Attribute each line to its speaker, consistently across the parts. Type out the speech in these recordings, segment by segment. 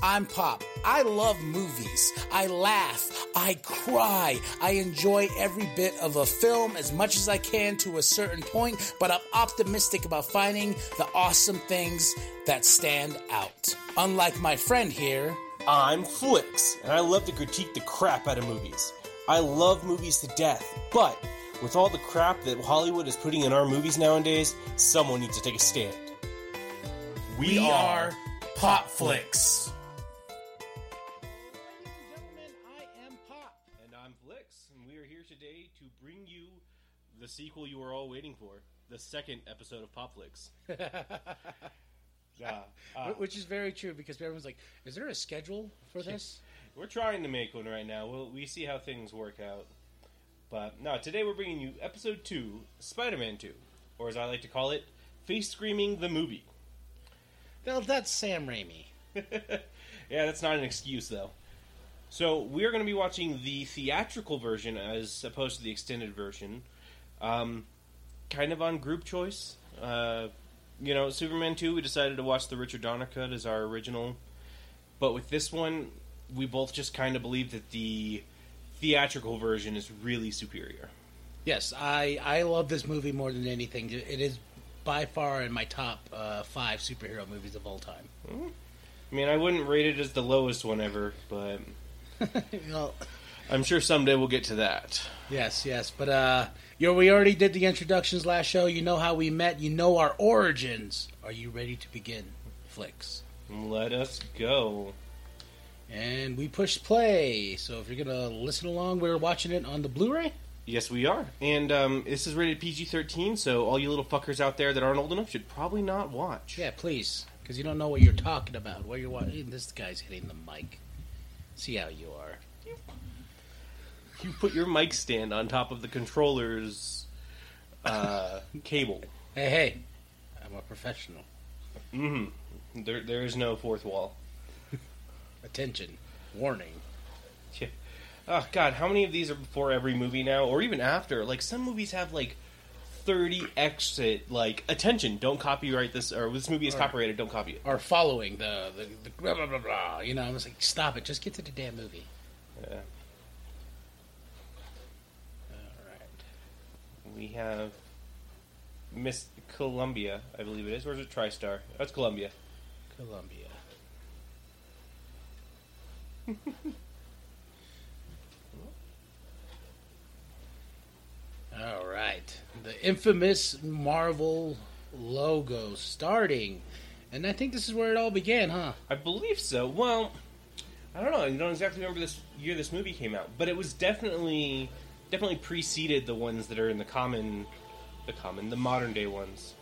Speaker 1: I'm Pop. I love movies. I laugh. I cry. I enjoy every bit of a film as much as I can to a certain point, but I'm optimistic about finding the awesome things that stand out. Unlike my friend here,
Speaker 2: I'm Flix, and I love to critique the crap out of movies. I love movies to death, but with all the crap that Hollywood is putting in our movies nowadays, someone needs to take a stand.
Speaker 1: we are Pop Flicks.
Speaker 2: Gentlemen, I am Pop. And I'm Flix, and we are here today to bring you the sequel you were all waiting for the second episode of Pop Flix. yeah. Uh,
Speaker 3: Which is very true because everyone's like, is there a schedule for this?
Speaker 2: We're trying to make one right now. We'll, we see how things work out. But no, today we're bringing you episode two, Spider-Man Two, or as I like to call it, Face Screaming the Movie.
Speaker 3: Well, that's Sam Raimi.
Speaker 2: Yeah, that's not an excuse though. So we're going to be watching the theatrical version as opposed to the extended version. Um, kind of on group choice. Uh, you know, Superman Two, we decided to watch the Richard Donner cut as our original, but with this one, we both just kind of believe that the theatrical version is really superior.
Speaker 3: Yes, I, I love this movie more than anything. It is by far in my top uh, five superhero movies of all time.
Speaker 2: I mean, I wouldn't rate it as the lowest one ever, but
Speaker 3: well,
Speaker 2: I'm sure someday we'll get to that.
Speaker 3: yes, yes, but uh, you know, we already did the introductions last show. You know how we met. You know our origins. Are you ready to begin, Flicks?
Speaker 2: Let us go.
Speaker 3: And we push play. So if you're gonna listen along, we're watching it on the Blu-ray.
Speaker 2: Yes, we are. And um, this is rated PG 13, so all you little fuckers out there that aren't old enough should probably not watch.
Speaker 3: Yeah, please, because you don't know what you're talking about. Where you're watching, this guy's hitting the mic. See how you are.
Speaker 2: You put your mic stand on top of the controller's uh, cable.
Speaker 3: Hey, hey, I'm a professional.
Speaker 2: Mm hmm. There, there is no fourth wall.
Speaker 3: Attention, warning.
Speaker 2: Yeah. Oh, God, how many of these are before every movie now, or even after? Like, some movies have, like, 30 exit, like, attention, don't copyright this, or this movie is copyrighted, don't copy it.
Speaker 3: Or following the the, the blah blah blah blah. You know, I was like, stop it. Just get to the damn movie.
Speaker 2: Yeah.
Speaker 3: All right.
Speaker 2: We have Miss Columbia, I believe it is. Where's it? TriStar. That's Columbia.
Speaker 3: Columbia. All right. The infamous Marvel logo starting. And I think this is where it all began, huh?
Speaker 2: I believe so. Well, I don't know. I don't exactly remember this year this movie came out, but it was definitely definitely preceded the ones that are in the common, the common, the modern day ones.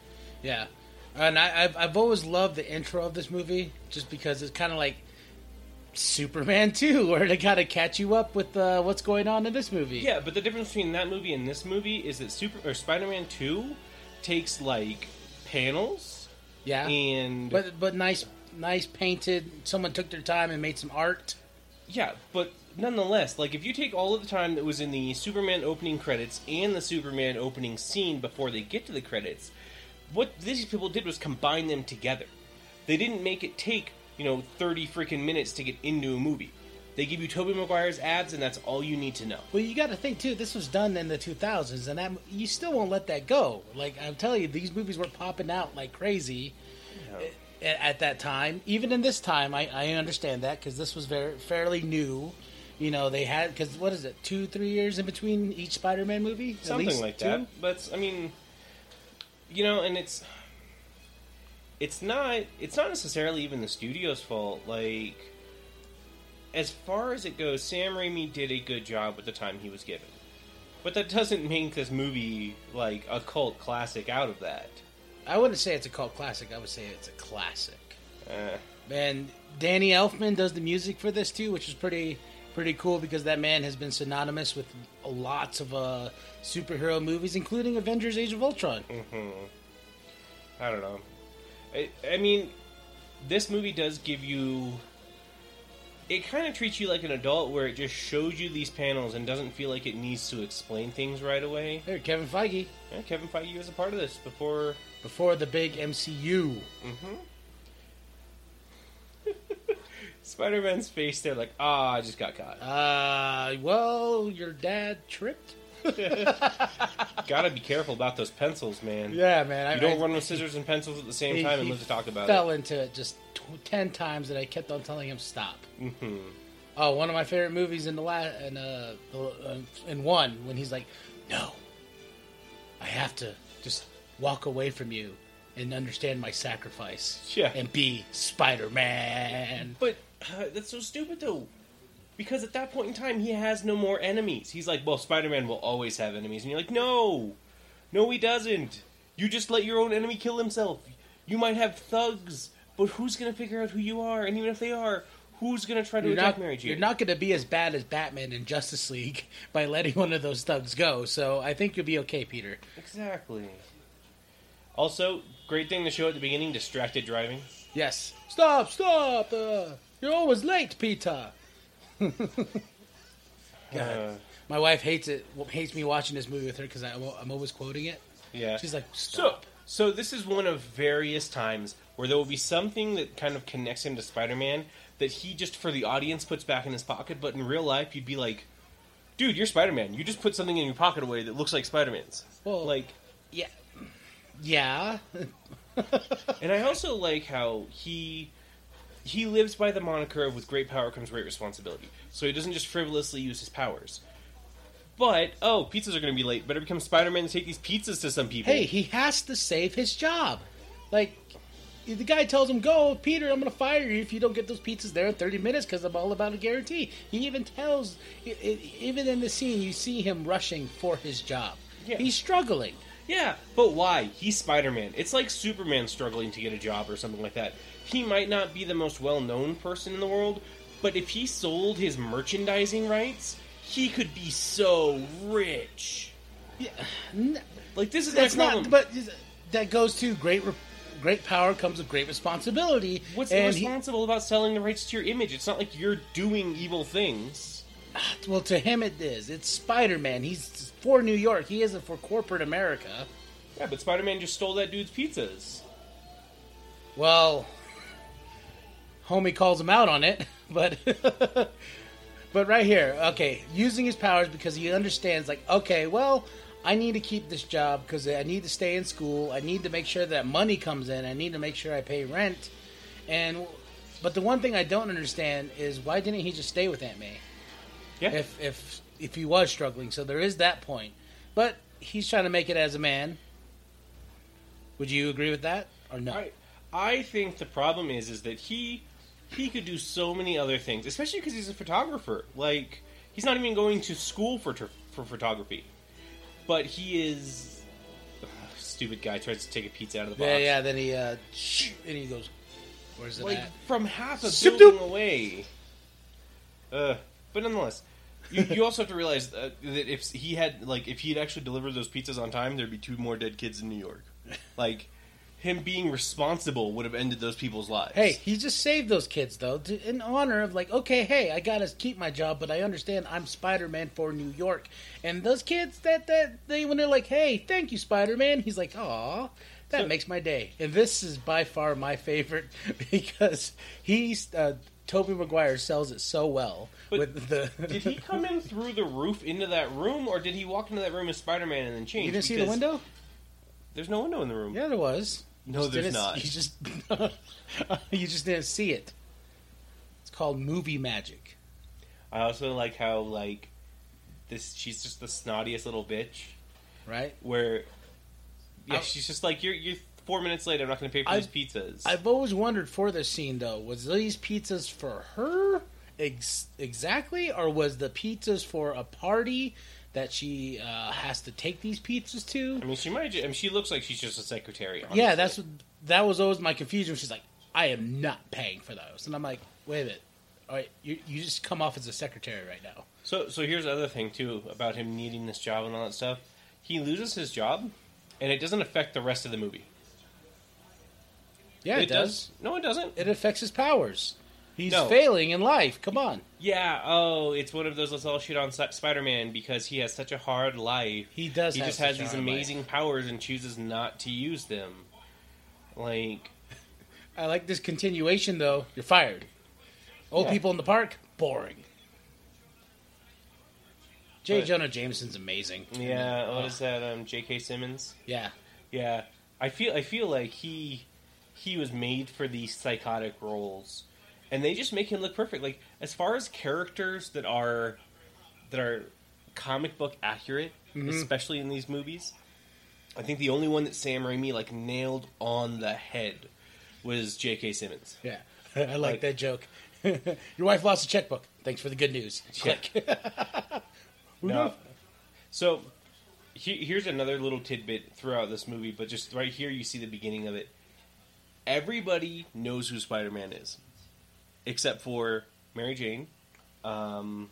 Speaker 3: Yeah. And I, I've, I've always loved the intro of this movie just because it's kind of like Superman 2, where they kind of catch you up with uh, what's going on in this movie.
Speaker 2: Yeah, but the difference between that movie and this movie is that Super or Spider-Man Two takes like panels
Speaker 3: Yeah.
Speaker 2: and
Speaker 3: But but nice nice painted. Someone took their time and made some art.
Speaker 2: Yeah, but nonetheless, like if you take all of the time that was in the Superman opening credits and the Superman opening scene before they get to the credits, what these people did was combine them together. They didn't make it take, you know, 30 freaking minutes to get into a movie. They give you Toby Maguire's ads and that's all you need to know.
Speaker 3: Well, you got to think too. This was done in the 2000s, and that you still won't let that go. Like I'm telling you, these movies were popping out like crazy at, at that time. Even in this time, I, I understand that because this was very fairly new. You know, they had because what is it, two three years in between each Spider-Man movie, At
Speaker 2: Something
Speaker 3: least
Speaker 2: like
Speaker 3: two?
Speaker 2: that. But I mean, you know, and it's it's not it's not necessarily even the studio's fault. Like as far as it goes, Sam Raimi did a good job with the time he was given. But that doesn't make this movie like a cult classic out of that.
Speaker 3: I wouldn't say it's a cult classic. I would say it's a classic. Eh.
Speaker 2: Uh,
Speaker 3: And Danny Elfman does the music for this too, which is pretty pretty cool because that man has been synonymous with lots of uh, superhero movies, including Avengers: Age of Ultron.
Speaker 2: I don't know. I, I mean, this movie does give you. It kind of treats you like an adult, where it just shows you these panels and doesn't feel like it needs to explain things right away.
Speaker 3: There, Kevin Feige
Speaker 2: Yeah, Kevin Feige was a part of this before.
Speaker 3: before the big MCU.
Speaker 2: Spider Man's face, they're like, ah, I just got caught.
Speaker 3: Uh, well, your dad tripped.
Speaker 2: Gotta be careful about those pencils, man.
Speaker 3: Yeah, man.
Speaker 2: You don't run with scissors and pencils at the same time and live to talk about
Speaker 3: fell into it just t- ten times, and I kept on telling him stop.
Speaker 2: it. hmm
Speaker 3: Oh, one of my favorite movies in the last in uh the- uh, in one when he's like, "No, I have to just walk away from you and understand my sacrifice,
Speaker 2: Yeah.
Speaker 3: and be Spider Man."
Speaker 2: But uh, that's so stupid, though. Because at that point in time, he has no more enemies. He's like, well, Spider Man will always have enemies. And you're like, no! No, he doesn't! You just let your own enemy kill himself. You might have thugs, but who's gonna figure out who you are? And even if they are, who's gonna try to
Speaker 3: You're not,
Speaker 2: attack Mary Jane?
Speaker 3: you're not going to be as bad as Batman in Justice League by letting one of those thugs go, so I think you'll be okay, Peter.
Speaker 2: Exactly. Also, great thing to show at the beginning distracted driving.
Speaker 3: Yes. Stop, stop! Uh, you're always late, Peter.
Speaker 2: Uh,
Speaker 3: My wife hates it. Hates me watching this movie with her because I'm always quoting it.
Speaker 2: yeah.
Speaker 3: She's like,
Speaker 2: So,
Speaker 3: stop.
Speaker 2: so this is one of various times where there will be something that kind of connects him to Spider-Man that he just for the audience puts back in his pocket, but in real life you'd be like, "Dude, you're Spider-Man. You just put something in your pocket away that looks like Spider-Man's."
Speaker 3: Well-
Speaker 2: like,
Speaker 3: yeah, yeah.
Speaker 2: and I also like how he he lives by the moniker of "with great power comes great responsibility," so he doesn't just frivolously use his powers. But oh, pizzas are going to be late. Better become Spider-Man and take these pizzas to some people.
Speaker 3: hey, he has to save his job. Like the guy tells him, "Go, Peter. I'm going to fire you if you don't get those pizzas there in 30 minutes because I'm all about a guarantee." He even tells, i i even in the scene, you see him rushing for his job.
Speaker 2: Yeah.
Speaker 3: He's struggling.
Speaker 2: Yeah, but why? He's Spider Man. It's like Superman struggling to get a job or something like that. He might not be the most well known person in the world, but if he sold his merchandising rights, he could be so rich.
Speaker 3: N-
Speaker 2: Like, this is
Speaker 3: That's
Speaker 2: my
Speaker 3: not.
Speaker 2: problem.
Speaker 3: But that goes to great. Re- great power comes with great responsibility.
Speaker 2: What's
Speaker 3: and he-
Speaker 2: irresponsible about selling the rights to your image? It's not like you're doing evil things.
Speaker 3: Well, to him it is. It's Spider Man. He's for New York. He isn't for corporate America.
Speaker 2: Yeah, but Spider Man just stole that dude's pizzas.
Speaker 3: Well, homie calls him out on it, but but right here, okay, using his powers because he understands. Like, okay, well, I need to keep this job because I need to stay in school. I need to make sure that money comes in. I need to make sure I pay rent. And but the one thing I don't understand is why didn't he just stay with Aunt May?
Speaker 2: Yeah.
Speaker 3: if if if he was struggling. So there is that point, but he's trying to make it as a man. Would you agree with that or no?
Speaker 2: I, I think the problem is is that he he could do so many other things, especially because he's a photographer. Like he's not even going to school for tr- for photography, but he is stupid guy tries to take a pizza out of the box.
Speaker 3: Yeah, yeah. Then he uh, shh, and he goes, "Where's it
Speaker 2: Like
Speaker 3: at?"
Speaker 2: from half a
Speaker 3: Zip
Speaker 2: building away. Uh, but nonetheless, you, you also have to realize uh, that if he had like if he had actually delivered those pizzas on time, there'd be two more dead kids in New York. Like him being responsible would have ended those people's lives.
Speaker 3: Hey, he just saved those kids though, to, in honor of like, okay, hey, I gotta keep my job, but I understand I'm Spider Man for New York, and those kids that that they when they're like, hey, thank you, Spider Man, he's like, aw. That
Speaker 2: So-
Speaker 3: makes my day, and this is by far my favorite because he's uh, Toby Maguire sells it so well
Speaker 2: But
Speaker 3: with the.
Speaker 2: did he come in through the roof into that room, or did he walk into that room as Spider Man and then change?
Speaker 3: you didn't see the
Speaker 2: Because
Speaker 3: window?
Speaker 2: There's no window in the room.
Speaker 3: Yeah, there was.
Speaker 2: No,
Speaker 3: Just
Speaker 2: there's
Speaker 3: didn't-
Speaker 2: not.
Speaker 3: You just you just didn't see it. It's called movie magic.
Speaker 2: I also like how like this. She's just the snottiest little bitch.
Speaker 3: Right?
Speaker 2: Where yeah,
Speaker 3: I-
Speaker 2: she's just like you're. You're four minutes late. I'm not going to pay for
Speaker 3: I-
Speaker 2: these pizzas.
Speaker 3: I've always wondered for this scene though, was these pizzas for her ex- exactly, or was the pizzas for a party that she uh, has to take these pizzas to?
Speaker 2: I mean, she might. Ju- I mean, she looks like she's just a secretary. Honestly.
Speaker 3: Yeah, that's what, that was always my confusion. She's like, I am not paying for those, and I'm like, wait a minute, all right, you you just come off as a secretary right now.
Speaker 2: So, so here's the other thing too about him needing this job and all that stuff. He loses his job, and it doesn't affect the rest of the movie.
Speaker 3: Yeah, it, does.
Speaker 2: No, it doesn't.
Speaker 3: It affects his powers. He's
Speaker 2: No.
Speaker 3: failing in life. Come on.
Speaker 2: Yeah, oh, it's one of those let's all shit on Sp- Spider Man because he has such a hard life.
Speaker 3: He does
Speaker 2: He
Speaker 3: have
Speaker 2: just
Speaker 3: such
Speaker 2: has
Speaker 3: a
Speaker 2: these
Speaker 3: hard life.
Speaker 2: amazing powers and chooses not to use them. Like,
Speaker 3: I like this continuation though. You're fired. Old
Speaker 2: Yeah.
Speaker 3: people in the park, boring. J. Jonah Jameson's amazing.
Speaker 2: Yeah, what is that? Um, J.K. Simmons.
Speaker 3: Yeah.
Speaker 2: Yeah, I feel I feel like he he was made for these psychotic roles, and they just make him look perfect. Like as far as characters that are that are comic book accurate, especially in these movies, I think the only one that Sam Raimi like nailed on the head was J.K. Simmons.
Speaker 3: Yeah. I like,
Speaker 2: Like-
Speaker 3: that joke. Your wife lost a checkbook. Thanks for the good news. Click.
Speaker 2: No. So he, here's another little tidbit throughout this movie, but just right here you see the beginning of it. Everybody knows who Spider-Man is, except for Mary Jane, um,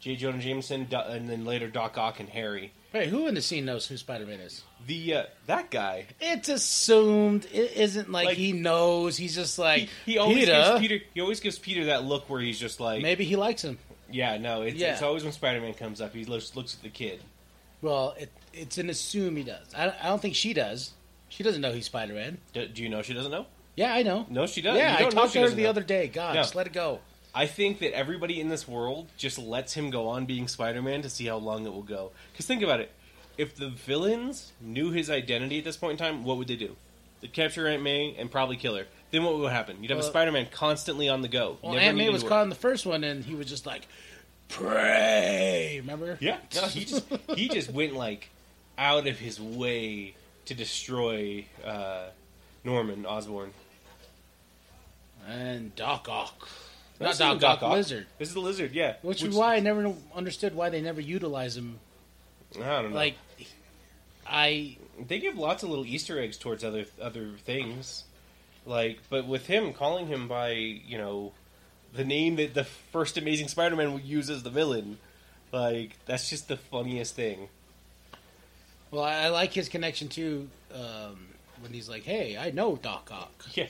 Speaker 2: J. Jonah Jameson, Do- and then later Doc Ock and Harry.
Speaker 3: Wait, who in the scene knows who Spider Man is?
Speaker 2: The uh, that guy.
Speaker 3: It's assumed. It isn't like,
Speaker 2: Like-
Speaker 3: he knows. He's just like
Speaker 2: He, he always
Speaker 3: Peter.
Speaker 2: gives Peter. He always gives Peter that look where he's just like,
Speaker 3: Maybe he likes him.
Speaker 2: yeah, no. It's,
Speaker 3: Yeah.
Speaker 2: it's always when Spider-Man comes up, he looks, looks at the kid.
Speaker 3: Well, it, it's an assume he does. I, I don't think she does. She doesn't know he's Spider Man.
Speaker 2: Do, do you know she doesn't know?
Speaker 3: Yeah, I know.
Speaker 2: No, she doesn't.
Speaker 3: yeah,
Speaker 2: You
Speaker 3: I
Speaker 2: don't know
Speaker 3: talked to
Speaker 2: she
Speaker 3: her
Speaker 2: doesn't
Speaker 3: the
Speaker 2: know.
Speaker 3: other day. God,
Speaker 2: No.
Speaker 3: just let it go.
Speaker 2: I think that everybody in this world just lets him go on being Spider-Man to see how long it will go. Because think about it: if the villains knew his identity at this point in time, what would they do? They'd capture Aunt May and probably kill her. Then what would happen? You'd have
Speaker 3: Well-
Speaker 2: a Spider-Man constantly on the go.
Speaker 3: Well,
Speaker 2: never
Speaker 3: Aunt May
Speaker 2: leaving
Speaker 3: was
Speaker 2: work.
Speaker 3: caught in the first one, and he was just like, "Pray," remember?
Speaker 2: Yeah, no, he just he just went like out of his way to destroy uh, Norman Osborn.
Speaker 3: And Doc Ock,
Speaker 2: This
Speaker 3: not
Speaker 2: isn't
Speaker 3: Doc, Ock,
Speaker 2: Ock.
Speaker 3: Lizard,
Speaker 2: This is the lizard. Yeah,
Speaker 3: which, is why I never understood why they never utilize him.
Speaker 2: I don't know.
Speaker 3: Like, I
Speaker 2: they give lots of little Easter eggs towards other other things, like but with him calling him by you know the name that the first Amazing Spider-Man would use as the villain, like that's just the funniest thing.
Speaker 3: well, I, I like his connection to um, when he's like, "Hey, I know Doc Ock.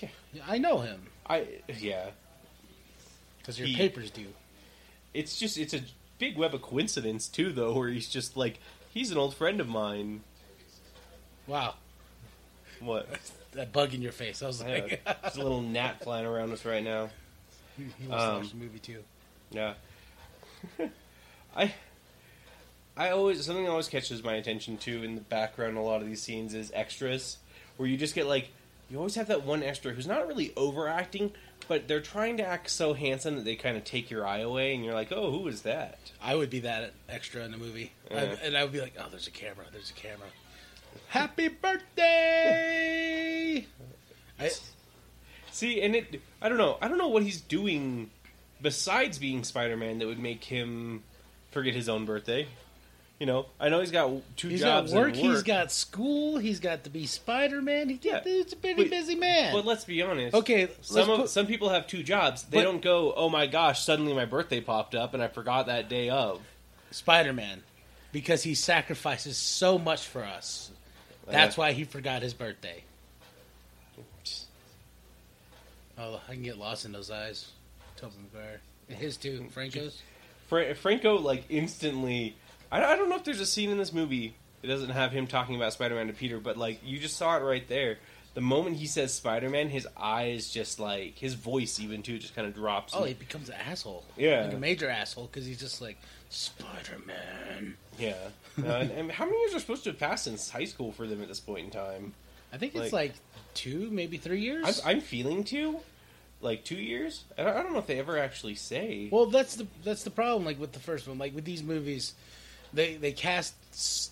Speaker 2: Yeah, yeah,
Speaker 3: I know him
Speaker 2: I yeah.
Speaker 3: because your
Speaker 2: He-
Speaker 3: papers do."
Speaker 2: It's just it's a big web of coincidence too, though, where he's just like he's an old friend of mine.
Speaker 3: Wow,
Speaker 2: What?
Speaker 3: that bug in your face. I was
Speaker 2: Yeah,
Speaker 3: like,
Speaker 2: there's a little gnat flying around us right now.
Speaker 3: he wants to
Speaker 2: Um,
Speaker 3: watch the movie too.
Speaker 2: Yeah. I I always something that always catches my attention too in the background in a lot of these scenes is extras where you just get like you always have that one extra who's not really overacting, but they're trying to act so handsome that they kind of take your eye away and you're like, "Oh, who is that?"
Speaker 3: I would be that extra in the movie, I-
Speaker 2: Yeah.
Speaker 3: and I would be like, "Oh, there's a camera. There's a camera. Happy birthday!" I,
Speaker 2: See, and it I don't know. I don't know what he's doing besides being Spider-Man that would make him forget his own birthday. You know, I know he's got two
Speaker 3: he's got
Speaker 2: jobs
Speaker 3: work,
Speaker 2: and
Speaker 3: He's got school. He's got to be Spider Man. He
Speaker 2: Yeah.
Speaker 3: He's a pretty
Speaker 2: But-
Speaker 3: busy man.
Speaker 2: But let's be honest.
Speaker 3: Okay, let's
Speaker 2: some of,
Speaker 3: put-
Speaker 2: some people have two jobs. They
Speaker 3: But-
Speaker 2: don't go, "Oh my gosh, suddenly my birthday popped up and I forgot that day of."
Speaker 3: Spider Man, because he sacrifices so much for us. That's
Speaker 2: Yeah.
Speaker 3: why he forgot his birthday. Oh, I can get lost in those eyes. Tobey Maguire. And his too. Franco's.
Speaker 2: Fra- Franco like instantly I, I don't know if there's a scene in this movie that doesn't have him talking about Spider-Man to Peter, but like you just saw it right there. The moment he says Spider-Man, his eyes just like his voice even too just kind of drops.
Speaker 3: Oh,
Speaker 2: and-
Speaker 3: he becomes an asshole.
Speaker 2: Yeah.
Speaker 3: Like a major asshole because he's just like, Spider Man.
Speaker 2: yeah. Uh, and, and how many years are supposed to have passed since high school for them at this point in time?
Speaker 3: I think it's like
Speaker 2: Like-
Speaker 3: two, maybe three years.
Speaker 2: I'm, I'm feeling two, like two years. I don't, I don't know if they ever actually say.
Speaker 3: Well, that's the that's the problem. Like with the first one, like with these movies, they they cast s-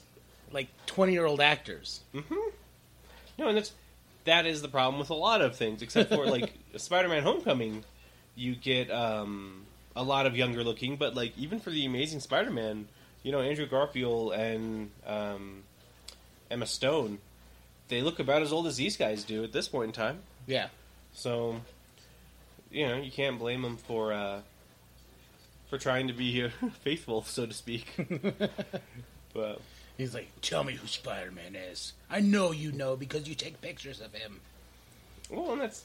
Speaker 3: like twenty year old actors.
Speaker 2: Mm. No, and that's that is the problem with a lot of things, except for like Spider-Man: Homecoming, you get um, a lot of younger looking, but like even for the Amazing Spider-Man, you know Andrew Garfield and um, Emma Stone, they look about as old as these guys do at this point in time.
Speaker 3: Yeah,
Speaker 2: So, you know, you can't blame them for uh, for trying to be uh, faithful, so to speak. but
Speaker 3: he's like, tell me who Spider Man is. I know you know because you take pictures of him.
Speaker 2: Well, and that's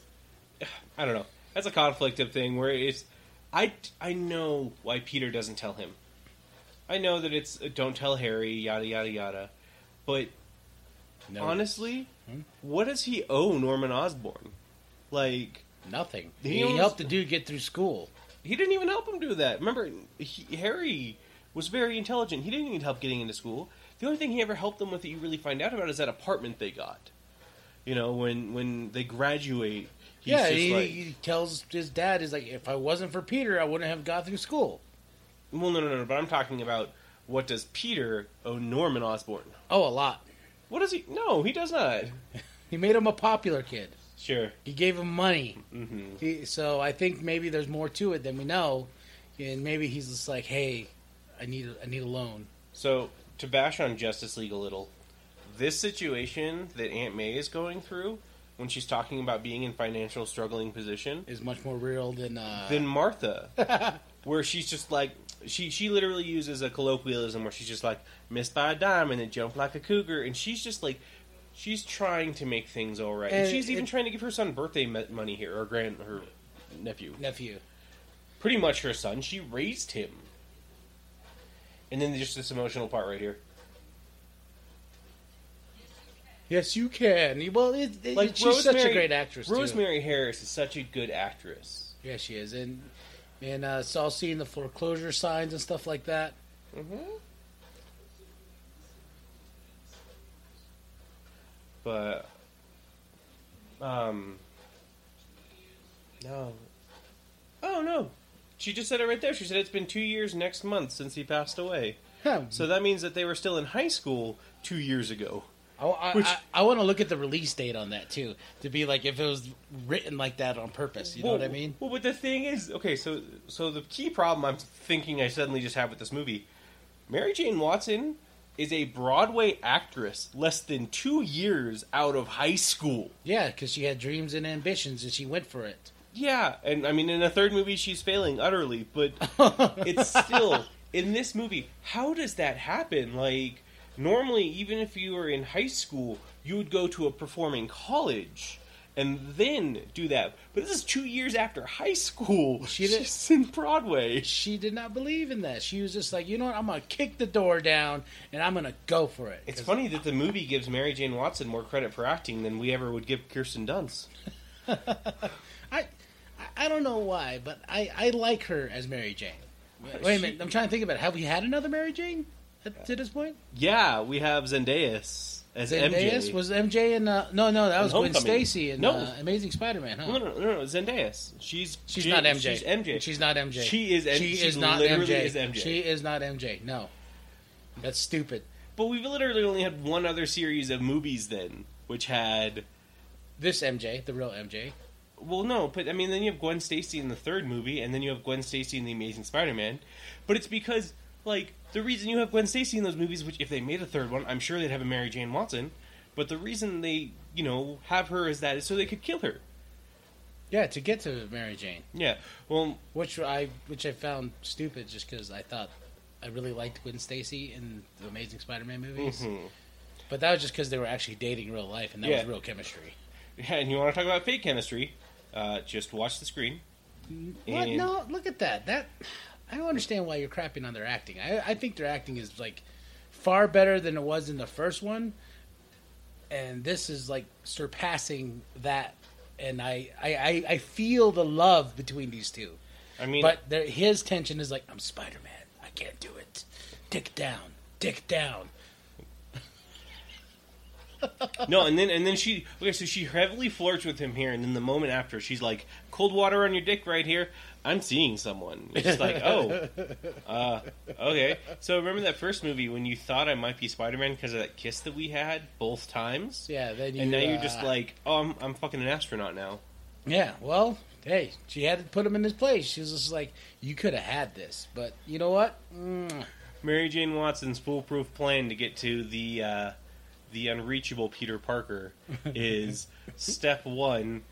Speaker 2: I don't know. That's a conflict of thing where it's I I know why Peter doesn't tell him. I know that it's uh, don't tell Harry, yada yada yada. But
Speaker 3: No. Hmm?
Speaker 2: honestly, what does he owe Norman Osborn? Like
Speaker 3: Nothing.
Speaker 2: He
Speaker 3: He,
Speaker 2: owns-
Speaker 3: helped the dude get through school.
Speaker 2: He didn't even help him do that. Remember, he, Harry was very intelligent. He didn't need help getting into school. The only thing he ever helped them with that you really find out about is that apartment they got. You know, when when they graduate, he's
Speaker 3: yeah,
Speaker 2: just
Speaker 3: he,
Speaker 2: like,
Speaker 3: he tells his dad, "He's like, if I wasn't for Peter, I wouldn't have got through school."
Speaker 2: well, no, no, no, no. But I'm talking about what does Peter owe Norman Osborn?
Speaker 3: Oh, a lot.
Speaker 2: What does he? No, he does not.
Speaker 3: He made him a popular kid.
Speaker 2: Sure.
Speaker 3: He gave him money.
Speaker 2: hmm
Speaker 3: He, so I think maybe there's more to it than we know, and maybe he's just like, "Hey, I need a, I need a loan."
Speaker 2: So to bash on Justice League a little, this situation that Aunt May is going through when she's talking about being in financial struggling position
Speaker 3: Is much more real than uh,
Speaker 2: than Martha, where she's just like she she literally uses a colloquialism where she's just like missed by a dime and then jumped like a cougar, and she's just like she's trying to make things all right. And,
Speaker 3: And
Speaker 2: she's even
Speaker 3: it-
Speaker 2: trying to give her son birthday me- money here or grand her nephew,
Speaker 3: nephew.
Speaker 2: pretty much her son. She raised him, and then just this emotional part right here.
Speaker 3: Yes, you can. Well, it, it-
Speaker 2: Like
Speaker 3: she's such
Speaker 2: Rosemary-
Speaker 3: a great actress. too.
Speaker 2: Rosemary Harris is such a good actress.
Speaker 3: Yeah, she is, and and uh, saw seeing the foreclosure signs and stuff like that.
Speaker 2: but um no oh no she just said it right there she said it's been two years next month since he passed away
Speaker 3: Huh.
Speaker 2: so that means that they were still in high school two years ago
Speaker 3: I, I,
Speaker 2: Which-
Speaker 3: I, I want to look at the release date on that too, to be like if it was written like that on purpose. You know what I
Speaker 2: Well-
Speaker 3: mean?
Speaker 2: well but the thing is okay so so the key problem i'm thinking i suddenly just have with this movie mary jane watson is a broadway actress less than two years out of high school
Speaker 3: Yeah, because she had dreams and ambitions, and she went for it.
Speaker 2: Yeah, and I mean, in the third movie, she's failing utterly, but it's still in this movie. How does that happen? Like, normally, even if you were in high school, you would go to a performing college and then do that. But this is two years after high school.
Speaker 3: She did-
Speaker 2: she's in Broadway.
Speaker 3: She did not believe in that. She was just like, you know what? I'm gonna kick the door down and I'm gonna go for it.
Speaker 2: It's
Speaker 3: 'Cause-
Speaker 2: funny that the movie gives Mary Jane Watson more credit for acting than we ever would give Kirsten Dunst.
Speaker 3: I I don't know why, but I I like her as Mary Jane. Wait, wait a
Speaker 2: She-
Speaker 3: minute, I'm trying to think about. It. Have we had another Mary Jane at, to this point?
Speaker 2: Yeah, we have Zendayas as
Speaker 3: Zendayas
Speaker 2: MJ.
Speaker 3: was MJ and uh, no, no, that was Gwen
Speaker 2: Homecoming.
Speaker 3: Stacy and
Speaker 2: No.
Speaker 3: uh, Amazing Spider-Man. Huh?
Speaker 2: no, no, no, no, Zendayas. She's
Speaker 3: She's
Speaker 2: Jane-
Speaker 3: not MJ.
Speaker 2: She's MJ.
Speaker 3: She's not MJ.
Speaker 2: She is M-
Speaker 3: She
Speaker 2: she
Speaker 3: is not
Speaker 2: literally
Speaker 3: MJ.
Speaker 2: is MJ.
Speaker 3: She is not MJ. No, that's stupid.
Speaker 2: But we've literally only had one other series of movies then, which had
Speaker 3: This MJ, the real MJ.
Speaker 2: well, no, but I mean, then you have Gwen Stacy in the third movie, and then you have Gwen Stacy in the Amazing Spider-Man. But it's because like the reason you have Gwen Stacy in those movies, which if they made a third one, I'm sure they'd have a Mary Jane Watson. But the reason they you know have her is that is so they could kill her.
Speaker 3: Yeah, to get to Mary Jane,
Speaker 2: Yeah. Well,
Speaker 3: which I which I found stupid, just because I thought I really liked Gwen Stacy in the Amazing Spider-Man movies,
Speaker 2: mhm.
Speaker 3: but that was just because they were actually dating in real life, and that
Speaker 2: Yeah.
Speaker 3: was real chemistry.
Speaker 2: yeah, and you want to talk about fake chemistry? Uh, just watch the screen.
Speaker 3: What?
Speaker 2: And-
Speaker 3: No, look at that. That I don't understand why you're crapping on their acting. I, I think their acting is like far better than it was in the first one, and this is like surpassing that. And I I, I, I feel the love between these two,
Speaker 2: I mean,
Speaker 3: but there, his tension is like I'm Spider Man. I can't do it. Dick down. Dick down.
Speaker 2: No, and then and then she okay, so she heavily flirts with him here, and then the moment after, she's like, "Cold water on your dick, right here." I'm seeing someone. It's just like, oh, uh, okay. So remember that first movie when you thought I might be Spider Man because of that kiss that we had both times,
Speaker 3: Yeah. Then you,
Speaker 2: and now you're just
Speaker 3: uh,
Speaker 2: like, oh, I'm, I'm fucking an astronaut now.
Speaker 3: Yeah, well, hey, she had to put him in his place. She was just like, you could have had this, but you know what? Mm,
Speaker 2: Mary Jane Watson's foolproof plan to get to the uh, the unreachable Peter Parker is step one,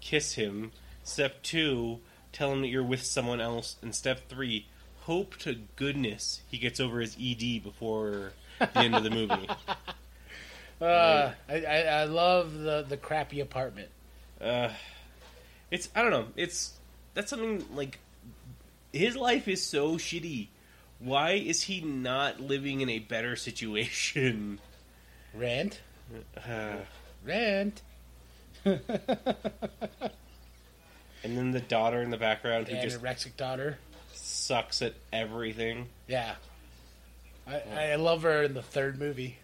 Speaker 2: kiss him. Step two, tell him that you're with someone else. And step three, hope to goodness he gets over his ED before the end of the movie.
Speaker 3: Uh, I, I, I love the, the crappy apartment.
Speaker 2: Uh, it's I don't know. It's that's something like his life is so shitty. Why is he not living in a better situation?
Speaker 3: Rent,
Speaker 2: Uh,
Speaker 3: rent.
Speaker 2: And then the daughter in the background who
Speaker 3: and
Speaker 2: just
Speaker 3: anorexic daughter.
Speaker 2: sucks at everything.
Speaker 3: Yeah. I, I love her in the third movie.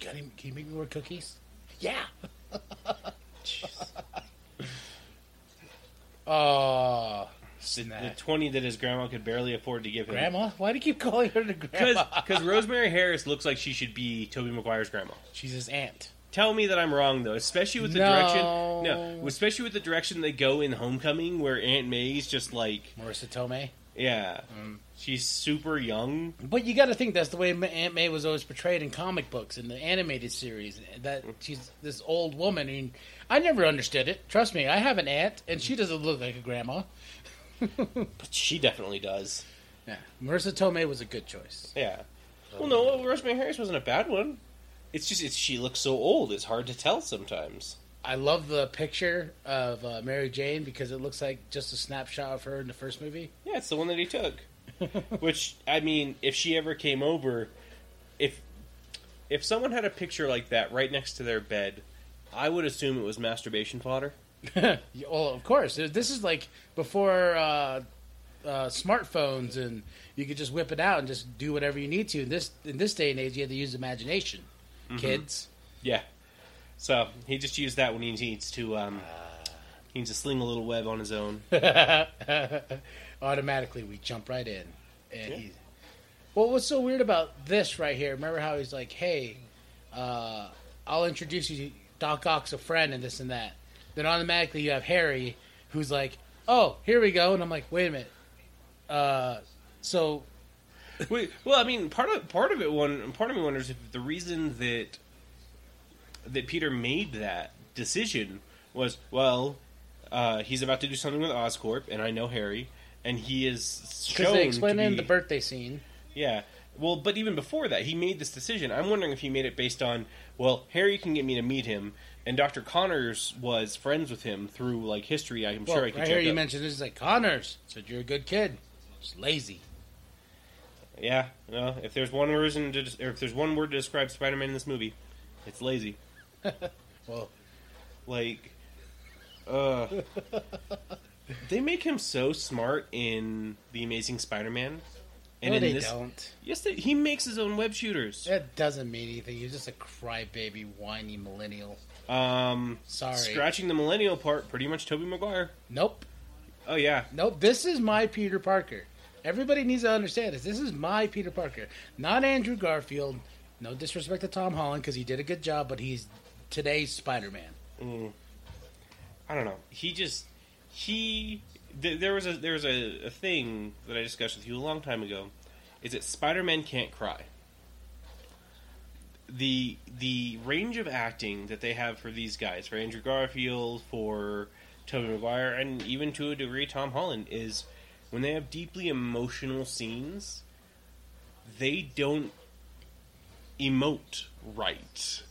Speaker 3: You got him, can you make me more cookies? Yeah. oh,
Speaker 2: The, the
Speaker 3: snap.
Speaker 2: twenty that his grandma could barely afford to give him.
Speaker 3: Grandma? Why do you keep calling her the grandma?
Speaker 2: Because Rosemary Harris looks like she should be Toby Maguire's grandma.
Speaker 3: She's his aunt.
Speaker 2: Tell me that I'm wrong though, especially with the
Speaker 3: No.
Speaker 2: direction. No, especially with the direction they go in Homecoming, where Aunt May's just like,
Speaker 3: Marissa Tomei.
Speaker 2: yeah, she's super young.
Speaker 3: But you got to think that's the way Ma- Aunt May was always portrayed in comic books and the animated series. That she's this old woman, and I never understood it. Trust me, I have an aunt, and she doesn't look like a grandma.
Speaker 2: But she definitely does.
Speaker 3: Yeah, Marissa Tomei was a good choice.
Speaker 2: Yeah. Well, no, Rosemary Harris wasn't a bad one. It's just it's, she looks so old. It's hard to tell sometimes.
Speaker 3: I love the picture of uh, Mary Jane because it looks like just a snapshot of her in the first movie.
Speaker 2: Yeah, it's the one that he took. Which I mean, if she ever came over, if if someone had a picture like that right next to their bed, I would assume it was masturbation fodder.
Speaker 3: Yeah, well, of course, this is like before uh, uh, smartphones, and you could just whip it out and just do whatever you need to. In this in this day and age, you have to use imagination, kids.
Speaker 2: Yeah. So he just used that when he needs to um, he needs to sling a little web on his own.
Speaker 3: automatically we jump right in. And he, well, what's so weird about this right here? Remember how he's like, "Hey, uh, I'll introduce you to Doc Ock's a friend and this and that." Then automatically you have Harry, who's like, "Oh, here we go," and I'm like, "Wait a minute." Uh, so
Speaker 2: Wait, well, I mean, part of part of it one part of me wonders if the reason that that Peter made that decision was well, uh, he's about to do something with Oscorp, and I know Harry, and he is
Speaker 3: because
Speaker 2: shown
Speaker 3: they explain
Speaker 2: to
Speaker 3: it in
Speaker 2: be-
Speaker 3: the birthday scene,
Speaker 2: yeah. Well, but even before that, he made this decision. I'm wondering if he made it based on well, Harry can get me to meet him, and Doctor Connors was friends with him through like history. I'm
Speaker 3: well,
Speaker 2: sure I
Speaker 3: right
Speaker 2: could
Speaker 3: here
Speaker 2: check
Speaker 3: you
Speaker 2: up.
Speaker 3: mentioned this is like Connors said you're a good kid, just lazy.
Speaker 2: Yeah, no. If there's one reason to, or if there's one word to describe Spider-Man in this movie, it's lazy.
Speaker 3: Well,
Speaker 2: Like, uh, they make him so smart in the Amazing Spider-Man, and
Speaker 3: no,
Speaker 2: in
Speaker 3: they
Speaker 2: this,
Speaker 3: don't.
Speaker 2: yes, they, he makes his own web shooters.
Speaker 3: That doesn't mean anything. You're just a crybaby, whiny millennial.
Speaker 2: Um,
Speaker 3: Sorry.
Speaker 2: scratching the millennial part, pretty much Toby Maguire.
Speaker 3: Nope.
Speaker 2: Oh yeah,
Speaker 3: Nope. This is my Peter Parker. Everybody needs to understand this. This is my Peter Parker, not Andrew Garfield. No disrespect to Tom Holland because he did a good job, but he's today's Spider Man.
Speaker 2: I don't know. He just he th- there was a there was a, a thing that I discussed with you a long time ago. Is that Spider Man can't cry. The the range of acting that they have for these guys, for Andrew Garfield, for Tobey Maguire, and even to a degree Tom Holland, is when they have deeply emotional scenes, they don't emote right.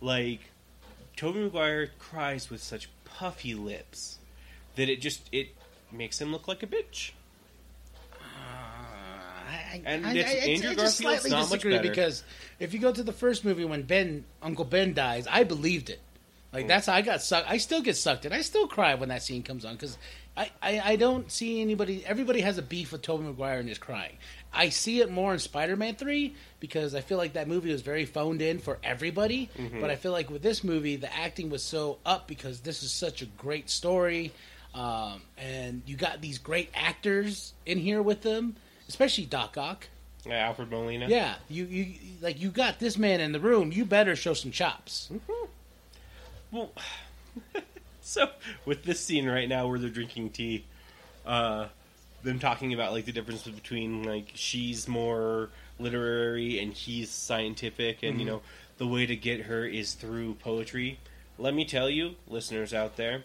Speaker 2: Like Toby Maguire cries with such puffy lips that it just it makes him look like a bitch. Ah, And it's Andrew Garfield's not much better.
Speaker 3: because if you go to the first movie when Ben Uncle Ben dies, I believed it. Like that's how I got sucked. I still get sucked in. I still cry when that scene comes on because I, I I don't see anybody. Everybody has a beef with Tobey Maguire and is crying. I see it more in Spider Man Three because I feel like that movie was very phoned in for everybody. But I feel like with this movie, the acting was so up because this is such a great story, um, and you got these great actors in here with them, especially Doc Ock.
Speaker 2: Yeah, Uh, Alfred Molina.
Speaker 3: Yeah, you you like you got this man in the room. You better show some chops.
Speaker 2: Well, so with this scene right now where they're drinking tea, uh, them talking about like the difference between like she's more literary and he's scientific, and you know the way to get her is through poetry. Let me tell you, listeners out there,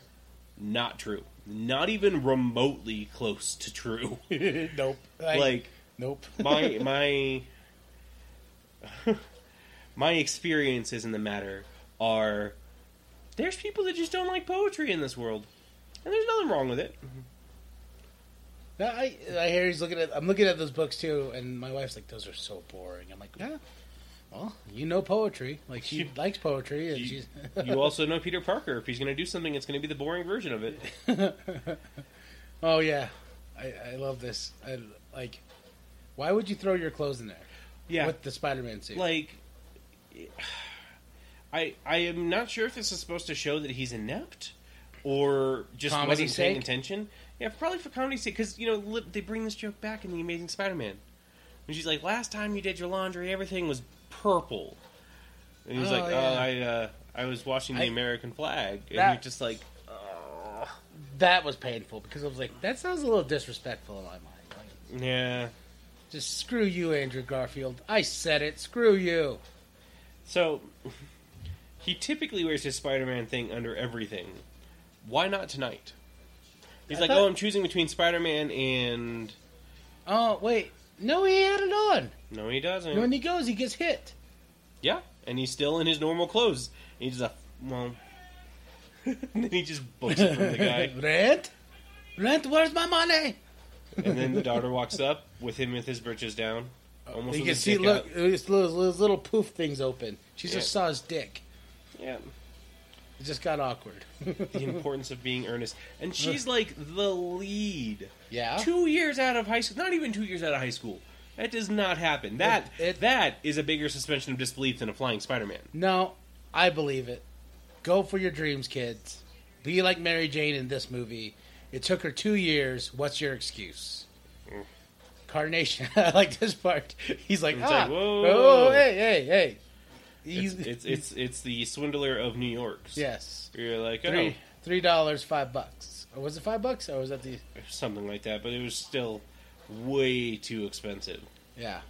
Speaker 2: not true. Not even remotely close to true.
Speaker 3: nope.
Speaker 2: like
Speaker 3: nope.
Speaker 2: my my my experiences in the matter are there's people that just don't like poetry in this world, and there's nothing wrong with it.
Speaker 3: No, I, I hear he's looking at. I'm looking at those books too, and my wife's like, "Those are so boring." I'm like, "Yeah, Well, you know poetry. Like she likes poetry, and
Speaker 2: You,
Speaker 3: she's
Speaker 2: you also know Peter Parker. If he's going to do something, it's going to be the boring version of it.
Speaker 3: Oh yeah, I, I love this. I, like, why would you throw your clothes in there?
Speaker 2: Yeah,
Speaker 3: with the Spider-Man suit.
Speaker 2: like I I am not sure if this is supposed to show that he's inept or just
Speaker 3: Comedy's
Speaker 2: wasn't paying
Speaker 3: sake?
Speaker 2: attention. Yeah, probably for comedy's sake, because you know li- they bring this joke back in the Amazing Spider-Man, and she's like, "Last time you did your laundry, everything was purple," and he's
Speaker 3: Oh,
Speaker 2: like,
Speaker 3: yeah.
Speaker 2: "Oh, I uh, I was watching the
Speaker 3: I-
Speaker 2: American flag," and
Speaker 3: That-
Speaker 2: you're just like,
Speaker 3: that was painful because I was like, that sounds a little disrespectful in my mind. Like,
Speaker 2: "Yeah."
Speaker 3: just screw you, Andrew Garfield. I said it. Screw you.
Speaker 2: So he typically wears his Spider-Man thing under everything. Why not tonight? He's
Speaker 3: I
Speaker 2: like,
Speaker 3: thought-
Speaker 2: "Oh, I'm choosing between Spider-Man and
Speaker 3: Oh wait, no, he had it on.
Speaker 2: No, he doesn't.
Speaker 3: When he goes, he gets hit.
Speaker 2: Yeah, and he's still in his normal clothes. He's just a well. and then he just books it from the guy,
Speaker 3: Rent, rent. Where's my money?
Speaker 2: and then the daughter walks up with him with his britches down, almost
Speaker 3: You
Speaker 2: with
Speaker 3: Uh, can
Speaker 2: his
Speaker 3: see
Speaker 2: dick
Speaker 3: look uh,
Speaker 2: out.
Speaker 3: his little, his little poof things open. She just
Speaker 2: Yeah.
Speaker 3: saw his dick.
Speaker 2: Yeah,
Speaker 3: It just got awkward.
Speaker 2: the importance of being earnest, and she's like the lead.
Speaker 3: yeah.
Speaker 2: Two years out of high school, not even two years out of high school. That does not happen. That
Speaker 3: It- it-
Speaker 2: that is a bigger suspension of disbelief than a flying Spider-Man.
Speaker 3: No, I believe it. Go for your dreams, kids. Be like Mary Jane in this movie. It took her two years. What's your excuse? Carnation. I like this part. He's like,
Speaker 2: It's
Speaker 3: ah,
Speaker 2: Mm. like, whoa.
Speaker 3: oh, hey, hey, hey.
Speaker 2: It's,
Speaker 3: He's,
Speaker 2: it's it's it's the swindler of New York.
Speaker 3: yes,
Speaker 2: you're like oh,
Speaker 3: three three dollars, five bucks. Or was it five bucks? Or was that the
Speaker 2: something like that, but it was still way too expensive.
Speaker 3: yeah?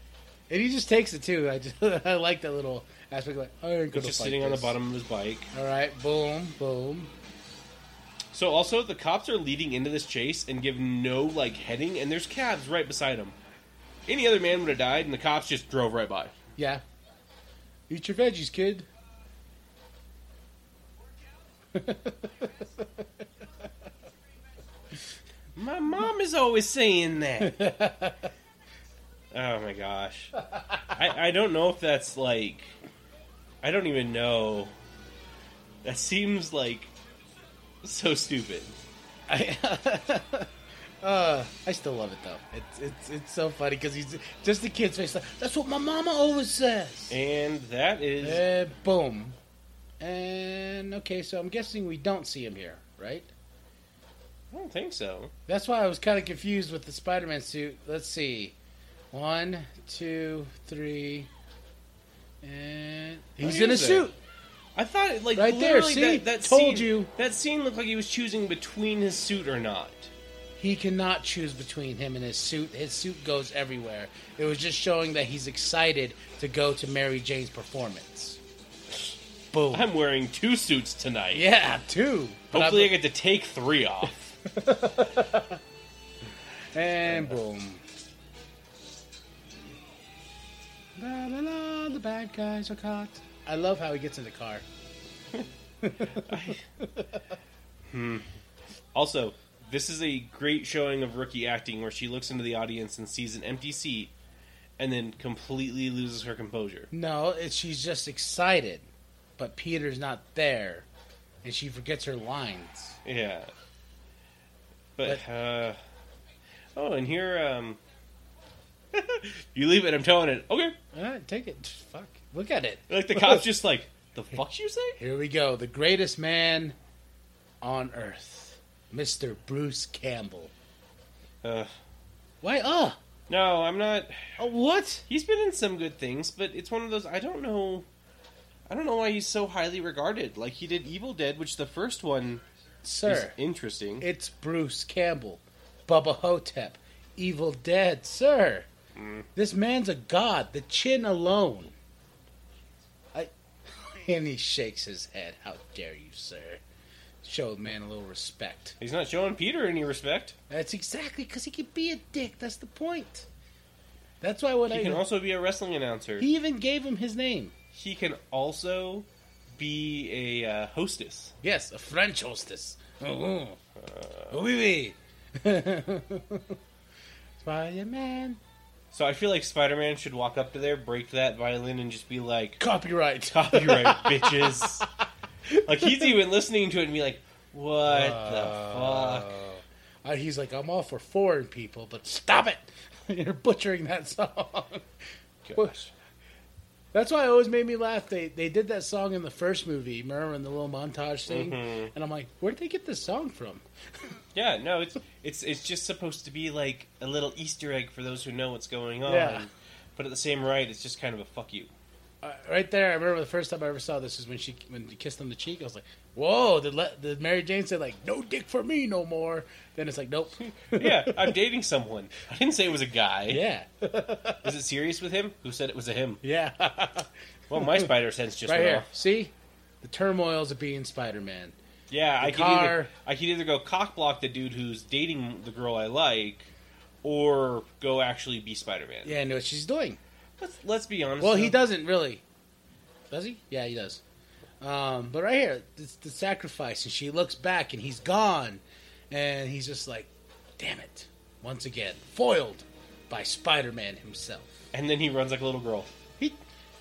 Speaker 3: And he just takes it too. I just I like that little aspect. Like, I ain't gonna
Speaker 2: It's just
Speaker 3: fight
Speaker 2: sitting on the
Speaker 3: this.
Speaker 2: bottom of his bike.
Speaker 3: All right, boom, boom.
Speaker 2: So also the cops are leading into this chase and give no like heading, and there's cabs right beside them. Any other man would have died, and the cops just drove right by.
Speaker 3: Yeah. Eat your veggies, kid.
Speaker 2: My mom is always saying that. oh my gosh, I, I don't know if that's like, I don't even know. That seems like so stupid.
Speaker 3: I, uh, I still love it though. It's it's it's so funny because he's just the kid's face. Like, That's what my mama always says.
Speaker 2: And that is
Speaker 3: Uh, boom. And okay, so I'm guessing we don't see him here, right?
Speaker 2: I don't think so.
Speaker 3: That's why I was kind of confused with the Spider-Man suit. Let's see, one, two, three, and he's
Speaker 2: he
Speaker 3: in a
Speaker 2: is there.
Speaker 3: suit.
Speaker 2: I thought it, like
Speaker 3: Right there,
Speaker 2: literally
Speaker 3: see?
Speaker 2: that, that
Speaker 3: Told
Speaker 2: scene,
Speaker 3: you.
Speaker 2: that scene looked like he was choosing between his suit or not.
Speaker 3: He cannot choose between him and his suit. His suit goes everywhere. It was just showing that he's excited to go to Mary Jane's performance. Boom.
Speaker 2: I'm wearing two suits tonight.
Speaker 3: yeah, two. But
Speaker 2: Hopefully, I,
Speaker 3: I-
Speaker 2: get to take three off.
Speaker 3: and boom. La la la, the bad guys are caught. I love how he gets in the car.
Speaker 2: also, this is a great showing of rookie acting, where she looks into the audience and sees an empty seat, and then completely loses her composure.
Speaker 3: No, it, she's just excited, but Peter's not there, and she forgets her lines.
Speaker 2: Yeah. But, uh, oh, and here, um, you leave it. I'm telling it. Okay.
Speaker 3: All right, take it. Fuck. Look at it.
Speaker 2: Like the cops, just like the fuck you say?
Speaker 3: Here we go. The greatest man on earth, Mr. Bruce Campbell.
Speaker 2: Uh,
Speaker 3: Why, uh,
Speaker 2: no, I'm not.
Speaker 3: uh, what?
Speaker 2: He's been in some good things, but it's one of those I don't know. I don't know why he's so highly regarded. Like he did Evil Dead, which the first one is
Speaker 3: Sir,
Speaker 2: interesting.
Speaker 3: it's Bruce Campbell, Bubba Hotep, Evil Dead, sir. This man's a god, the chin alone. I, and he shakes his head. How dare you, sir? Show the man a little respect.
Speaker 2: he's not showing Peter any respect.
Speaker 3: That's exactly because he could be a dick. That's the point. That's why when
Speaker 2: He
Speaker 3: I
Speaker 2: can also be a wrestling announcer. He,
Speaker 3: he even gave him his name.
Speaker 2: can also be a uh, hostess.
Speaker 3: Yes, a French hostess. Oh,
Speaker 2: Uh.
Speaker 3: oui, oui. Spider Man.
Speaker 2: So I feel like Spider Man should walk up to there, break that violin, and just be like,
Speaker 3: Copyright.
Speaker 2: copyright, bitches. Like, he's even listening to it and be like, what the fuck?
Speaker 3: Uh, uh, he's like, I'm all for foreign people, but stop it! You're butchering that song.
Speaker 2: Gosh.
Speaker 3: That's why it always made me laugh. They they did that song in the first movie, remember in the little montage thing?
Speaker 2: Mm-hmm.
Speaker 3: And I'm like, where'd they get this song from?
Speaker 2: Yeah, no, it's it's it's just supposed to be like a little Easter egg for those who know what's going on.
Speaker 3: Yeah.
Speaker 2: But at the same right, it's just kind of a fuck you.
Speaker 3: Uh, right there, I remember the first time I ever saw this is when she when he kissed on the cheek. I was like, whoa! Did, Le- did Mary Jane say like, no dick for me no more? Then it's like, nope.
Speaker 2: Yeah, I'm dating someone. I didn't say it was a guy.
Speaker 3: yeah,
Speaker 2: Is it serious with him? Who said it was a him?
Speaker 3: yeah.
Speaker 2: Well, my spider sense just
Speaker 3: right
Speaker 2: went
Speaker 3: here,
Speaker 2: off.
Speaker 3: see the turmoils of being Spider-Man.
Speaker 2: Yeah, I could, either,
Speaker 3: car.
Speaker 2: I could either go cock block the dude who's dating the girl I like, or go actually be Spider Man.
Speaker 3: Yeah, I know what she's doing.
Speaker 2: Let's, let's be honest.
Speaker 3: Well, he
Speaker 2: though.
Speaker 3: doesn't really. Does he? Yeah, he does. Um, but right here, it's the sacrifice, and she looks back, and he's gone, and he's just like, "Damn it!" Once again, foiled by Spider-Man himself.
Speaker 2: And then he runs like a little girl.
Speaker 3: He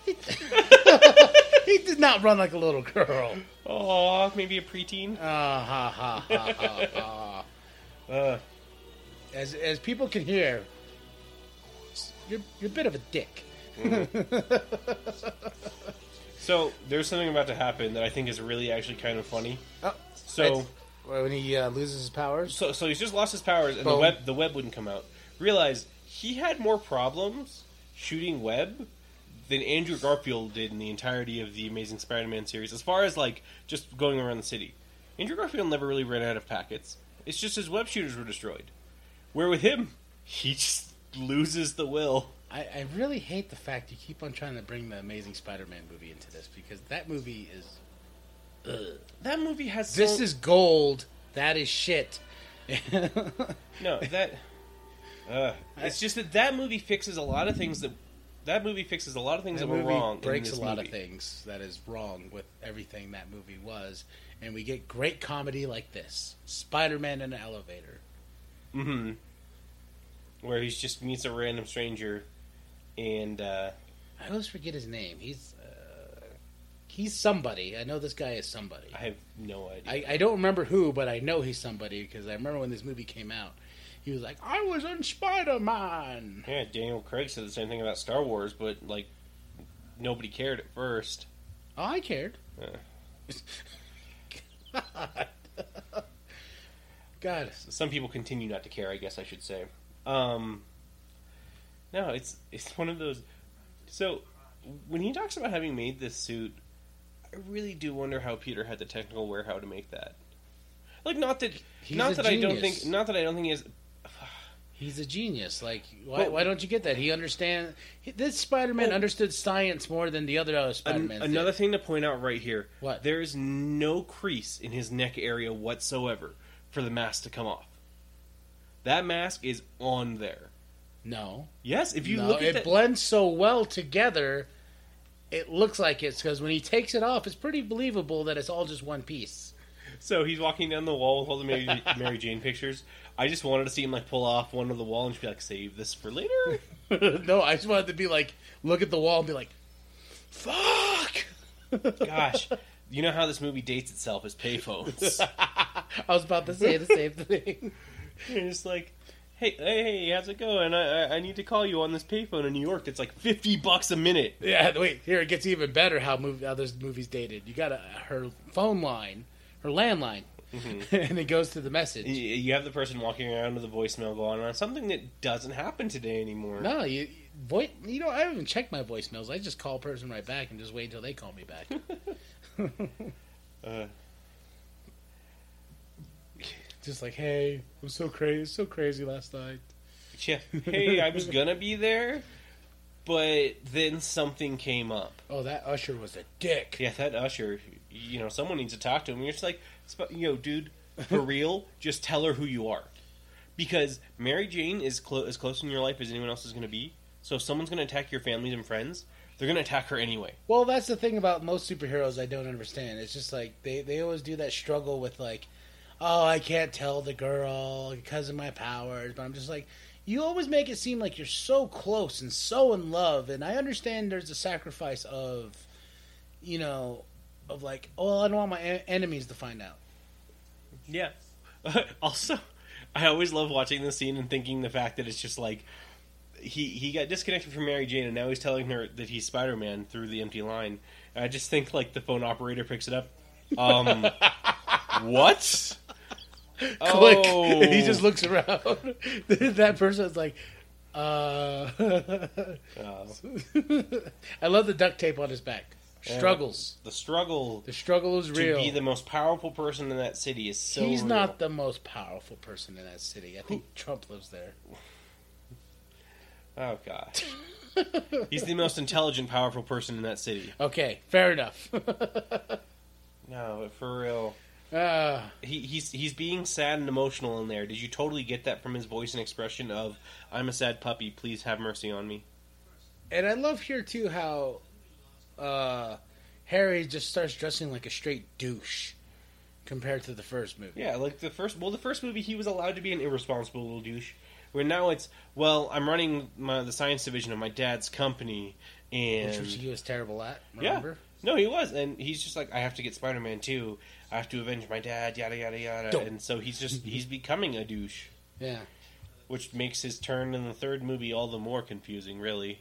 Speaker 3: he, he did not run like a little girl.
Speaker 2: Oh, maybe a preteen.
Speaker 3: Ah ha ha ha ha. ha.
Speaker 2: Uh,
Speaker 3: As as people can hear, you're you're a bit of a dick.
Speaker 2: so there's something about to happen that I think is really actually kind of funny.
Speaker 3: Oh,
Speaker 2: So,
Speaker 3: when he uh, loses his powers,
Speaker 2: so, so he's just lost his powers, and the
Speaker 3: Boom.
Speaker 2: web, the web wouldn't come out. Realize he had more problems shooting web than Andrew Garfield did in the entirety of the Amazing Spider-Man series, as far as like just going around the city. Andrew Garfield never really ran out of packets. It's just his web shooters were destroyed. Where with him, he just loses the will.
Speaker 3: I, I really hate the fact you keep on trying to bring the Amazing Spider-Man movie into this because that movie is
Speaker 2: That movie has so-
Speaker 3: this is gold. That is shit.
Speaker 2: No, that. Uh, it's just that that movie fixes a lot of things that that movie fixes a lot of things that,
Speaker 3: that
Speaker 2: were
Speaker 3: movie
Speaker 2: wrong.
Speaker 3: breaks
Speaker 2: in
Speaker 3: a
Speaker 2: this
Speaker 3: lot
Speaker 2: movie.
Speaker 3: of things that is wrong with everything that movie was, and we get great comedy like this: Spider-Man in an elevator.
Speaker 2: hmm Where he just meets a random stranger, and uh,
Speaker 3: I always forget his name. He's uh, he's somebody. I know this guy is somebody.
Speaker 2: I have no idea.
Speaker 3: I, I don't remember who, but I know he's somebody because I remember when this movie came out. He was like, "I was in Spider-Man."
Speaker 2: yeah, Daniel Craig said the same thing about Star Wars, but like nobody cared at first.
Speaker 3: Oh, I cared.
Speaker 2: Yeah.
Speaker 3: God. God.
Speaker 2: Some people continue not to care. I guess I should say. Um, no, it's it's one of those. So when he talks about having made this suit, I really do wonder how Peter had the technical know-how to make that. Like, not that
Speaker 3: He's
Speaker 2: not
Speaker 3: a
Speaker 2: that I don't
Speaker 3: genius.
Speaker 2: think not that I don't think he is.
Speaker 3: He's a genius. Like, why,
Speaker 2: Well-
Speaker 3: why don't you get that? He understand he- this Spider-Man
Speaker 2: Well-
Speaker 3: understood science more than the other
Speaker 2: An-
Speaker 3: Spider-Man.
Speaker 2: another thing to point out right here:
Speaker 3: What?
Speaker 2: there is no crease in his neck area whatsoever for the mask to come off. That mask is on there.
Speaker 3: no,
Speaker 2: Yes, if you
Speaker 3: no,
Speaker 2: look at
Speaker 3: it
Speaker 2: that,
Speaker 3: blends so well together. It looks like it's because when he takes it off, it's pretty believable that it's all just one piece.
Speaker 2: So he's walking down the wall with all the Mary, Mary Jane pictures. I just wanted to see him like pull off one of the wall and just be like, "Save this for later."
Speaker 3: no, I just wanted to be like, look at the wall and be like, "Fuck!"
Speaker 2: Gosh, you know how this movie dates itself as payphones.
Speaker 3: I was about to say the same thing.
Speaker 2: You're just like, "Hey, hey, hey, how's it going? I, I, I need to call you on this payphone in New York. That's like fifty bucks a minute."
Speaker 3: Yeah, wait. Here it gets even better. How mov how this movie's dated? You got a, her phone line, her landline, and it goes to the
Speaker 2: Y-
Speaker 3: message.
Speaker 2: You have the person walking around with a voicemail going on something that doesn't happen today anymore.
Speaker 3: No, you voice. You know, I don't even check my voicemails. I just call a person right back and just wait until they call me back.
Speaker 2: Uh,
Speaker 3: just like, hey, I'm so crazy, so crazy last night.
Speaker 2: yeah. Hey, I was gonna be there, but then something came up.
Speaker 3: Oh, that usher was a dick.
Speaker 2: Yeah, that usher, you know, someone needs to talk to him. You're just like, sp- you know, dude, for real, just tell her who you are. Because Mary Jane is clo- as close in your life as anyone else is going to be. So if someone's going to attack your families and friends, they're going to attack her anyway.
Speaker 3: Well, that's the thing about most superheroes I don't understand. It's just like they, they always do that struggle with like oh, I can't tell the girl because of my powers. But I'm just like, you always make it seem like you're so close and so in love. And I understand there's a sacrifice of, you know, of like, oh, I don't want my en- enemies to find out.
Speaker 2: Yeah. also, I always love watching this scene and thinking the fact that it's just like he he got disconnected from Mary Jane and now he's telling her that he's Spider Man through the empty line. And I just think like the phone operator picks it up. Um, what?
Speaker 3: Click.
Speaker 2: Oh.
Speaker 3: He just looks around. that person's like, uh.
Speaker 2: Oh,
Speaker 3: I love the duct tape on his back. Struggles.
Speaker 2: the struggle
Speaker 3: The struggle is
Speaker 2: to
Speaker 3: real.
Speaker 2: be the most powerful person in that city is so.
Speaker 3: He's
Speaker 2: real.
Speaker 3: not the most powerful person in that city. I think Trump lives there.
Speaker 2: Oh god. He's the most intelligent, powerful person in that city.
Speaker 3: Okay, fair enough.
Speaker 2: No, for real.
Speaker 3: uh,
Speaker 2: He, he's he's being sad and emotional in there. Did you totally get that from his voice and expression of "I'm a sad puppy, please have mercy on me"?
Speaker 3: and I love here too how uh, Harry just starts dressing like a straight douche compared to the first movie.
Speaker 2: Yeah, like the first. Well, the first movie he was allowed to be an irresponsible little douche. Where now it's well, I'm running my, the science division of my dad's company, and
Speaker 3: Which was- he was terrible at. Remember?
Speaker 2: no, he was, and he's just like I have to get Spider-Man too. I have to avenge my dad, yada yada yada.
Speaker 3: Don't.
Speaker 2: And so he's just he's becoming a douche,
Speaker 3: Yeah.
Speaker 2: which makes his turn in the third movie all the more confusing. Really,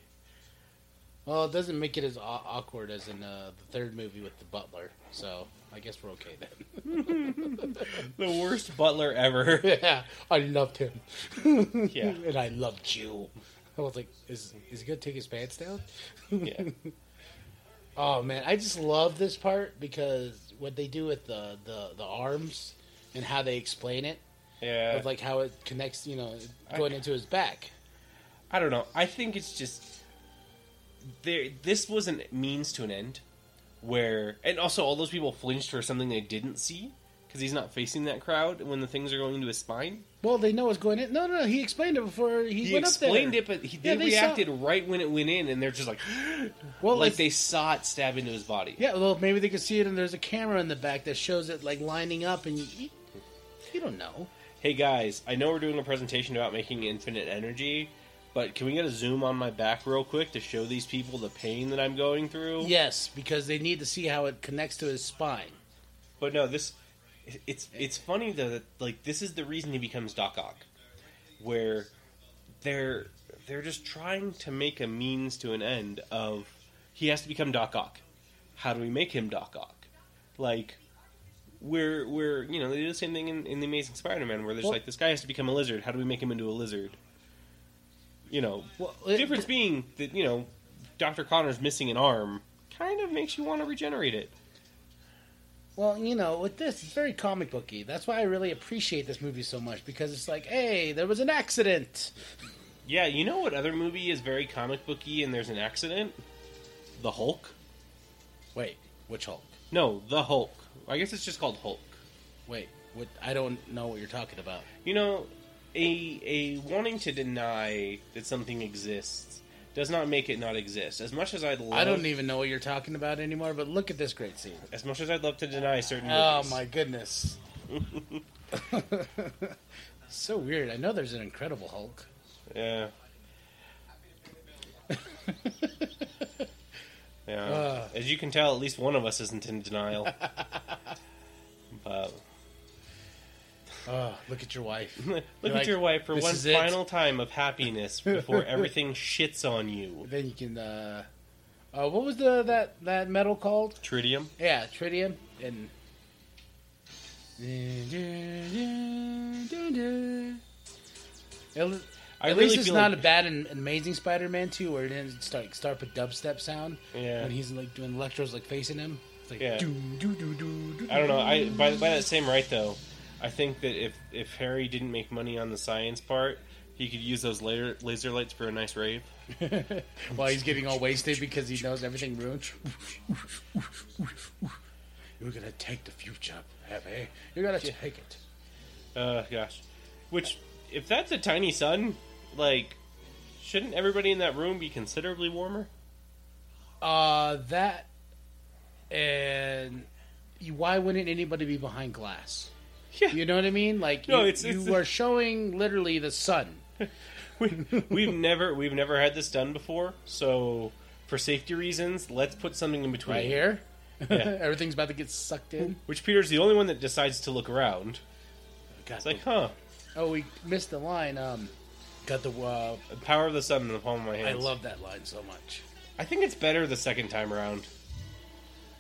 Speaker 3: Well, it doesn't make it as aw- awkward as in uh, the third movie with the butler. So I guess we're okay then.
Speaker 2: the worst butler ever.
Speaker 3: Yeah, I loved him.
Speaker 2: Yeah.
Speaker 3: and I loved you. I was like, is is he gonna take his pants down?
Speaker 2: yeah.
Speaker 3: Oh man, I just love this part because what they do with the the, the arms and how they explain it,
Speaker 2: Yeah.
Speaker 3: of like how it connects, you know, going into his back.
Speaker 2: I don't know. I think it's just there. This was a means to an end, where and also all those people flinched for something they didn't see because he's not facing that crowd when the things are going into his spine.
Speaker 3: Well, they know it's going in. No, no, no. He explained it before he,
Speaker 2: He
Speaker 3: went
Speaker 2: explained
Speaker 3: up
Speaker 2: it, but he,
Speaker 3: Yeah,
Speaker 2: they,
Speaker 3: they saw-
Speaker 2: reacted right when it went in, and they're just like,
Speaker 3: there. Well,
Speaker 2: like
Speaker 3: it's-
Speaker 2: they saw it stab into his body.
Speaker 3: yeah. Well, maybe they could see it, and there's a camera in the back that shows it like lining up, and you you, you don't know.
Speaker 2: Hey guys, I know we're doing a presentation about making infinite energy, but can we get a zoom on my back real quick to show these people the pain that I'm going through?
Speaker 3: Yes, because they need to see how it connects to his spine.
Speaker 2: But no, this it's it's funny though that like this is the reason he becomes Doc Ock, where they're they're just trying to make a means to an end of he has to become Doc Ock. How do we make him Doc Ock? Like we're we're you know they do the same thing in, in the Amazing Spider-Man where there's
Speaker 3: Well-
Speaker 2: like this guy has to become a lizard. How do we make him into a lizard? You know,
Speaker 3: Well, uh,
Speaker 2: the
Speaker 3: it-
Speaker 2: difference being that you know Doctor Connor's missing an arm, kind of makes you want to regenerate it.
Speaker 3: Well, you know, with this, it's very comic booky. That's why I really appreciate this movie so much because it's like, hey, there was an accident.
Speaker 2: Yeah, you know what other movie is very comic booky and there's an accident? The Hulk?
Speaker 3: Wait, which Hulk?
Speaker 2: No, The Hulk. I guess it's just called Hulk.
Speaker 3: Wait, what? I don't know what you're talking about.
Speaker 2: You know, a a wanting to deny that something exists does not make it not exist. As much as I'd love
Speaker 3: I don't even know what you're talking about anymore. But look at this great scene.
Speaker 2: as much as I'd love to deny certain
Speaker 3: Oh
Speaker 2: movies.
Speaker 3: my goodness. so weird. I know there's an Incredible Hulk.
Speaker 2: Yeah. yeah.
Speaker 3: Ugh.
Speaker 2: As you can tell, at least one of us isn't in denial. but
Speaker 3: Oh, look at your wife.
Speaker 2: Look
Speaker 3: You're
Speaker 2: at
Speaker 3: like,
Speaker 2: your wife for
Speaker 3: "This
Speaker 2: one
Speaker 3: is it."
Speaker 2: final time of happiness before everything shits on you.
Speaker 3: then you can. uh uh, what was the that that metal called?
Speaker 2: Tritium.
Speaker 3: Yeah, tritium and. At le-
Speaker 2: I
Speaker 3: at
Speaker 2: really
Speaker 3: least it's
Speaker 2: feel
Speaker 3: not
Speaker 2: like-
Speaker 3: a bad and amazing Spider-Man two where it didn't start start with dubstep sound.
Speaker 2: Yeah.
Speaker 3: when he's like doing electros like facing him. It's like
Speaker 2: Yeah.
Speaker 3: do do do do do.
Speaker 2: I don't know. I by, by that same right though, I think that if if Harry didn't make money on the science part, he could use those laser laser lights for a nice rave.
Speaker 3: While he's getting all wasted because he knows everything ruined. You're gonna take the future, Abby. You're gonna take it.
Speaker 2: Uh, gosh, which if that's a tiny sun, like, shouldn't everybody in that room be considerably warmer?
Speaker 3: Uh, that and you- why wouldn't anybody be behind glass?
Speaker 2: Yeah.
Speaker 3: You know what I mean? Like
Speaker 2: No,
Speaker 3: you,
Speaker 2: it's- it's-
Speaker 3: you are showing literally the sun.
Speaker 2: we, we've never we've never had this done before, so for safety reasons, let's put something in between.
Speaker 3: Right here.
Speaker 2: Yeah.
Speaker 3: Everything's about to get sucked in.
Speaker 2: Which Peter's the only one that decides to look around.
Speaker 3: God,
Speaker 2: It's like, huh?
Speaker 3: oh, we missed the line. Um, got the. Uh,
Speaker 2: The power of the sun in the palm of my
Speaker 3: I
Speaker 2: hand.
Speaker 3: love that line so much.
Speaker 2: I think it's better the second time around.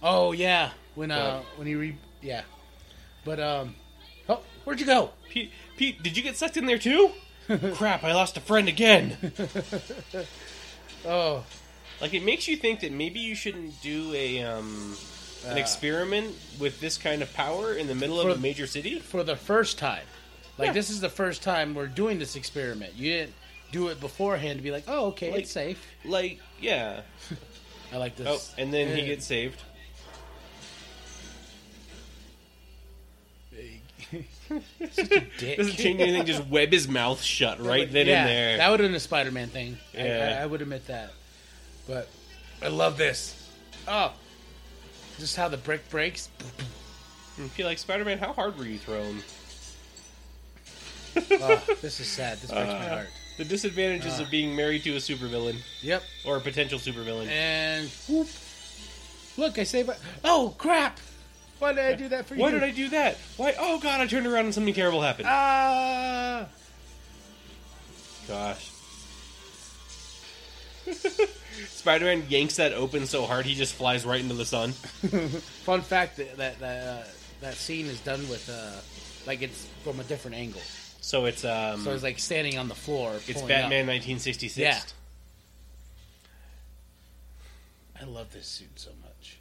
Speaker 3: Oh yeah, when uh when he re yeah, but um, oh where'd you go?
Speaker 2: Pete, Pete, did you get sucked in there too? Crap! I lost a friend again.
Speaker 3: Oh
Speaker 2: like it makes you think that maybe you shouldn't do a um, an
Speaker 3: Uh.
Speaker 2: experiment with this kind of power in the middle of
Speaker 3: For-
Speaker 2: a major city.
Speaker 3: for the first time, like
Speaker 2: Yeah.
Speaker 3: this is the first time we're doing this experiment. You didn't do it beforehand to be like, oh okay,
Speaker 2: Like-
Speaker 3: it's safe.
Speaker 2: Like, yeah.
Speaker 3: I like this.
Speaker 2: Oh, and then he
Speaker 3: Uh,
Speaker 2: gets saved.
Speaker 3: dick.
Speaker 2: Doesn't change anything. Just web his mouth shut right then
Speaker 3: yeah,
Speaker 2: and there.
Speaker 3: That would have been a Spider-Man thing.
Speaker 2: Yeah.
Speaker 3: I, I, I would admit that. But I love this. Oh, just how the brick breaks.
Speaker 2: I feel like Spider Man. How hard were you thrown?
Speaker 3: Oh, this is sad. This breaks
Speaker 2: Uh.
Speaker 3: my heart.
Speaker 2: The disadvantages of being married to a supervillain
Speaker 3: Yep.
Speaker 2: or a potential supervillain.
Speaker 3: Eh, And whoop. Look, I saved. My, oh crap! Why did I do that for you?
Speaker 2: Why did I do that? Why? Oh God! I turned around and something terrible happened.
Speaker 3: Ah.
Speaker 2: Gosh. Spider Man yanks that open so hard he just flies right into the sun.
Speaker 3: Fun fact that that that, uh, that scene is done with uh, like it's from a different angle.
Speaker 2: So it's um,
Speaker 3: So it's like standing on the floor.
Speaker 2: it's
Speaker 3: pulling up.
Speaker 2: Batman 1966.
Speaker 3: Yeah. I love this suit so much.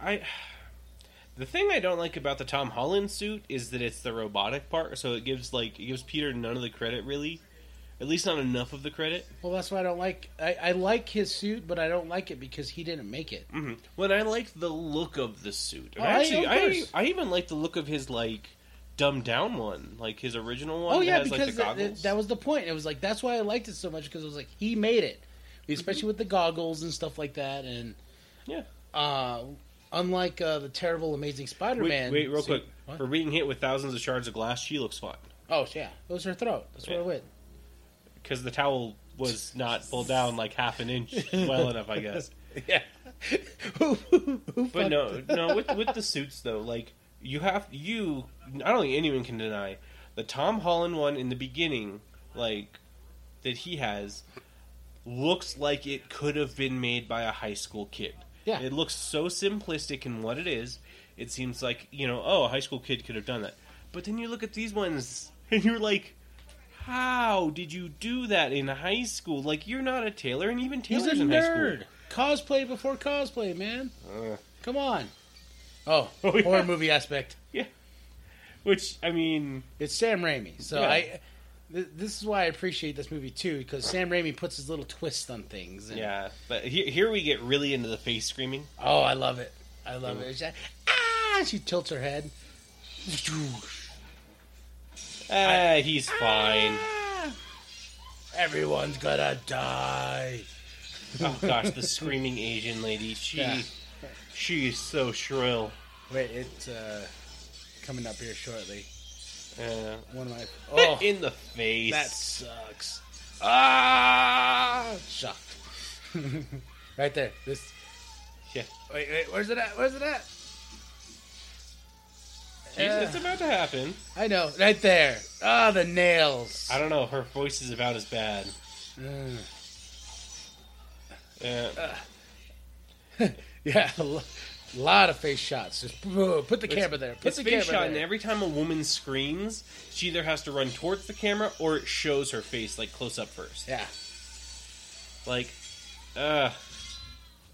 Speaker 2: I. The thing I don't like about the Tom Holland suit is that it's the robotic part, so it gives like it gives Peter none of the credit really, at least not enough of the credit.
Speaker 3: Well, that's why I don't like. I, I like his suit, but I don't like it because he didn't make it.
Speaker 2: Mm-hmm. When I liked the look of the suit, and
Speaker 3: Oh, I-
Speaker 2: I actually
Speaker 3: of
Speaker 2: I,
Speaker 3: course.
Speaker 2: I even liked the look of his like dumbed down one, like his original one.
Speaker 3: Oh
Speaker 2: that
Speaker 3: yeah,
Speaker 2: has, like, the
Speaker 3: because that- that,
Speaker 2: goggles.
Speaker 3: that was the point. It was like that's why I liked it so much because it was like he made it,
Speaker 2: Mm-hmm.
Speaker 3: especially with the goggles and stuff like that. And
Speaker 2: yeah.
Speaker 3: uh, unlike uh, the terrible Amazing
Speaker 2: Wait,
Speaker 3: Spider-Man,
Speaker 2: wait, real
Speaker 3: suit-
Speaker 2: quick.
Speaker 3: What?
Speaker 2: For being hit with thousands of shards of glass, she looks fine
Speaker 3: Oh yeah, it was her throat. That's where
Speaker 2: Yeah.
Speaker 3: it went.
Speaker 2: because the towel was not pulled down like half an inch well enough, I guess.
Speaker 3: Yeah.
Speaker 2: But no, no, with with the suits though, like you have you. I don't think anyone can deny the Tom Holland one in the beginning, like that he has, looks like it could have been made by a high school kid.
Speaker 3: Yeah.
Speaker 2: it looks so simplistic in what it is. It seems like you know, oh, a high school kid could have done that. But then you look at these ones, and you're like. How did you do that in high school? Like you're not a tailor, and even
Speaker 3: He's
Speaker 2: tailors
Speaker 3: a
Speaker 2: in high
Speaker 3: nerd.
Speaker 2: school.
Speaker 3: Cosplay before cosplay, man.
Speaker 2: Uh.
Speaker 3: Come on. Oh,
Speaker 2: Oh, yeah.
Speaker 3: horror movie aspect.
Speaker 2: Which I mean,
Speaker 3: It's Sam Raimi. So
Speaker 2: Yeah.
Speaker 3: I th- this is why I appreciate this movie too because Sam Raimi puts his little twist on things. And,
Speaker 2: Yeah, but he- here we get really into the face screaming.
Speaker 3: Oh, I love it. I
Speaker 2: Mm.
Speaker 3: love it. It's like, ah, she tilts her head.
Speaker 2: Ah, he's fine.
Speaker 3: Ah, everyone's gonna die.
Speaker 2: Oh gosh, the screaming Asian lady. She,
Speaker 3: Yeah.
Speaker 2: she is so shrill.
Speaker 3: Wait, it's uh, coming up here shortly.
Speaker 2: Uh,
Speaker 3: One of my oh,
Speaker 2: in the face.
Speaker 3: that sucks. Ah, shocked. right there. This.
Speaker 2: Yeah.
Speaker 3: Wait, wait. Where's it at? Where's it at?
Speaker 2: Jeez,
Speaker 3: Uh,
Speaker 2: it's about to happen.
Speaker 3: I know, right there. Ah, the nails.
Speaker 2: I don't know. Her voice is about as bad.
Speaker 3: Mm.
Speaker 2: Uh,
Speaker 3: Yeah, a lo- lot of face shots. Just boom, put the camera there. Put
Speaker 2: it's
Speaker 3: the camera
Speaker 2: face shot, and
Speaker 3: there.
Speaker 2: every time a woman screams, she either has to run towards the camera or it shows her face like close up first.
Speaker 3: yeah,
Speaker 2: Like, uh,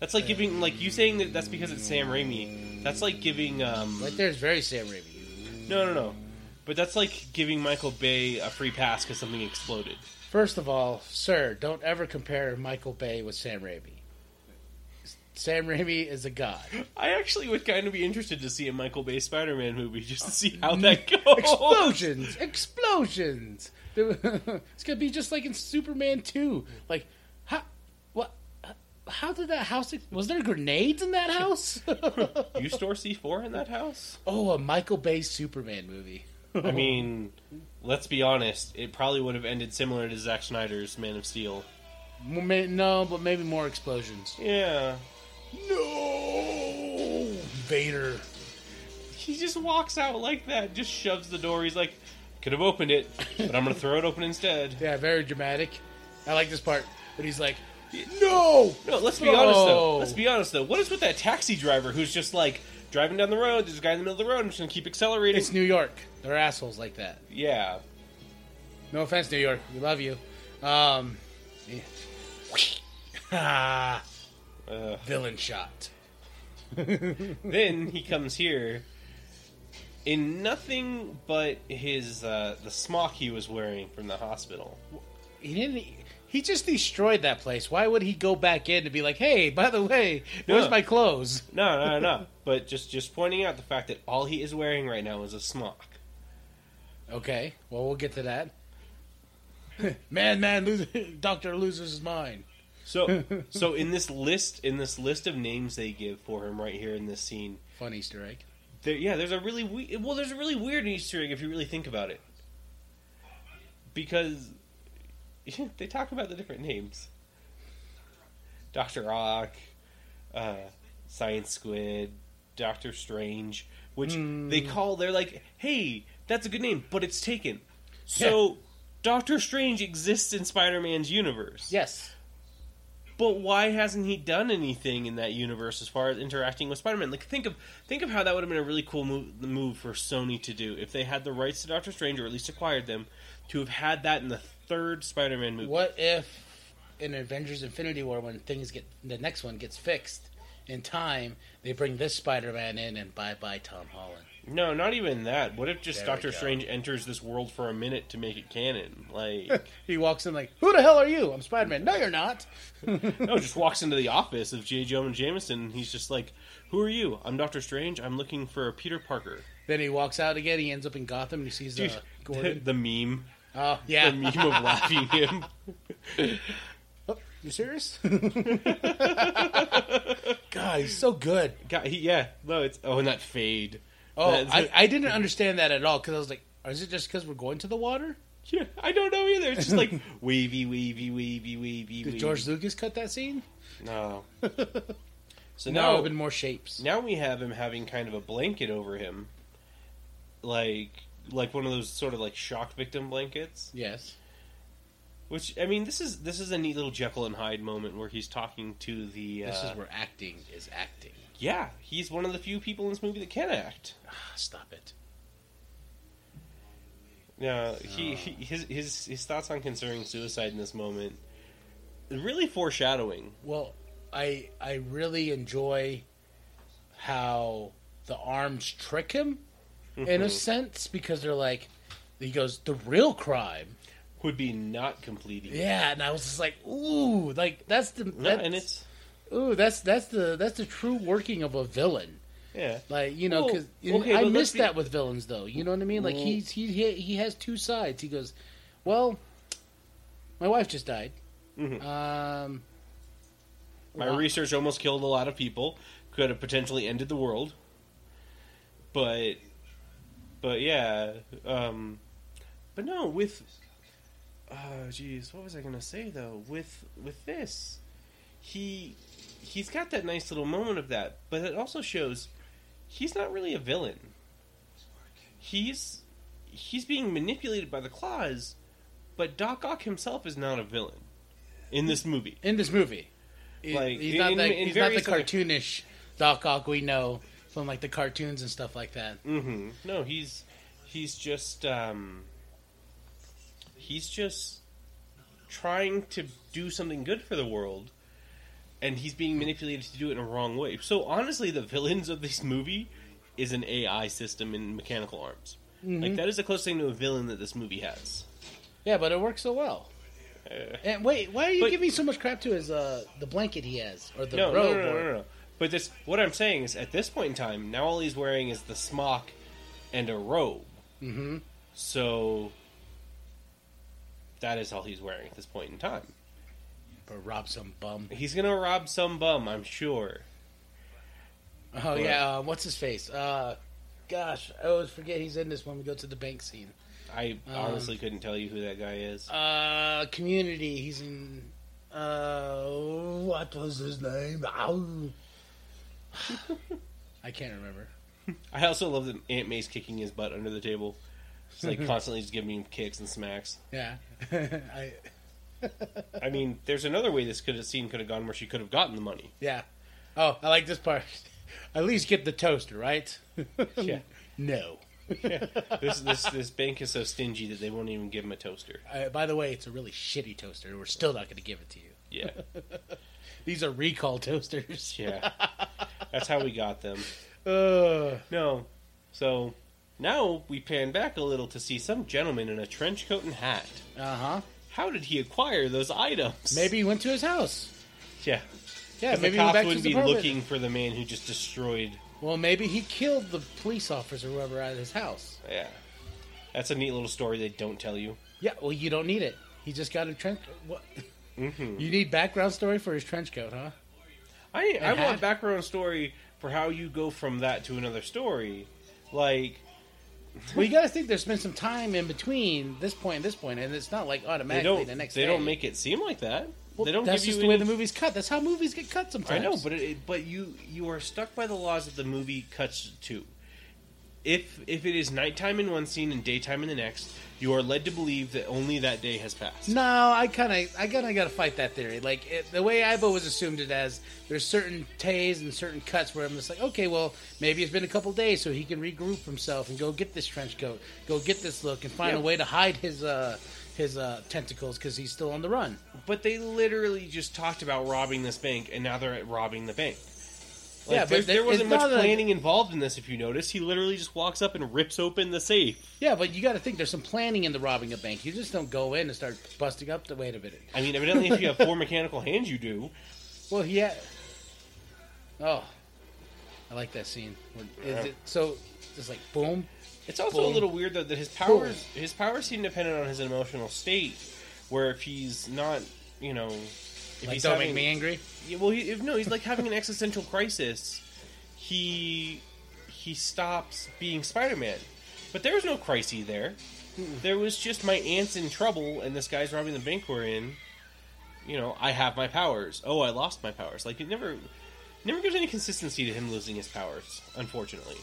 Speaker 2: that's like giving like you saying that that's because it's Sam Raimi. That's like giving um.
Speaker 3: right there is very Sam Raimi.
Speaker 2: No, no, no. But that's like giving Michael Bay a free pass because something exploded.
Speaker 3: First of all, sir, don't ever compare Michael Bay with Sam Raimi. Sam Raimi is a god.
Speaker 2: I actually would kind of be interested to see a Michael Bay Spider-Man movie just to see how that goes.
Speaker 3: Explosions, explosions. There- it's gonna be just like in Superman two. Like, ha, what? How did that house? Was there grenades in that house?
Speaker 2: You store C four in that house?
Speaker 3: oh, a Michael Bay Superman movie.
Speaker 2: I mean, let's be honest. It probably would have ended similar to Zack Snyder's Man of Steel.
Speaker 3: M- may- No, but maybe more explosions.
Speaker 2: Yeah,
Speaker 3: No, Vader.
Speaker 2: he just walks out like that. Just shoves the door. He's like, could have opened it, but I'm gonna throw it open instead.
Speaker 3: Yeah, very dramatic. I like this part, but he's like, "No,
Speaker 2: No, let's be honest though.
Speaker 3: Oh.
Speaker 2: Let's be honest though. What is with that taxi driver who's just like driving down the road? There's a guy in the middle of the road. I'm just gonna keep accelerating.
Speaker 3: it's New York. They're assholes like that."
Speaker 2: yeah,
Speaker 3: No offense, New York. We love you. Um, yeah. Ah,
Speaker 2: Ugh.
Speaker 3: villain shot.
Speaker 2: then he comes here in nothing but his uh, the smock he was wearing from the hospital.
Speaker 3: He didn't. e, He just destroyed that place. Why would he go back in to be like, "Hey, by the way, where's
Speaker 2: Yeah.
Speaker 3: my clothes?"
Speaker 2: No, no, no. but just just pointing out the fact that all he is wearing right now is a smock.
Speaker 3: Okay. Well, we'll get to that. man, man, lose, doctor loses his mind.
Speaker 2: So so in this list in this list of names they give for him right here in this scene,
Speaker 3: Fun Easter egg.
Speaker 2: there, yeah, there's a really we- well, there's a really weird Easter egg if you really think about it, because they talk about the different names. Doctor Rock, uh, Science Squid, Doctor Strange, which they call. They're like, "Hey, that's a good name, but it's taken." So Doctor Strange exists in Spider-Man's universe.
Speaker 3: Yes.
Speaker 2: But why hasn't he done anything in that universe as far as interacting with Spider-Man? Like, think of think of how that would have been a really cool move, move for Sony to do if they had the rights to Doctor Strange, or at least acquired them, to have had that in the third Spider-Man movie.
Speaker 3: What if in Avengers: Infinity War, when things get the next one gets fixed in time, they bring this Spider-Man in and bye bye Tom Holland.
Speaker 2: No, not even that. What if just
Speaker 3: There we
Speaker 2: Doctor
Speaker 3: go.
Speaker 2: Strange enters this world for a minute to make it canon? Like,
Speaker 3: He walks in like, "Who the hell are you? I'm Spider-Man." No, you're not.
Speaker 2: no, just walks into the office of J. Jonah Jameson, and he's just like, "Who are you? I'm Doctor Strange. I'm looking for a Peter Parker."
Speaker 3: Then he walks out again. He ends up in Gotham. and He sees uh,
Speaker 2: Dude, the,
Speaker 3: Gordon.
Speaker 2: the meme,
Speaker 3: Oh
Speaker 2: the
Speaker 3: yeah,
Speaker 2: meme of laughing him.
Speaker 3: Oh, you serious? God, he's so good.
Speaker 2: God, he, yeah, no, it's oh, and that fade.
Speaker 3: Oh,
Speaker 2: That's
Speaker 3: I,
Speaker 2: it.
Speaker 3: I didn't understand that at all because I was like, "Is it just because we're going to the water?"
Speaker 2: Yeah, I don't know either. It's just like wavy, wavy, wavy, wavy.
Speaker 3: Did
Speaker 2: wavy.
Speaker 3: George Lucas cut that scene?
Speaker 2: No.
Speaker 3: No,
Speaker 2: so
Speaker 3: it
Speaker 2: now,
Speaker 3: would have been more shapes.
Speaker 2: now we have him having kind of a blanket over him, like like one of those sort of like shock victim blankets.
Speaker 3: Yes.
Speaker 2: Which I mean, this is this is a neat little Jekyll and Hyde moment where he's talking to the. Uh,
Speaker 3: This is where acting is acting.
Speaker 2: yeah, he's one of the few people in this movie that can act.
Speaker 3: Ah, stop it.
Speaker 2: No, he,
Speaker 3: Oh.
Speaker 2: he his his his thoughts on concerning suicide in this moment really foreshadowing.
Speaker 3: Well, I I really enjoy how the arms trick him in
Speaker 2: Mm-hmm.
Speaker 3: a sense because they're like he goes the real crime.
Speaker 2: would be not completing. it.
Speaker 3: Yeah, and I was just like, ooh, like that's the
Speaker 2: No,
Speaker 3: that's,
Speaker 2: and it's
Speaker 3: ooh, that's that's the that's the true working of a villain.
Speaker 2: yeah.
Speaker 3: Like you know,
Speaker 2: Well,
Speaker 3: because
Speaker 2: okay,
Speaker 3: I
Speaker 2: but let's
Speaker 3: miss
Speaker 2: be-
Speaker 3: that with villains, though. You know what I mean? Like
Speaker 2: Well-
Speaker 3: he's he he he has two sides. He goes, well, my wife just died.
Speaker 2: Mhm.
Speaker 3: Um,
Speaker 2: My
Speaker 3: Wow.
Speaker 2: research almost killed a lot of people. Could have potentially ended the world. But but yeah, um but no, with oh jeez, what was I going to say though? With with this, he he's got that nice little moment of that, but it also shows he's not really a villain. He's he's being manipulated by the claws, but Doc Ock himself is not a villain in this movie.
Speaker 3: in this movie. He-
Speaker 2: Like,
Speaker 3: he's not
Speaker 2: in-
Speaker 3: the,
Speaker 2: in
Speaker 3: he's not the
Speaker 2: various other-
Speaker 3: cartoonish Doc Ock we know from like the cartoons and stuff like that.
Speaker 2: hmm No, he's he's just um, he's just trying to do something good for the world, and he's being manipulated to do it in a wrong way. So honestly, the villains of this movie is an AI system in mechanical arms. Like that is the closest thing to a villain that this movie has.
Speaker 3: Yeah, but it works so well.
Speaker 2: Uh,
Speaker 3: And wait, why are you
Speaker 2: But-
Speaker 3: giving so much crap to his uh the blanket he has or the
Speaker 2: no, no,
Speaker 3: robe?
Speaker 2: no, no,
Speaker 3: or-
Speaker 2: no, no. But this, what I'm saying is, at this point in time, now all he's wearing is the smock and a robe.
Speaker 3: Mhm.
Speaker 2: So that is all he's wearing at this point in time.
Speaker 3: Or rob some bum.
Speaker 2: He's gonna rob some bum, I'm sure.
Speaker 3: Oh yeah, uh, what's his face? Uh, gosh, I always forget he's in this when we go to the bank scene.
Speaker 2: I honestly couldn't tell you who that guy is.
Speaker 3: Uh, Community. He's in. Uh, what was his name? Ow. I can't remember.
Speaker 2: I also love that Aunt May's kicking his butt under the table. She's like constantly just giving him kicks and smacks.
Speaker 3: Yeah, I
Speaker 2: I mean, there's another way this could have scene could have gone where she could have gotten the money.
Speaker 3: yeah. Oh, I like this part. At least get the toaster right.
Speaker 2: Yeah.
Speaker 3: No.
Speaker 2: This this this bank is so stingy that they won't even give him a toaster.
Speaker 3: Uh, by the way, it's a really shitty toaster. We're still not going to give it to you.
Speaker 2: Yeah.
Speaker 3: These are recall toasters.
Speaker 2: Yeah. That's how we got them.
Speaker 3: Ugh.
Speaker 2: No. So now we pan back a little to see some gentleman in a trench coat and hat.
Speaker 3: Uh
Speaker 2: Uh-huh.
Speaker 3: huh.
Speaker 2: How did he acquire those items?
Speaker 3: Maybe he went to his house.
Speaker 2: Yeah.
Speaker 3: Yeah,
Speaker 2: If
Speaker 3: maybe
Speaker 2: the
Speaker 3: he went
Speaker 2: cops
Speaker 3: back to his
Speaker 2: wouldn't be
Speaker 3: apartment.
Speaker 2: looking for the man who just destroyed.
Speaker 3: Well, maybe he killed the police officer, or whoever, at his house.
Speaker 2: Yeah. That's a neat little story they don't tell you.
Speaker 3: Yeah. Well, you don't need it. He just got a trench. What?
Speaker 2: Mm-hmm.
Speaker 3: You need background story for his trench coat, huh?
Speaker 2: I I
Speaker 3: hat.
Speaker 2: want background story for how you go from that to another story. Like
Speaker 3: Well, you got to think there's been some time in between this point and this point, and it's not like
Speaker 2: they
Speaker 3: automatically
Speaker 2: don't
Speaker 3: the next.
Speaker 2: they
Speaker 3: day.
Speaker 2: don't make it seem like that.
Speaker 3: Well,
Speaker 2: they don't
Speaker 3: That's
Speaker 2: give
Speaker 3: just
Speaker 2: you
Speaker 3: the way
Speaker 2: any-
Speaker 3: the movies cut. That's how movies get cut
Speaker 2: I
Speaker 3: sometimes.
Speaker 2: know, but it- it, but you you are stuck by the laws that the movie cuts to. If if it is nighttime in one scene and daytime in the next, you are led to believe that only that day has passed.
Speaker 3: No, I kind of, I kind of got to fight that theory. Like it, the way I've always assumed it as, there's certain days and certain cuts where I'm just like, okay, well, maybe it's been a couple days, so he can regroup himself and go get this trench coat, go get this look, and find
Speaker 2: Yeah.
Speaker 3: a way to hide his uh, his uh, tentacles because he's still on the run.
Speaker 2: But they literally just talked about robbing this bank, and now they're at robbing the bank. Like,
Speaker 3: Yeah, but
Speaker 2: there,
Speaker 3: they-
Speaker 2: there wasn't
Speaker 3: it's
Speaker 2: much
Speaker 3: not like-
Speaker 2: planning involved in this. If you notice, he literally just walks up and rips open the safe.
Speaker 3: Yeah, but you got to think there's some planning in the robbing a bank. You just don't go in and start busting up the wait a minute.
Speaker 2: I mean, evidently, if you have four mechanical hands, you do.
Speaker 3: Well, he had. Oh, I like that scene. When- Is
Speaker 2: Yeah.
Speaker 3: it so? Just like boom.
Speaker 2: It's also a
Speaker 3: Boom.
Speaker 2: little weird though that his powers his powers seem dependent on his emotional state. Where if he's not, you know, if
Speaker 3: Like
Speaker 2: he's
Speaker 3: don't
Speaker 2: having,
Speaker 3: make me angry.
Speaker 2: Yeah, well, he, if, no, he's like having an existential crisis. He he stops being Spider-Man, but there was no crisis there. There was just my aunt's in trouble, and this guy's robbing the bank we're in. You know, I have my powers. Oh, I lost my powers. Like it never never gives any consistency to him losing his powers. Unfortunately,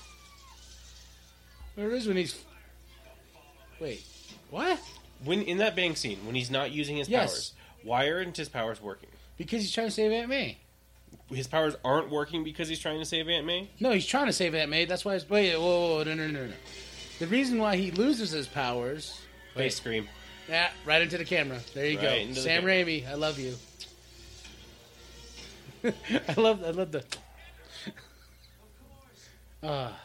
Speaker 3: There is when he's. Wait, what?
Speaker 2: when in that bank scene when he's not using his
Speaker 3: Yes.
Speaker 2: powers, why aren't his powers working?
Speaker 3: Because he's trying to save Aunt May.
Speaker 2: His powers aren't working because he's trying to save Aunt May.
Speaker 3: No, he's trying to save Aunt May. That's why. He's, wait, whoa, whoa, whoa, no, no, no, no. The reason why he loses his powers.
Speaker 2: They
Speaker 3: Wait,
Speaker 2: scream.
Speaker 3: yeah, right into the camera. There you
Speaker 2: Right
Speaker 3: go,
Speaker 2: into the
Speaker 3: Sam
Speaker 2: camera.
Speaker 3: Raimi. I love you. I love. I love the. Ah,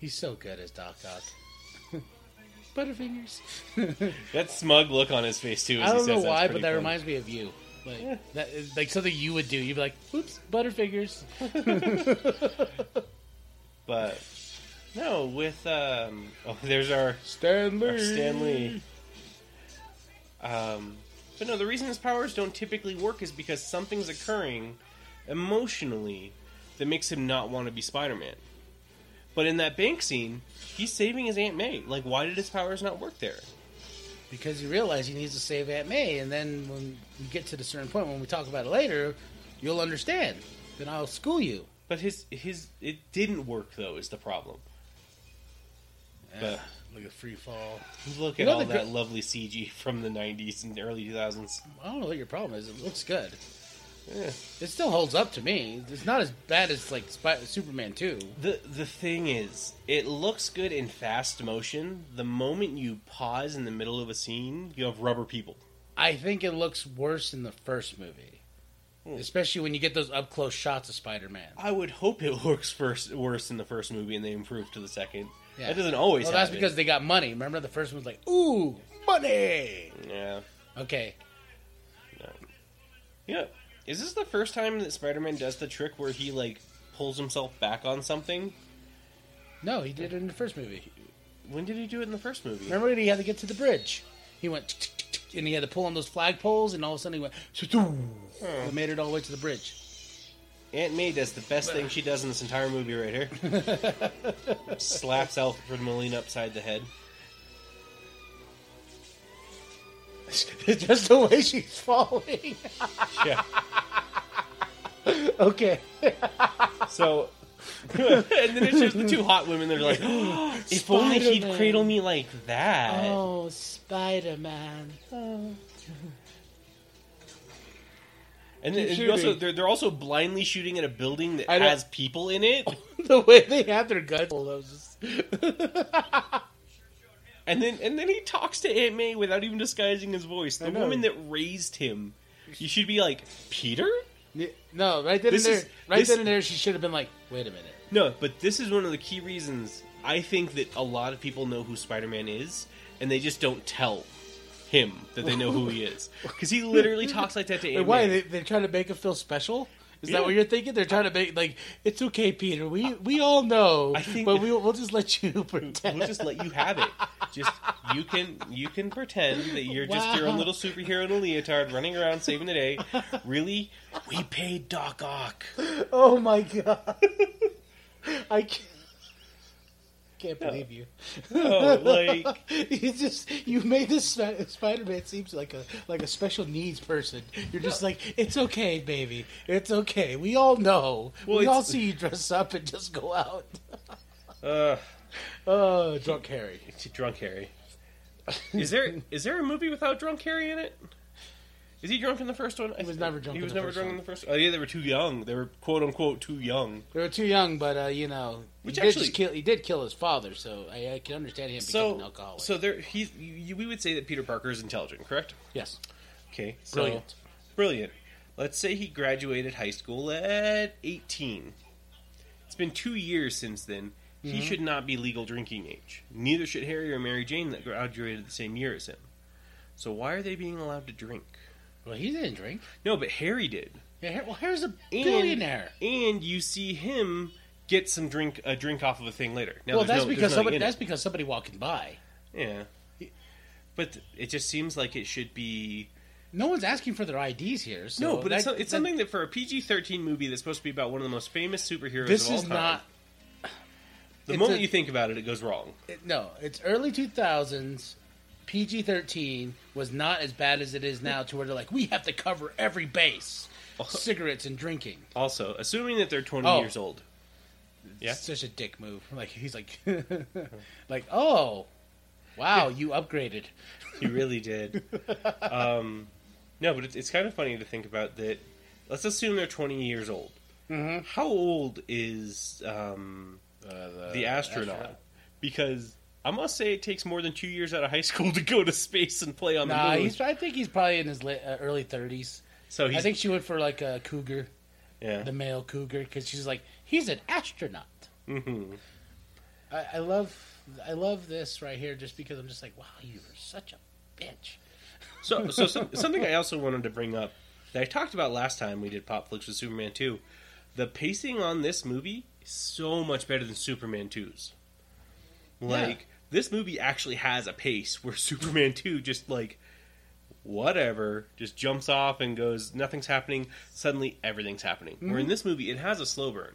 Speaker 3: he's so good as Doc Ock. Butterfingers.
Speaker 2: That smug look on his face too. As
Speaker 3: I
Speaker 2: he
Speaker 3: don't know
Speaker 2: says that's
Speaker 3: why,
Speaker 2: pretty
Speaker 3: but that
Speaker 2: funny.
Speaker 3: reminds me of you. Like that is like something you would do. You'd be like, "Oops, Butterfingers."
Speaker 2: But no, with um, oh, there's our
Speaker 3: Stanley.
Speaker 2: Stanley. Um, but no, the reason his powers don't typically work is because something's occurring emotionally that makes him not want to be Spider-Man. But in that bank scene, he's saving his Aunt May. Like, why did his powers not work there?
Speaker 3: Because he realized he needs to save Aunt May, and then when we get to the certain point, when we talk about it later, you'll understand. Then I'll school you.
Speaker 2: But his his it didn't work though is the problem. But
Speaker 3: Look at free fall.
Speaker 2: look
Speaker 3: You
Speaker 2: at
Speaker 3: know
Speaker 2: all
Speaker 3: the gr-
Speaker 2: that lovely CG from the '90s and early 2000s.
Speaker 3: I don't know what your problem is. It looks good.
Speaker 2: Yeah.
Speaker 3: It still holds up to me. It's not as bad as like Spy- Superman Two.
Speaker 2: The the thing is, it looks good in fast motion. The moment you pause in the middle of a scene, you have rubber people.
Speaker 3: I think it looks worse in the first movie,
Speaker 2: Hmm.
Speaker 3: especially when you get those up close shots of Spider Man.
Speaker 2: I would hope it works first worse in the first movie and they improve to the second.
Speaker 3: Yeah.
Speaker 2: That doesn't always
Speaker 3: Well, that's
Speaker 2: happen.
Speaker 3: because they got money. Remember, the first one was like, "Ooh, money."
Speaker 2: Yeah.
Speaker 3: Okay,
Speaker 2: Yeah. Is this the first time that Spider Man does the trick where he like pulls himself back on something?
Speaker 3: no, he did it in the first movie.
Speaker 2: When did he do it in the first movie?
Speaker 3: Remember, when he had to get to the bridge. He went, and he had to pull on those flagpoles, and all of a sudden he went,
Speaker 2: Hmm.
Speaker 3: and made it all the way to the bridge.
Speaker 2: Aunt May does the best thing she does in this entire movie right here. Slaps Alfred Molina upside the head.
Speaker 3: Just the way she's falling.
Speaker 2: Yeah.
Speaker 3: okay.
Speaker 2: So, and then it's just the two hot women that are like, if only he'd
Speaker 3: Spider-Man.
Speaker 2: cradle me like that.
Speaker 3: Oh, Spider Man. Oh.
Speaker 2: and then,
Speaker 3: keep
Speaker 2: and you also,
Speaker 3: shooting.
Speaker 2: they're, they're also blindly shooting at a building that
Speaker 3: I know.
Speaker 2: has people in it.
Speaker 3: the way they had their guts pulled, I was just.
Speaker 2: And then, and then he talks to Aunt May without even disguising his voice. The
Speaker 3: know.
Speaker 2: woman that raised him. You should be like, Peter?
Speaker 3: no, right then
Speaker 2: This
Speaker 3: and there,
Speaker 2: is-
Speaker 3: right
Speaker 2: this-
Speaker 3: then and there, she should have been like, "Wait a minute."
Speaker 2: No, but this is one of the key reasons I think that a lot of people know who Spider Man is, and they just don't tell him that they know who he is. Because he literally talks like that to
Speaker 3: Wait,
Speaker 2: Aunt
Speaker 3: why
Speaker 2: May.
Speaker 3: they, they're trying to make him feel special? Is
Speaker 2: Yeah.
Speaker 3: that what you're thinking? They're trying to make like it's okay, Peter. We we all know,
Speaker 2: I think-
Speaker 3: but we we'll just let you pretend.
Speaker 2: We'll just let you have it. Just you can you can pretend that you're just your
Speaker 3: Wow.
Speaker 2: own little superhero in a leotard running around saving the day. Really, we paid Doc Ock.
Speaker 3: Oh my god, I can't, can't believe you.
Speaker 2: Oh, like
Speaker 3: you just you made this Sp- Spider-Man seems like a like a special needs person. You're just like it's okay, baby. It's okay. We all know.
Speaker 2: Well,
Speaker 3: we all
Speaker 2: it's-
Speaker 3: see you dress up and just go out.
Speaker 2: uh,
Speaker 3: Oh, drunk Harry.
Speaker 2: it's drunk Harry. Is there is there a movie without drunk Harry in it? Is he drunk in the first one? He
Speaker 3: was never drunk
Speaker 2: He
Speaker 3: in
Speaker 2: was
Speaker 3: the
Speaker 2: never
Speaker 3: first
Speaker 2: drunk
Speaker 3: one.
Speaker 2: in the first. Oh yeah, they were too young. They were quote unquote too young.
Speaker 3: They were too young, but uh, you know,
Speaker 2: Which
Speaker 3: he did
Speaker 2: actually-
Speaker 3: just kill. He did kill his father, so I, I can understand him becoming an
Speaker 2: So
Speaker 3: alcoholic.
Speaker 2: so there he's you, we would say that Peter Parker is intelligent, correct?
Speaker 3: yes,
Speaker 2: Okay, so
Speaker 3: brilliant.
Speaker 2: Brilliant. Let's say he graduated high school at 18. It's been two years since then.
Speaker 3: Mm-hmm.
Speaker 2: He should not be legal drinking age. Neither should Harry or Mary Jane that graduated the same year as him. So why are they being allowed to drink?
Speaker 3: Well, he didn't drink.
Speaker 2: No, but Harry did.
Speaker 3: Yeah, Har- well, Harry's a billionaire.
Speaker 2: And you see him get some drink a drink off of a thing later. Now,
Speaker 3: well, that's
Speaker 2: there's no- there's
Speaker 3: because
Speaker 2: nothing
Speaker 3: somebody.
Speaker 2: in it.
Speaker 3: That's because somebody walking by.
Speaker 2: yeah. But it just seems like it should be
Speaker 3: No one's asking for their IDs here. So
Speaker 2: no, but it's,
Speaker 3: that-
Speaker 2: it's
Speaker 3: that-
Speaker 2: something that for a PG thirteen movie that's supposed to be about one of the most famous superheroes.
Speaker 3: This
Speaker 2: of all
Speaker 3: is
Speaker 2: time,
Speaker 3: not
Speaker 2: The
Speaker 3: It's
Speaker 2: moment
Speaker 3: a-
Speaker 2: you think about it, it goes wrong.
Speaker 3: it- no, it's early 2000s. PG 13 was not as bad as it is now, to where they're like, we have to cover every base
Speaker 2: Oh.
Speaker 3: cigarettes and drinking.
Speaker 2: Also, assuming that they're 20
Speaker 3: Oh.
Speaker 2: years old. Yeah.
Speaker 3: Such a dick move. Like, he's like, like, oh, wow, you upgraded.
Speaker 2: He really did. um, no, but it's, it's kind of funny to think about that. Let's assume they're 20 years old. Mm-hmm. How old is um, the
Speaker 3: Uh,
Speaker 2: astronaut? Because I must say it takes more than two years out of high school to go to space and play on the
Speaker 3: Nah,
Speaker 2: moon.
Speaker 3: he's, I think he's probably in his late, uh, early 30s.
Speaker 2: so he's
Speaker 3: I think she went for like a cougar,
Speaker 2: yeah.
Speaker 3: the male cougar, because she's like, he's an astronaut.
Speaker 2: Mhm.
Speaker 3: I, I love I love this right here just because I'm just like, wow, you are such a bitch.
Speaker 2: So, so some, something I also wanted to bring up that I talked about last time we did Pop Flicks with Superman 2. The pacing on this movie is so much better than Superman 2's. Like, this movie actually has a pace where Superman 2 just, like, whatever, just jumps off and goes, nothing's happening, suddenly everything's happening. Where
Speaker 3: Mm-hmm.
Speaker 2: in this movie, it has a slow burn.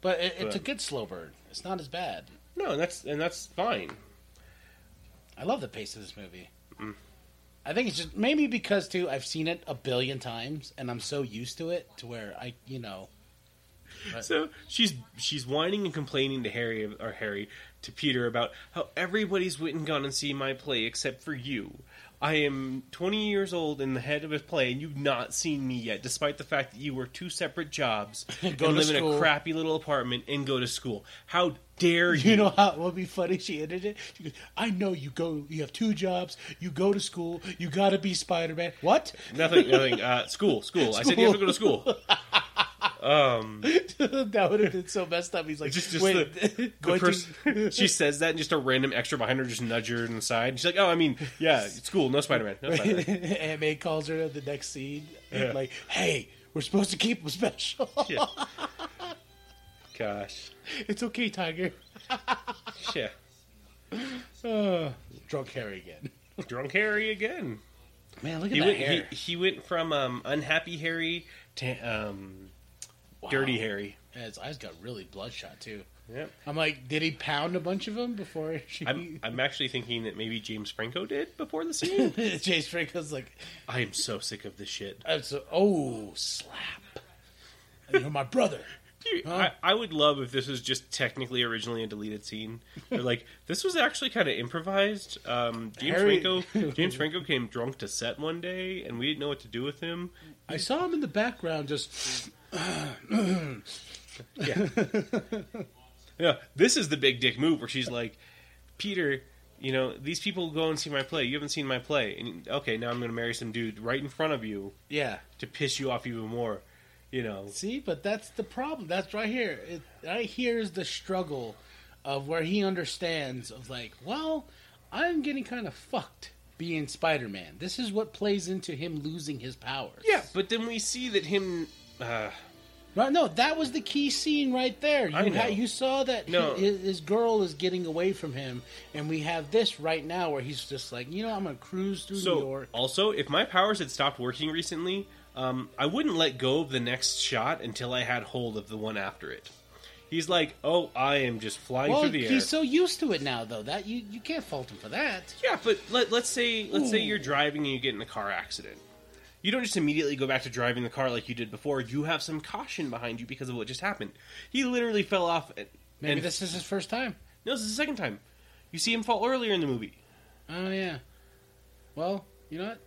Speaker 3: But it, it's a
Speaker 2: But-
Speaker 3: good slow burn. It's not as bad.
Speaker 2: No, and that's and that's fine.
Speaker 3: I love the pace of this movie. I think it's just maybe because too I've seen it a billion times and I'm so used to it to where I you know
Speaker 2: So she's she's whining and complaining to Harry or Harry to Peter about how everybody's went and gone and seen my play except for you. I am 20 years old and the head of a play, and you've not seen me yet, despite the fact that you work two separate jobs and
Speaker 3: Go to
Speaker 2: live in a
Speaker 3: school.
Speaker 2: crappy little apartment and go to school. How dare you?
Speaker 3: you know how it would be funny she ended it. She goes, I know you go you have two jobs, you go to school, you gotta be Spider Man. What?
Speaker 2: nothing, nothing. Uh, school, school. I said you have to go to school.
Speaker 3: that would have been so messed up. He's like
Speaker 2: Just, just
Speaker 3: Wait,
Speaker 2: the, the
Speaker 3: going to-
Speaker 2: person, she says that, and just a random extra behind her just nudges her in the side. She's like, "Oh, I mean, yeah, it's school. No Spider Man. No Spider Man."
Speaker 3: Aunt May calls her at the next scene,
Speaker 2: Yeah.
Speaker 3: like, "Hey, we're supposed to keep him special.
Speaker 2: Yeah. Gosh.
Speaker 3: it's okay, Tiger."
Speaker 2: Yeah.
Speaker 3: Uh, drunk Harry again.
Speaker 2: Drunk Harry again.
Speaker 3: Man, look at
Speaker 2: He
Speaker 3: that
Speaker 2: went,
Speaker 3: hair.
Speaker 2: he, he went from um, unhappy Harry to um,
Speaker 3: Wow.
Speaker 2: dirty Harry.
Speaker 3: Yeah, his eyes got really bloodshot too.
Speaker 2: Yep.
Speaker 3: I'm like, did he pound a bunch of them before she?
Speaker 2: I'm, I'm actually thinking that maybe James Franco did before the scene.
Speaker 3: James Franco's like,
Speaker 2: I am so sick of this shit.
Speaker 3: I'm so, oh slap! You're my brother.
Speaker 2: Dude, I, I would love if this was just technically originally a deleted scene. They're like, this was actually kind of improvised. Um, James
Speaker 3: Harry-
Speaker 2: Franco, James Franco came drunk to set one day, and we didn't know what to do with him.
Speaker 3: I saw him in the background. Just
Speaker 2: Yeah, yeah. This is the big dick move where she's like, Peter, you know, these people go and see my play. You haven't seen my play, and okay, now I'm going to marry some dude right in front of you
Speaker 3: yeah.
Speaker 2: to piss you off even more. You know,
Speaker 3: See, but that's the problem. That's right here. It, right here is the struggle of where he understands of like, well, I'm getting kind of fucked being Spider-Man. This is what plays into him losing his powers.
Speaker 2: yeah. But then we see that him. Uh,
Speaker 3: Right, no, that was the key scene right there. You,
Speaker 2: I know.
Speaker 3: ha- you saw that
Speaker 2: No.
Speaker 3: hi- his, his girl is getting away from him, and we have this right now where he's just like, you know, I'm gonna cruise through New
Speaker 2: So,
Speaker 3: York.
Speaker 2: also, if my powers had stopped working recently, um, I wouldn't let go of the next shot until I had hold of the one after it. He's like, "Oh, I am just flying
Speaker 3: Well,
Speaker 2: through the air."
Speaker 3: he's so used to it now, though that you you can't fault him for that.
Speaker 2: yeah, but let, let's say let's say you're driving and you get in a car accident. You don't just immediately go back to driving the car like you did before. You have some caution behind you because of what just happened. He literally fell off. And,
Speaker 3: Maybe
Speaker 2: and-
Speaker 3: this is his first time.
Speaker 2: no, this is the second time. You see him fall earlier in the movie.
Speaker 3: Oh yeah. Well, you know what?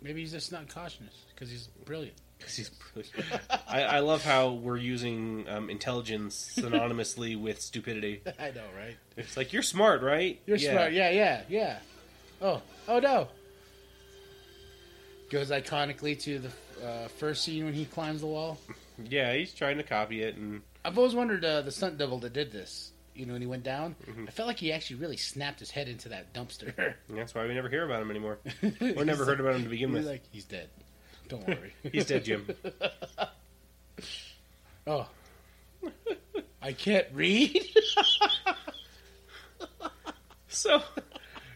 Speaker 3: Maybe he's just not cautious because he's brilliant.
Speaker 2: Because he's brilliant. I, I love how we're using um, intelligence synonymously with stupidity.
Speaker 3: I know, right?
Speaker 2: It's like you're smart, right?
Speaker 3: You're smart. Yeah, yeah, yeah. Oh, oh no. Goes iconically to the uh, first scene when he climbs the wall.
Speaker 2: Yeah, he's trying to copy it, and
Speaker 3: I've always wondered uh, the stunt double that did this. You know, when he went down, I felt like he actually really snapped his head into that dumpster.
Speaker 2: that's why we never hear about him anymore.
Speaker 3: He's
Speaker 2: Or never
Speaker 3: like-
Speaker 2: heard about him to begin
Speaker 3: He's
Speaker 2: with.
Speaker 3: like, he's dead. Don't worry.
Speaker 2: He's dead, Jim.
Speaker 3: oh, I can't read.
Speaker 2: So,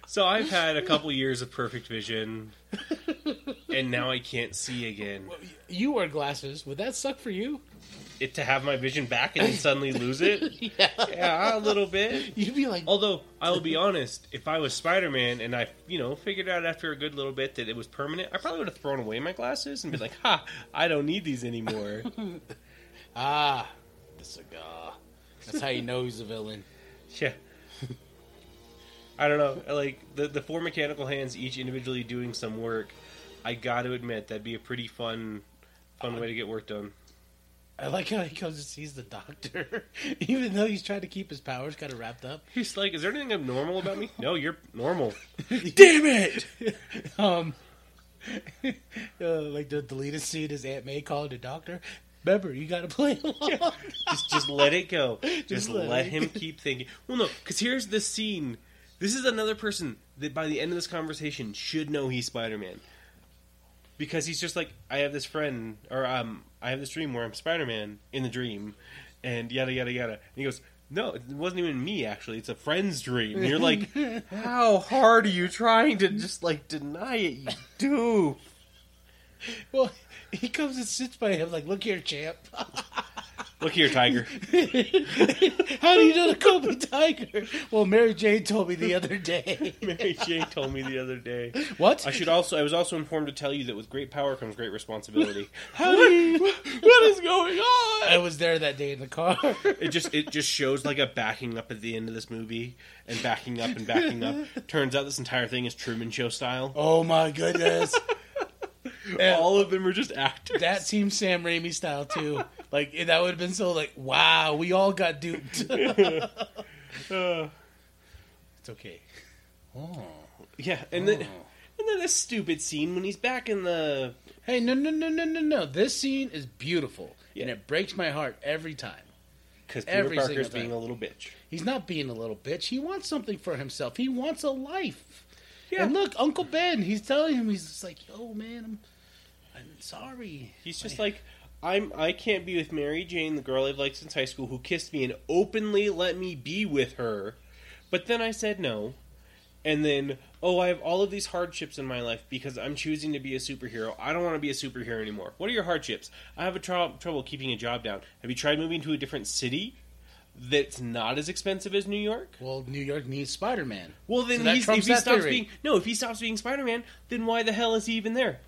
Speaker 2: so I've had a couple years of perfect vision, and now I can't see again.
Speaker 3: you wear glasses. Would that suck for you?
Speaker 2: It to have my vision back and then suddenly lose it.
Speaker 3: Yeah.
Speaker 2: Yeah, a little bit.
Speaker 3: You'd be like,
Speaker 2: Although I'll be honest, if I was Spider Man and I, you know, figured out after a good little bit that it was permanent, I probably would have thrown away my glasses and been like, "Ha, I don't need these anymore."
Speaker 3: ah, the cigar. That's how you know he's a villain.
Speaker 2: Yeah. I don't know. Like the the four mechanical hands, each individually doing some work. I got to admit that'd be a pretty fun fun way to get work done.
Speaker 3: I like how he comes and sees the doctor, even though he's trying to keep his powers kind of wrapped up.
Speaker 2: He's like, "Is there anything abnormal about me?" No, you're normal.
Speaker 3: Damn it! um, uh, like the deleted scene is Aunt May calling the doctor. Remember, you got to play along.
Speaker 2: Just just let it go. Just,
Speaker 3: let
Speaker 2: let,
Speaker 3: it
Speaker 2: him keep thinking. Well, no, because here's the scene. This is another person that by the end of this conversation should know he's Spider Man. Because he's just like, I have this friend, or um, I have this dream where I'm Spider Man in the dream, and yada, yada, yada. And he goes, No, it wasn't even me, actually. It's a friend's dream. And you're like, How hard are you trying to just, like, deny it, you do?
Speaker 3: Well, he comes and sits by him, like, look here, champ.
Speaker 2: Look here, Tiger.
Speaker 3: How do you know the Kobe Tiger? Well, Mary Jane told me the other day.
Speaker 2: Mary Jane told me the other day.
Speaker 3: What?
Speaker 2: I should also. I was also informed to tell you that with great power comes great responsibility.
Speaker 3: How do you...
Speaker 2: what is going on?
Speaker 3: I was there that day in the car.
Speaker 2: It just it just shows like a backing up at the end of this movie and backing up and backing up. Turns out this entire thing is Truman Show style.
Speaker 3: Oh my goodness. And
Speaker 2: All of them are just actors.
Speaker 3: that seems Sam Raimi style too. Like that would have been so like, wow, we all got duped.
Speaker 2: Uh,
Speaker 3: It's okay. Oh.
Speaker 2: yeah, and then and then this stupid scene when he's back in the
Speaker 3: Hey, no, no, no, no, no, no. This scene is beautiful, and
Speaker 2: Yeah.
Speaker 3: it breaks my heart every time.
Speaker 2: because Peter
Speaker 3: Every single
Speaker 2: Parker's
Speaker 3: time.
Speaker 2: being a little bitch.
Speaker 3: He's not being a little bitch. He wants something for himself. He wants a life.
Speaker 2: Yeah.
Speaker 3: And look, Uncle Ben, he's telling him, he's just like, yo, man, I'm, I'm sorry.
Speaker 2: He's just like, I'm. I can't be with Mary Jane, the girl I've liked since high school, who kissed me and openly let me be with her, but then I said no, and then oh i have all of these hardships in my life because i'm choosing to be a superhero i don't want to be a superhero anymore what are your hardships i have a tr- trouble keeping a job down have you tried moving to a different city that's not as expensive as new york
Speaker 3: Well, New York needs Spider Man.
Speaker 2: well then
Speaker 3: So that
Speaker 2: he's, if
Speaker 3: trumps
Speaker 2: he
Speaker 3: that
Speaker 2: stops
Speaker 3: theory.
Speaker 2: being no if he stops being spider-man then why the hell is he even there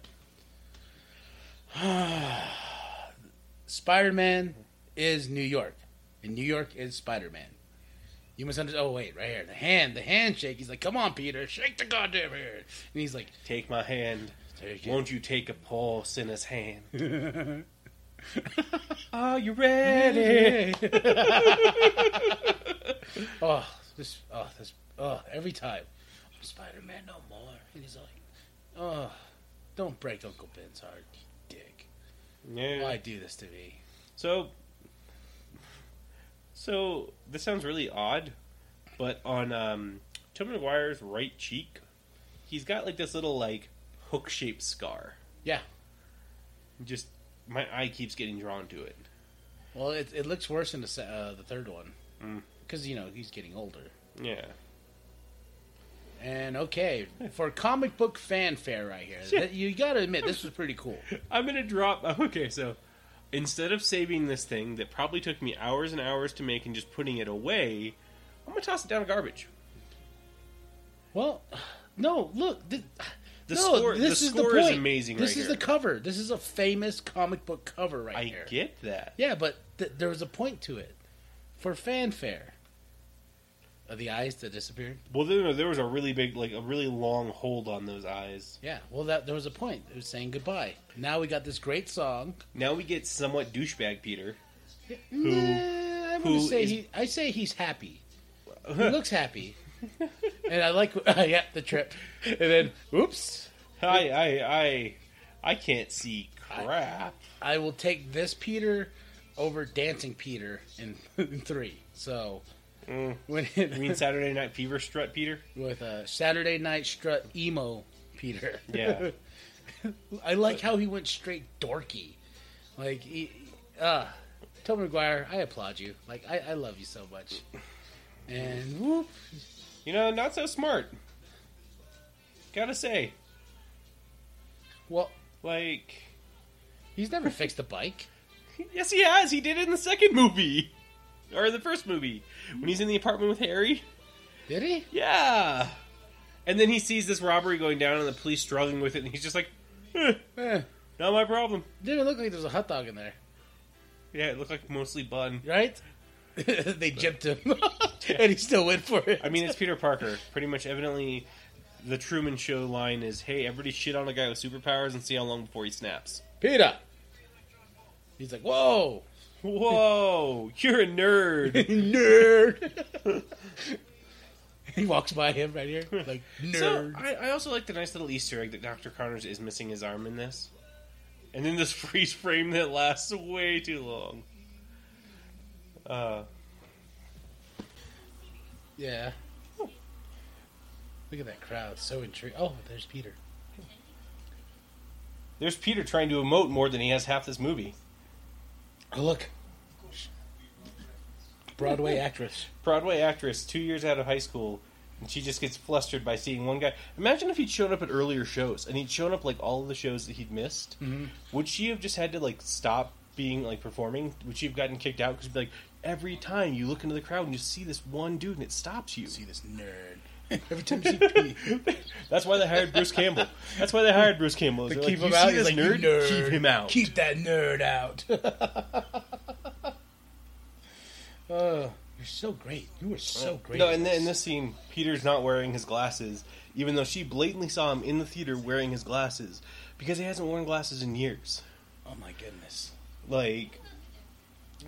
Speaker 3: Spider Man is New York, and New York is Spider Man. You must understand. Oh wait, right here, the hand, the handshake. He's like, "Come on, Peter, shake the goddamn hand," and he's like,
Speaker 2: take my hand
Speaker 3: "Take it."
Speaker 2: won't you take a pulse in his hand are you ready
Speaker 3: oh, this, oh, this, oh, every time. I'm Spider Man no more. And he's like, oh, don't break Uncle Ben's heart, you dick.
Speaker 2: yeah.
Speaker 3: Why do this to me?
Speaker 2: So, so this sounds really odd, but on um, Tom McGuire's right cheek, he's got like this little like hook shaped scar.
Speaker 3: Yeah.
Speaker 2: Just my eye keeps getting drawn to it.
Speaker 3: Well, it, it looks worse in the, se- uh, the third one.
Speaker 2: Mm.
Speaker 3: Because, you know, he's getting older.
Speaker 2: Yeah,
Speaker 3: And okay, for comic book fanfare right here, that, you gotta admit, this was pretty cool.
Speaker 2: I'm gonna drop. Okay, so instead of saving this thing that probably took me hours and hours to make and just putting it away, I'm gonna toss it down to garbage.
Speaker 3: Well, no, look. Th-
Speaker 2: The
Speaker 3: no,
Speaker 2: score-
Speaker 3: this
Speaker 2: the
Speaker 3: is
Speaker 2: score
Speaker 3: the
Speaker 2: is
Speaker 3: point.
Speaker 2: amazing
Speaker 3: This
Speaker 2: right
Speaker 3: is
Speaker 2: here.
Speaker 3: the cover. This is a famous comic book cover right
Speaker 2: I
Speaker 3: here.
Speaker 2: get that.
Speaker 3: Yeah, but th- there was a point to it for fanfare. Of the eyes that disappeared.
Speaker 2: Well, there there was a really big, like a really long hold on those eyes.
Speaker 3: Yeah, well, that there was a point. It was saying goodbye. Now we got this great song.
Speaker 2: Now we get somewhat douchebag Peter.
Speaker 3: Nah, I
Speaker 2: who
Speaker 3: would say
Speaker 2: is-
Speaker 3: he. I say he's happy. He looks happy, and I like yeah the trip. And then, oops,
Speaker 2: I I I I can't see crap.
Speaker 3: I will take this Peter over dancing Peter in, in three. So
Speaker 2: Mm.
Speaker 3: when
Speaker 2: You mean Saturday Night Fever strut Peter?
Speaker 3: with a Saturday Night Strut emo Peter.
Speaker 2: Yeah.
Speaker 3: I like how he went straight dorky. Like, he, uh, Tom McGuire, I applaud you. Like, I, I love you so much. And whoop,
Speaker 2: You know, not so smart. Gotta say,
Speaker 3: well,
Speaker 2: like,
Speaker 3: he's never fixed a bike.
Speaker 2: yes, he has. He did it in the second movie, or the first movie when he's in the apartment with Harry.
Speaker 3: Did he?
Speaker 2: Yeah. And then he sees this robbery going down, and the police struggling with it, and he's just like, eh,
Speaker 3: Eh,
Speaker 2: "Not my problem."
Speaker 3: didn't look like there was a hot dog in there,
Speaker 2: Yeah, it looked like mostly bun.
Speaker 3: right? they gypped him, and he still went for it.
Speaker 2: I mean, it's Peter Parker. Pretty much, evidently, the Truman Show line is, "Hey, everybody, shit on a guy with superpowers and see how long before he snaps."
Speaker 3: Peter. He's like, whoa,
Speaker 2: Whoa, you're a nerd.
Speaker 3: nerd. he walks by him right here, like
Speaker 2: So
Speaker 3: nerd.
Speaker 2: I, I also like the nice little Easter egg that Doctor Connors is missing his arm in this, and then this freeze frame that lasts way too long. Uh,
Speaker 3: yeah. Look at that crowd, so intrigued. Oh, there's Peter.
Speaker 2: there's Peter trying to emote more than he has half this movie.
Speaker 3: Oh, look, Broadway actress.
Speaker 2: Broadway actress, two years out of high school, and she just gets flustered by seeing one guy. Imagine if he'd shown up at earlier shows and he'd shown up like all of the shows that he'd missed.
Speaker 3: Mm-hmm.
Speaker 2: Would she have just had to like stop being like performing? Would she have gotten kicked out? Because like every time you look into the crowd and you see this one dude and it stops you.
Speaker 3: See this nerd. Every time you see Peter,
Speaker 2: That's why they hired Bruce Campbell. That's why they hired Bruce Campbell.
Speaker 3: they
Speaker 2: They're
Speaker 3: keep
Speaker 2: like,
Speaker 3: him
Speaker 2: "You
Speaker 3: out.
Speaker 2: see
Speaker 3: He's
Speaker 2: this
Speaker 3: like nerd? nerd.
Speaker 2: Keep him out.
Speaker 3: Keep that nerd out. oh, you're so great. You are so great.
Speaker 2: No,
Speaker 3: at
Speaker 2: in, the, in this scene, Peter's not wearing his glasses, even though she blatantly saw him in the theater wearing his glasses because he hasn't worn glasses in years.
Speaker 3: Oh my goodness.
Speaker 2: Like,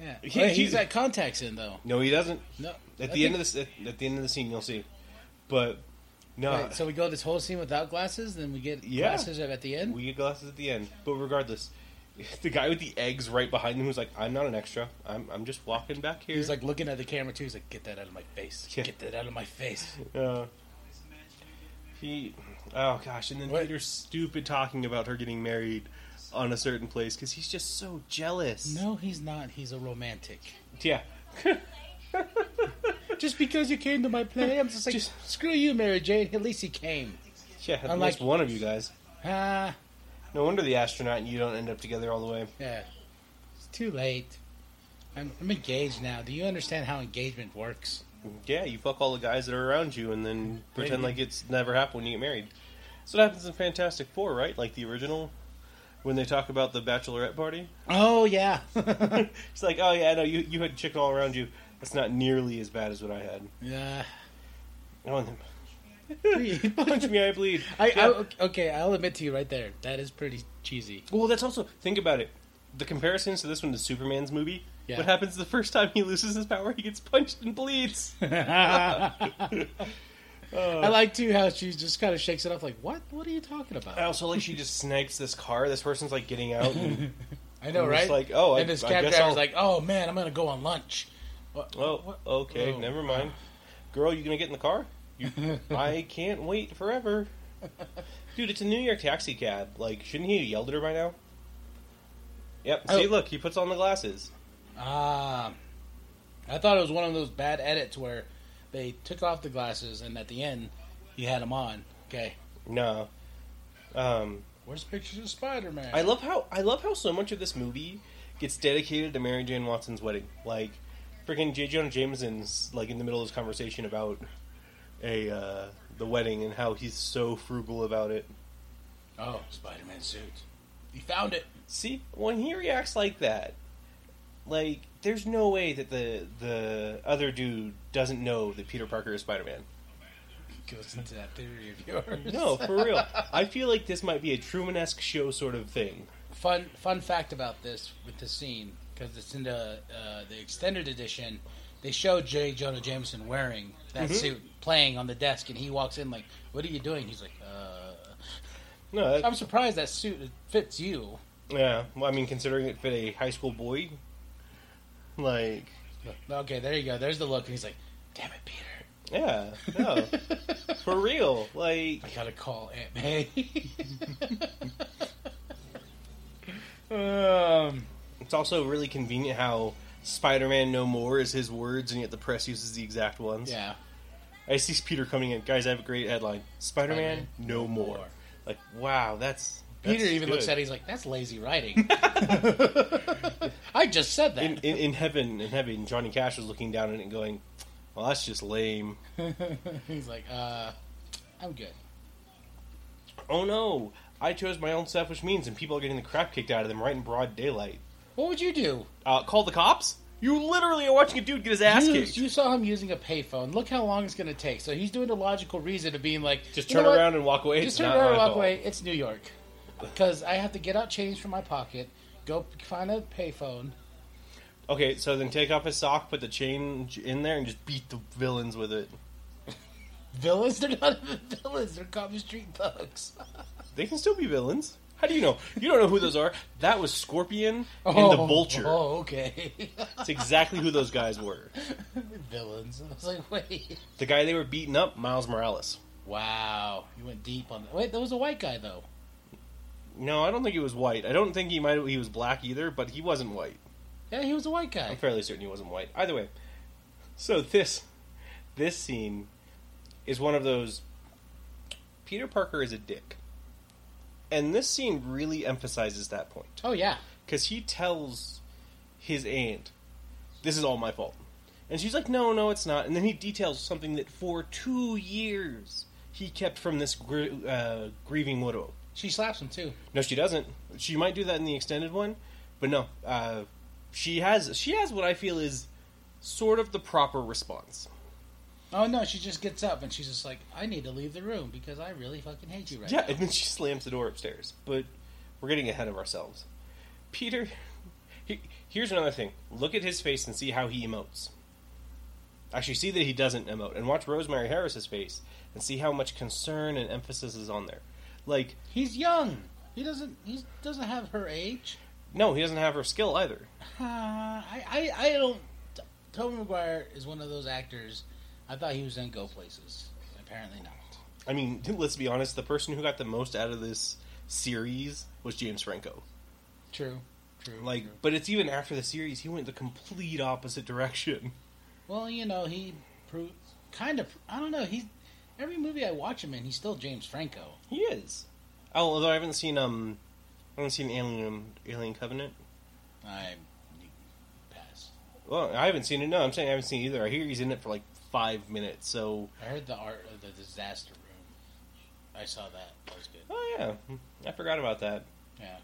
Speaker 3: Yeah.
Speaker 2: He-
Speaker 3: Well, he's
Speaker 2: he-
Speaker 3: got contacts in though.
Speaker 2: no, he doesn't.
Speaker 3: No.
Speaker 2: At the end of this, at, at the end of the scene, you'll see. But no,
Speaker 3: so we go this whole scene without glasses, then we get
Speaker 2: Yeah.
Speaker 3: glasses at the end.
Speaker 2: we get glasses at the end. But regardless, the guy with the eggs right behind him who's like, "I'm not an extra. I'm I'm just walking back here."
Speaker 3: He's like looking at the camera too. He's like, "Get that out of my face!
Speaker 2: Yeah.
Speaker 3: Get that out of my face!"
Speaker 2: Uh, he, oh gosh, and then
Speaker 3: What?
Speaker 2: Peter's stupid talking about her getting married on a certain place because he's just so jealous.
Speaker 3: No, he's not. He's a romantic.
Speaker 2: Yeah.
Speaker 3: Just because you came to my play, I'm just like,
Speaker 2: Just-
Speaker 3: screw you, Mary Jane. At least he came.
Speaker 2: Yeah, at
Speaker 3: Unlike-
Speaker 2: least one of you guys.
Speaker 3: Ah,
Speaker 2: No wonder the astronaut and you don't end up together all the way.
Speaker 3: yeah. It's too late. I'm, I'm engaged now. Do you understand how engagement works?
Speaker 2: Yeah, you fuck all the guys that are around you and then pretend
Speaker 3: Maybe.
Speaker 2: like it's never happened when you get married. That's what happens in Fantastic Four, right? Like the original, when they talk about the bachelorette party.
Speaker 3: Oh yeah,
Speaker 2: It's like, oh yeah, no, you you had chicken all around you. That's not nearly as bad as what I had.
Speaker 3: yeah.
Speaker 2: Oh, and then- punch me, I bleed.
Speaker 3: I,
Speaker 2: Yeah.
Speaker 3: I okay. I'll admit to you right there. That is pretty cheesy.
Speaker 2: Well, that's also think about it. The comparisons to this one to Superman's movie.
Speaker 3: Yeah.
Speaker 2: What happens the first time he loses his power? He gets punched and bleeds.
Speaker 3: I like too how she just kind of shakes it off, like, "What? What are you talking
Speaker 2: I
Speaker 3: about?"
Speaker 2: also like she just snipes this car. This person's like getting out. And,
Speaker 3: I know,
Speaker 2: I'm
Speaker 3: right?
Speaker 2: just like, oh, I-
Speaker 3: and this
Speaker 2: I
Speaker 3: cab
Speaker 2: guess
Speaker 3: driver's
Speaker 2: I'll-
Speaker 3: like, "Oh man, I'm gonna go on lunch." What-
Speaker 2: oh, okay,
Speaker 3: Oh.
Speaker 2: never mind. Girl, you gonna get in the car? You, I can't wait forever. Dude, it's a New York taxi cab. Like, shouldn't he have yelled at her by now? Yep. See,
Speaker 3: Oh.
Speaker 2: look, he puts on the glasses.
Speaker 3: Ah, I thought it was one of those bad edits where they took off the glasses and at the end he had them on. Okay,
Speaker 2: No. Um,
Speaker 3: where's pictures of Spider Man?
Speaker 2: I love how I love how so much of this movie gets dedicated to Mary Jane Watson's wedding. Like, freaking J. Jonah Jameson's like in the middle of his conversation about a uh, the wedding and how he's so frugal about it.
Speaker 3: oh, Spider Man suit. He found it.
Speaker 2: See, when he reacts like that, like there's no way that the the other dude doesn't know that Peter Parker is Spider Man.
Speaker 3: Goes into that theory of yours.
Speaker 2: No, for real. I feel like this might be a Truman esque show sort of thing.
Speaker 3: Fun fun fact about this with the scene because it's in the uh, the extended edition. They show J. Jonah Jameson wearing that
Speaker 2: Mhm.
Speaker 3: suit, playing on the desk, and he walks in like, "What are you doing?" He's like, "Uh,
Speaker 2: No, that,
Speaker 3: I'm surprised that suit fits you."
Speaker 2: yeah. Well, I mean, considering it fit a high school boy, like
Speaker 3: Okay, there you go. There's the look, and he's like, "Damn it, Peter."
Speaker 2: yeah, no, for real. Like,
Speaker 3: I gotta call Aunt May. um,
Speaker 2: it's also really convenient how Spider Man No More is his words, and yet the press uses the exact ones.
Speaker 3: yeah.
Speaker 2: I see Peter coming in. Guys, I have a great headline. Spider Man,
Speaker 3: Spider-Man,
Speaker 2: no more.
Speaker 3: more.
Speaker 2: Like, wow, that's.
Speaker 3: Peter
Speaker 2: that's
Speaker 3: even
Speaker 2: good.
Speaker 3: looks at it. He's like, "That's lazy writing." I just said that.
Speaker 2: In, in, in heaven, in heaven, Johnny Cash was looking down at it and going, well, that's just lame.
Speaker 3: he's like, "Uh, I'm good."
Speaker 2: Oh no, I chose my own selfish means, and people are getting the crap kicked out of them right in broad daylight.
Speaker 3: What would you do?
Speaker 2: Uh, call the cops? You literally are watching a dude get his ass
Speaker 3: you,
Speaker 2: kicked.
Speaker 3: you saw him using a payphone. Look how long it's going to take. So he's doing the logical reason of being like,
Speaker 2: just
Speaker 3: "You know
Speaker 2: turn
Speaker 3: what?
Speaker 2: around and walk away.
Speaker 3: Just
Speaker 2: It's
Speaker 3: turn
Speaker 2: not
Speaker 3: around
Speaker 2: my
Speaker 3: and walk
Speaker 2: fault.
Speaker 3: away. It's New York. Because I have to get out change from my pocket, go find a payphone.
Speaker 2: Okay, so then take off his sock, put the chain in there, and just beat the villains with it.
Speaker 3: Villains? They're not even villains. They're common street thugs.
Speaker 2: They can still be villains. How do you know? You don't know who those are. That was Scorpion and the
Speaker 3: Oh,
Speaker 2: Vulture.
Speaker 3: Oh, okay.
Speaker 2: That's exactly who those guys were.
Speaker 3: Villains. I was like, wait.
Speaker 2: The guy they were beating up, Miles Morales.
Speaker 3: Wow, you went deep on that. Wait, that was a white guy though.
Speaker 2: No, I don't think he was white. I don't think he might he was black either, but he wasn't white.
Speaker 3: Yeah, he was a white
Speaker 2: I'm
Speaker 3: guy.
Speaker 2: fairly certain he wasn't white. Either way. So this this scene is one of those Peter Parker is a dick. And this scene really emphasizes that point
Speaker 3: Oh yeah.
Speaker 2: cuz he tells his aunt this is all my fault. And she's like, "No, no, it's not." And then he details something that for 2 years he kept from this gr- uh, grieving widow.
Speaker 3: She slaps him too.
Speaker 2: No, she doesn't. She might do that in the extended one, but no. Uh, she has she has what I feel is sort of the proper response.
Speaker 3: Oh no, she just gets up and she's just like, I need to leave the room because I really fucking hate you right
Speaker 2: Yeah, and then she slams the door upstairs. But we're getting ahead of ourselves. Peter, he, here's another thing. Look at his face and see how he emotes. Actually, see that he doesn't emote, and watch Rosemary Harris's face and see how much concern and emphasis is on there. Like,
Speaker 3: now. He's young. He doesn't he doesn't have her age.
Speaker 2: no, he doesn't have her skill either.
Speaker 3: Uh, I, I I don't Tobey Maguire is one of those actors I thought he was gonna go places. Apparently not.
Speaker 2: I mean, let's be honest. The person who got the most out of this series was James Franco.
Speaker 3: True. True.
Speaker 2: Like,
Speaker 3: true.
Speaker 2: but it's even after the series, he went the complete opposite direction.
Speaker 3: Well, you know, he pro- kind of. I don't know. He's every movie I watch him in, he's still James Franco.
Speaker 2: He is. Oh, although I haven't seen um, I haven't seen Alien Alien Covenant.
Speaker 3: I pass.
Speaker 2: Well, I haven't seen it. No, I'm saying I haven't seen it either. I hear he's in it for like five minutes. So,
Speaker 3: I heard the art of the disaster room. I saw that. That was good.
Speaker 2: oh yeah, I forgot about that.
Speaker 3: Yeah.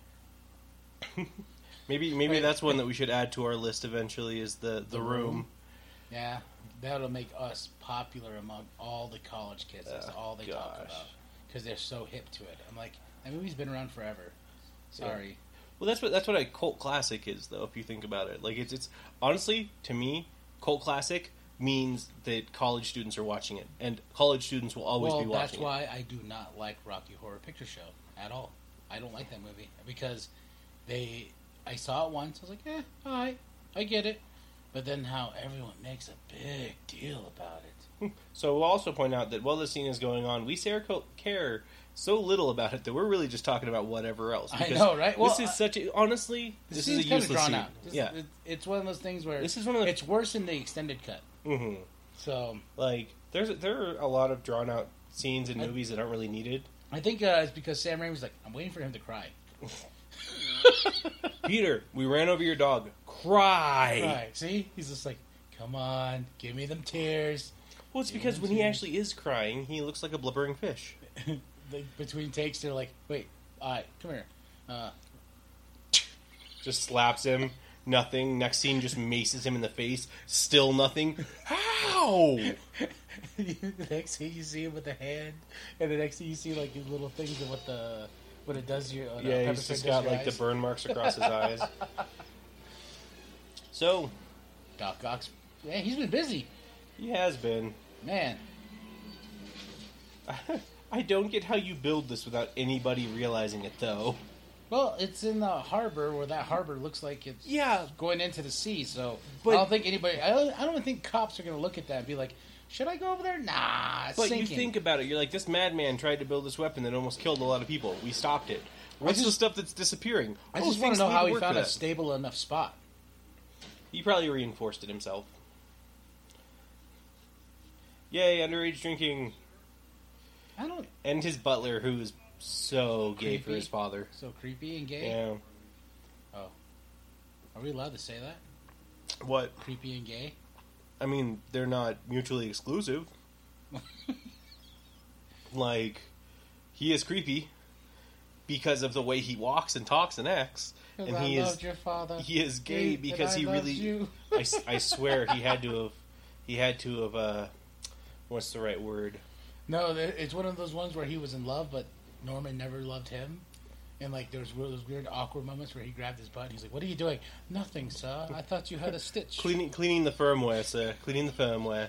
Speaker 2: Maybe maybe
Speaker 3: Wait.
Speaker 2: that's one that we should add to our list eventually. Is the the, room?
Speaker 3: Yeah, that'll make us popular among all the college kids. That's
Speaker 2: Oh,
Speaker 3: all they talk
Speaker 2: gosh.
Speaker 3: about because they're so hip to it. I'm like, that movie's been around forever. Sorry,
Speaker 2: Well, that's what that's what a cult classic is, though. If you think about it, like it's it's honestly to me, cult classic means that college students are watching it, and college students will always
Speaker 3: well,
Speaker 2: be watching.
Speaker 3: that's
Speaker 2: it.
Speaker 3: why I do not like Rocky Horror Picture Show at all. I don't like that movie because they. I saw it once. I was like, eh, all right, I get it. But then how everyone makes a big deal about it.
Speaker 2: So we'll also point out that while this scene is going on, we care, care so little about it that we're really just talking about whatever else.
Speaker 3: I know, right? Well,
Speaker 2: this
Speaker 3: I-
Speaker 2: is such a, honestly, this,
Speaker 3: scene's
Speaker 2: is a
Speaker 3: kinda
Speaker 2: useless scene.
Speaker 3: This-
Speaker 2: yeah,
Speaker 3: it- it's one of those things where
Speaker 2: This is one of the-
Speaker 3: It's worse in the extended cut.
Speaker 2: hmm
Speaker 3: So
Speaker 2: like there's there are a lot of drawn out scenes in movies that aren't really needed.
Speaker 3: I think uh, it's because Sam Raimi's like, I'm waiting for him to cry.
Speaker 2: Peter, we ran over your dog. Cry.
Speaker 3: Cry. See, he's just like, come on, give me them tears.
Speaker 2: Well, it's because when he actually is crying, he looks like a blubbering fish.
Speaker 3: Like, between takes, they're like, wait, all right, come here. Uh,
Speaker 2: Just slaps him. Nothing. Next scene, just maces him in the face. Still nothing. How?
Speaker 3: the next thing you see him with the hand, and the next thing you see like these little things of what the what it does to your uh, pepper
Speaker 2: Yeah, he's
Speaker 3: spray does
Speaker 2: just
Speaker 3: to
Speaker 2: got
Speaker 3: your
Speaker 2: like the
Speaker 3: eyes.
Speaker 2: burn marks across his eyes. So
Speaker 3: Doc Ox. Man, he's been busy,
Speaker 2: he has been.
Speaker 3: man.
Speaker 2: I don't get how you build this without anybody realizing it, though.
Speaker 3: Well, it's in the harbor where that harbor looks like it's
Speaker 2: Yeah,
Speaker 3: going into the sea. So
Speaker 2: But-
Speaker 3: I don't think anybody. I don't, I don't think cops are going to look at that and be like, "Should I go over there?" Nah, it's
Speaker 2: but
Speaker 3: sinking.
Speaker 2: you think about it. You're like, this madman tried to build this weapon that almost killed a lot of people. We stopped it. What's the
Speaker 3: just-
Speaker 2: stuff that's disappearing?
Speaker 3: I
Speaker 2: Oh,
Speaker 3: just want
Speaker 2: things
Speaker 3: to know
Speaker 2: need
Speaker 3: how he
Speaker 2: work
Speaker 3: found
Speaker 2: for
Speaker 3: a
Speaker 2: that.
Speaker 3: stable enough spot.
Speaker 2: He probably reinforced it himself. Yay, underage drinking.
Speaker 3: I don't.
Speaker 2: And his butler, who is so gay for
Speaker 3: Creepy.
Speaker 2: his father.
Speaker 3: So creepy and gay.
Speaker 2: Yeah.
Speaker 3: Oh, are we allowed to say that?
Speaker 2: What?
Speaker 3: Creepy and gay.
Speaker 2: I mean, they're not mutually exclusive. like, he is creepy because of the way he walks and talks and acts, and
Speaker 3: I
Speaker 2: he
Speaker 3: loved
Speaker 2: is
Speaker 3: your father.
Speaker 2: he is gay
Speaker 3: But
Speaker 2: because
Speaker 3: I
Speaker 2: he
Speaker 3: loved
Speaker 2: really.
Speaker 3: you.
Speaker 2: I, s- I swear he had to have he had to have uh, what's the right word?
Speaker 3: No, th- it's one of those ones where he was in love, but Norman never loved him. And like there's one of those weird awkward moments where he grabbed his butt and he's like, "What are you doing?" Nothing, sir. I thought you had a stitch.
Speaker 2: Cleaning cleaning the firmware, sir. Cleaning the firmware.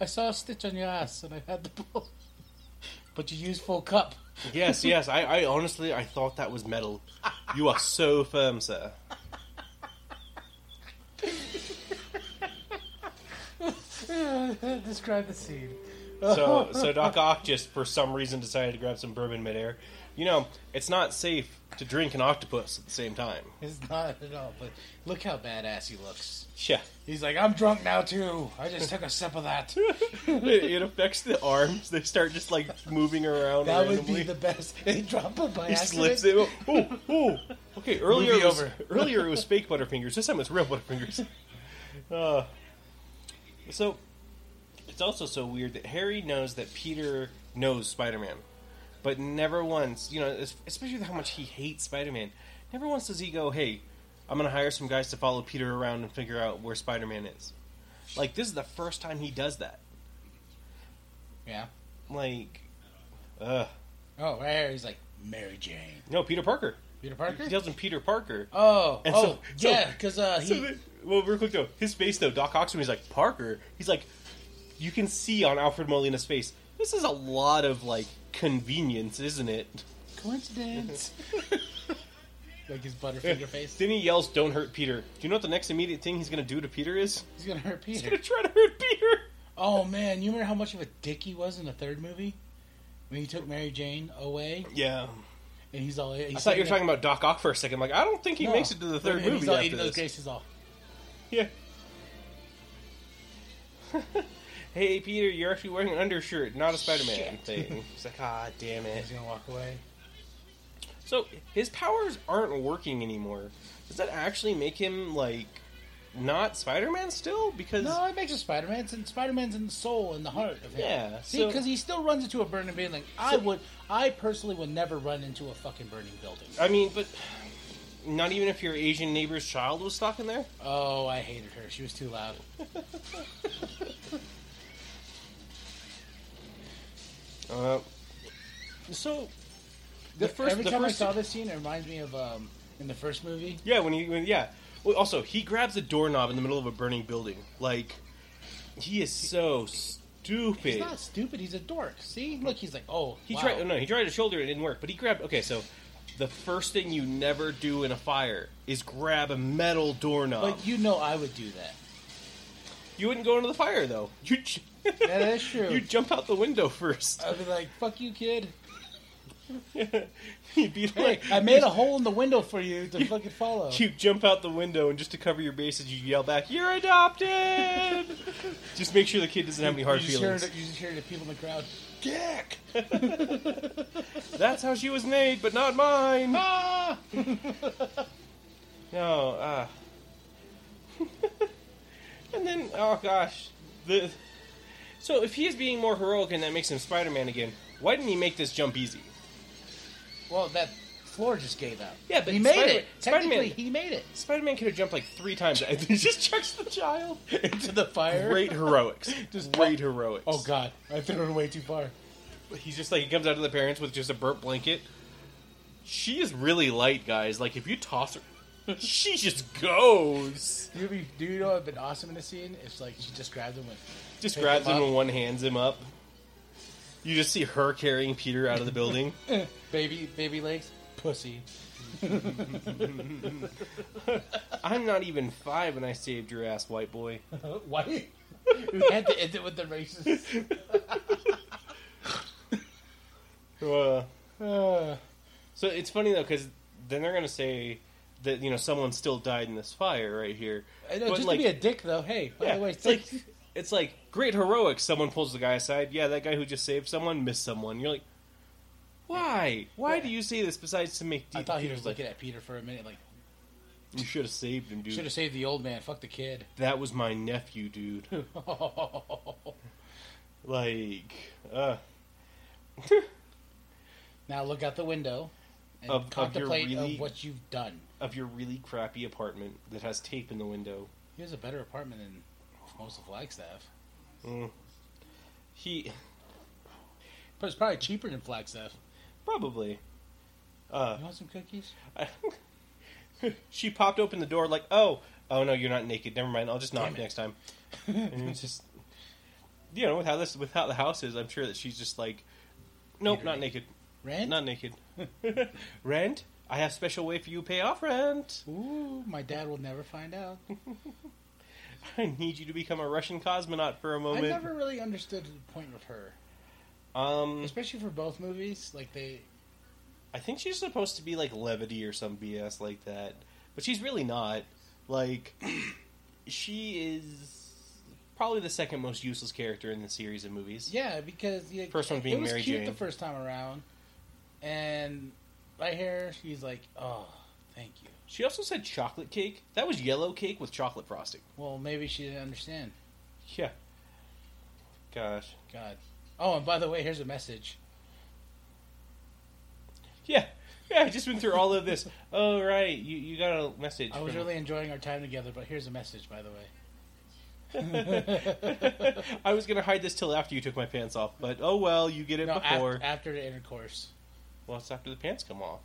Speaker 3: I saw a stitch on your ass, and I had the pull. but you used full cup.
Speaker 2: Yes, yes. I, I honestly I thought that was metal. You are so firm, sir.
Speaker 3: Describe the scene.
Speaker 2: So, so Doc Ock just for some reason decided to grab some bourbon midair. You know, it's not safe to drink an octopus at the same time.
Speaker 3: It's not at all. But look how badass he looks.
Speaker 2: Yeah,
Speaker 3: He's like, I'm drunk now too. I just took a sip of that.
Speaker 2: it, it affects the arms. They start just like moving around.
Speaker 3: That would
Speaker 2: randomly.
Speaker 3: be the best. They drop it by
Speaker 2: He
Speaker 3: accident.
Speaker 2: slips it. Oh, oh. Okay, earlier it
Speaker 3: Movie
Speaker 2: was,
Speaker 3: over.
Speaker 2: earlier it was fake Butterfingers. This time it's real Butterfingers. Uh, so it's also so weird that Harry knows that Peter knows Spider-Man, but never once, you know, es- especially with how much he hates Spider-Man, never once does he go, "Hey, I'm going to hire some guys to follow Peter around and figure out where Spider-Man is." Like this is the first time he does that.
Speaker 3: Yeah.
Speaker 2: Like, uh,
Speaker 3: Oh, right here. He's like Mary Jane.
Speaker 2: no, Peter Parker.
Speaker 3: Peter Parker.
Speaker 2: He tells him Peter Parker.
Speaker 3: Oh,
Speaker 2: And
Speaker 3: oh,
Speaker 2: so- so-
Speaker 3: yeah. Because uh, he
Speaker 2: So then- well, real quick though, his face though, Doc Ock when he's like Parker, he's like, you can see on Alfred Molina's face, this is a lot of like convenience, isn't it?
Speaker 3: coincidence. like his butterfinger face.
Speaker 2: Then he yells, "Don't hurt Peter." Do you know what the next immediate thing he's gonna do to Peter is?
Speaker 3: He's gonna hurt
Speaker 2: He's
Speaker 3: Peter.
Speaker 2: gonna try to hurt Peter.
Speaker 3: Oh man, you remember how much of a dick he was in the third movie when he took Mary Jane away,
Speaker 2: Yeah,
Speaker 3: and he's all. He's
Speaker 2: I thought you were
Speaker 3: sitting
Speaker 2: talking about Doc Ock for a second. Like, I don't think he
Speaker 3: there-
Speaker 2: makes it to the third
Speaker 3: and
Speaker 2: movie
Speaker 3: He's all
Speaker 2: after
Speaker 3: eating those
Speaker 2: this.
Speaker 3: graces all.
Speaker 2: Yeah. hey Peter, you're actually wearing an undershirt, not a Spider-Man
Speaker 3: Shit.
Speaker 2: thing. It's like, ah, damn it.
Speaker 3: He's gonna walk away.
Speaker 2: So his powers aren't working anymore. Does that actually make him like not Spider-Man still? Because
Speaker 3: No, it makes a Spider Man. And Spider Man's in the soul and the heart of him.
Speaker 2: Yeah,
Speaker 3: See,
Speaker 2: so-
Speaker 3: because he still runs into a burning building. I would, I personally would never run into a fucking burning building.
Speaker 2: I mean, but not even if your Asian neighbor's child was stuck in there.
Speaker 3: Oh, I hated her. She was too loud.
Speaker 2: Uh, so the first,
Speaker 3: Every
Speaker 2: the
Speaker 3: time
Speaker 2: first,
Speaker 3: I saw this scene, it reminds me of um, in the first movie.
Speaker 2: yeah, when he, when, yeah. Well, also, he grabs a doorknob in the middle of a burning building. Like he is so stupid.
Speaker 3: He's not stupid. He's a dork. See, look, he's like, oh,
Speaker 2: He
Speaker 3: wow.
Speaker 2: tried. oh, No, he tried to shoulder. It it didn't work. But he grabbed. Okay, so the first thing you never do in a fire is grab a metal doorknob.
Speaker 3: But you know, I would do that.
Speaker 2: you wouldn't go into the fire though. You. j-
Speaker 3: That is true. Uh,
Speaker 2: You jump out the window first.
Speaker 3: I'd be like, fuck you, kid.
Speaker 2: You'd be
Speaker 3: Hey,
Speaker 2: like,
Speaker 3: I made a hole in the window for you to fucking follow.
Speaker 2: You jump out the window, and just to cover your bases, you yell back, "You're adopted!" just make sure the kid doesn't have any hard
Speaker 3: you just
Speaker 2: feelings.
Speaker 3: Heard, you just hear the people in the crowd.
Speaker 2: Dick. That's how she was made, but not mine.
Speaker 3: Ah!
Speaker 2: No, uh. and then, oh gosh. The, so if he is being more heroic and that makes him Spider Man again, why didn't he make this jump easy?
Speaker 3: Well, that floor just gave out.
Speaker 2: Yeah, but
Speaker 3: he made
Speaker 2: Spider-
Speaker 3: it. Technically,
Speaker 2: Spider-Man-
Speaker 3: he made it
Speaker 2: Spider Man could have jumped like three times. he just chucks the child.
Speaker 3: into the fire.
Speaker 2: Great heroics.
Speaker 3: Just-
Speaker 2: Just great heroics.
Speaker 3: Oh God, I threw it way too far.
Speaker 2: He's just like, he comes out to the parents with just a burp blanket. She is really light, guys. Like, if you toss her, she just goes.
Speaker 3: You'd be, do you know what'd been awesome in the scene? It's like she just grabbed him with.
Speaker 2: Just
Speaker 3: Pick
Speaker 2: grabs
Speaker 3: him
Speaker 2: him
Speaker 3: up.
Speaker 2: and one hands him up. You just see her carrying Peter out of the building.
Speaker 3: Baby, baby legs, pussy.
Speaker 2: I'm not even five and I saved your ass, white boy.
Speaker 3: Why? we had to end it with the racist.
Speaker 2: Uh,
Speaker 3: Uh,
Speaker 2: so it's funny though, because then they're gonna say that you know someone still died in this fire right here.
Speaker 3: I know,
Speaker 2: But,
Speaker 3: just
Speaker 2: like,
Speaker 3: to be a dick, though. Hey, by
Speaker 2: yeah,
Speaker 3: the way,
Speaker 2: it's like it's like great heroics. Someone pulls the guy aside. Yeah, that guy who just saved someone missed someone. You're like, why? Why do you say this besides to make?
Speaker 3: I
Speaker 2: Deep
Speaker 3: thought he was looking at Peter for a minute, like
Speaker 2: You should have saved him, dude.
Speaker 3: should have saved the old man. Fuck the kid.
Speaker 2: That was my nephew, dude. like, uh,
Speaker 3: now look out the window and
Speaker 2: Of- of your
Speaker 3: contemplate of,
Speaker 2: really-
Speaker 3: what you've done.
Speaker 2: of your really crappy apartment that has tape in the window.
Speaker 3: He has a better apartment than most of Flagstaff.
Speaker 2: He
Speaker 3: But it's probably cheaper than Flagstaff.
Speaker 2: probably.
Speaker 3: You want some cookies?
Speaker 2: she popped open the door like, oh, oh no, you're not naked. Never mind. I'll just
Speaker 3: Damn
Speaker 2: knock
Speaker 3: it.
Speaker 2: next time. and it's just, you know, with how this, with how the house is, I'm sure that she's just like, nope, not naked,
Speaker 3: Rent?
Speaker 2: not naked. rent? I have special way for you to pay off rent.
Speaker 3: Ooh, my dad will never find out.
Speaker 2: I need you to become a Russian cosmonaut for a
Speaker 3: I
Speaker 2: moment.
Speaker 3: never really understood the point with her,
Speaker 2: Um,
Speaker 3: especially for both movies. Like they,
Speaker 2: I think she's supposed to be like levity or some BS like that, but she's really not. Like, she is probably the second most useless character in the series of movies.
Speaker 3: yeah, because yeah,
Speaker 2: First one
Speaker 3: it-
Speaker 2: being
Speaker 3: it was
Speaker 2: Mary
Speaker 3: cute
Speaker 2: Jane.
Speaker 3: the first time around, and right here she's like, "Oh, thank you."
Speaker 2: She also said chocolate cake. That was yellow cake with chocolate frosting.
Speaker 3: Well, maybe she didn't understand.
Speaker 2: Yeah. Gosh.
Speaker 3: God. Oh, and by the way, here's a message.
Speaker 2: Yeah. Yeah, I've just been through all of this. Oh, right. You, you got a message.
Speaker 3: I was
Speaker 2: from-
Speaker 3: really enjoying our time together, but here's a message, by the way.
Speaker 2: I was going to hide this till after you took my pants off, but oh well, you get it
Speaker 3: No,
Speaker 2: before.
Speaker 3: after, after the intercourse.
Speaker 2: Well, it's after the pants come off.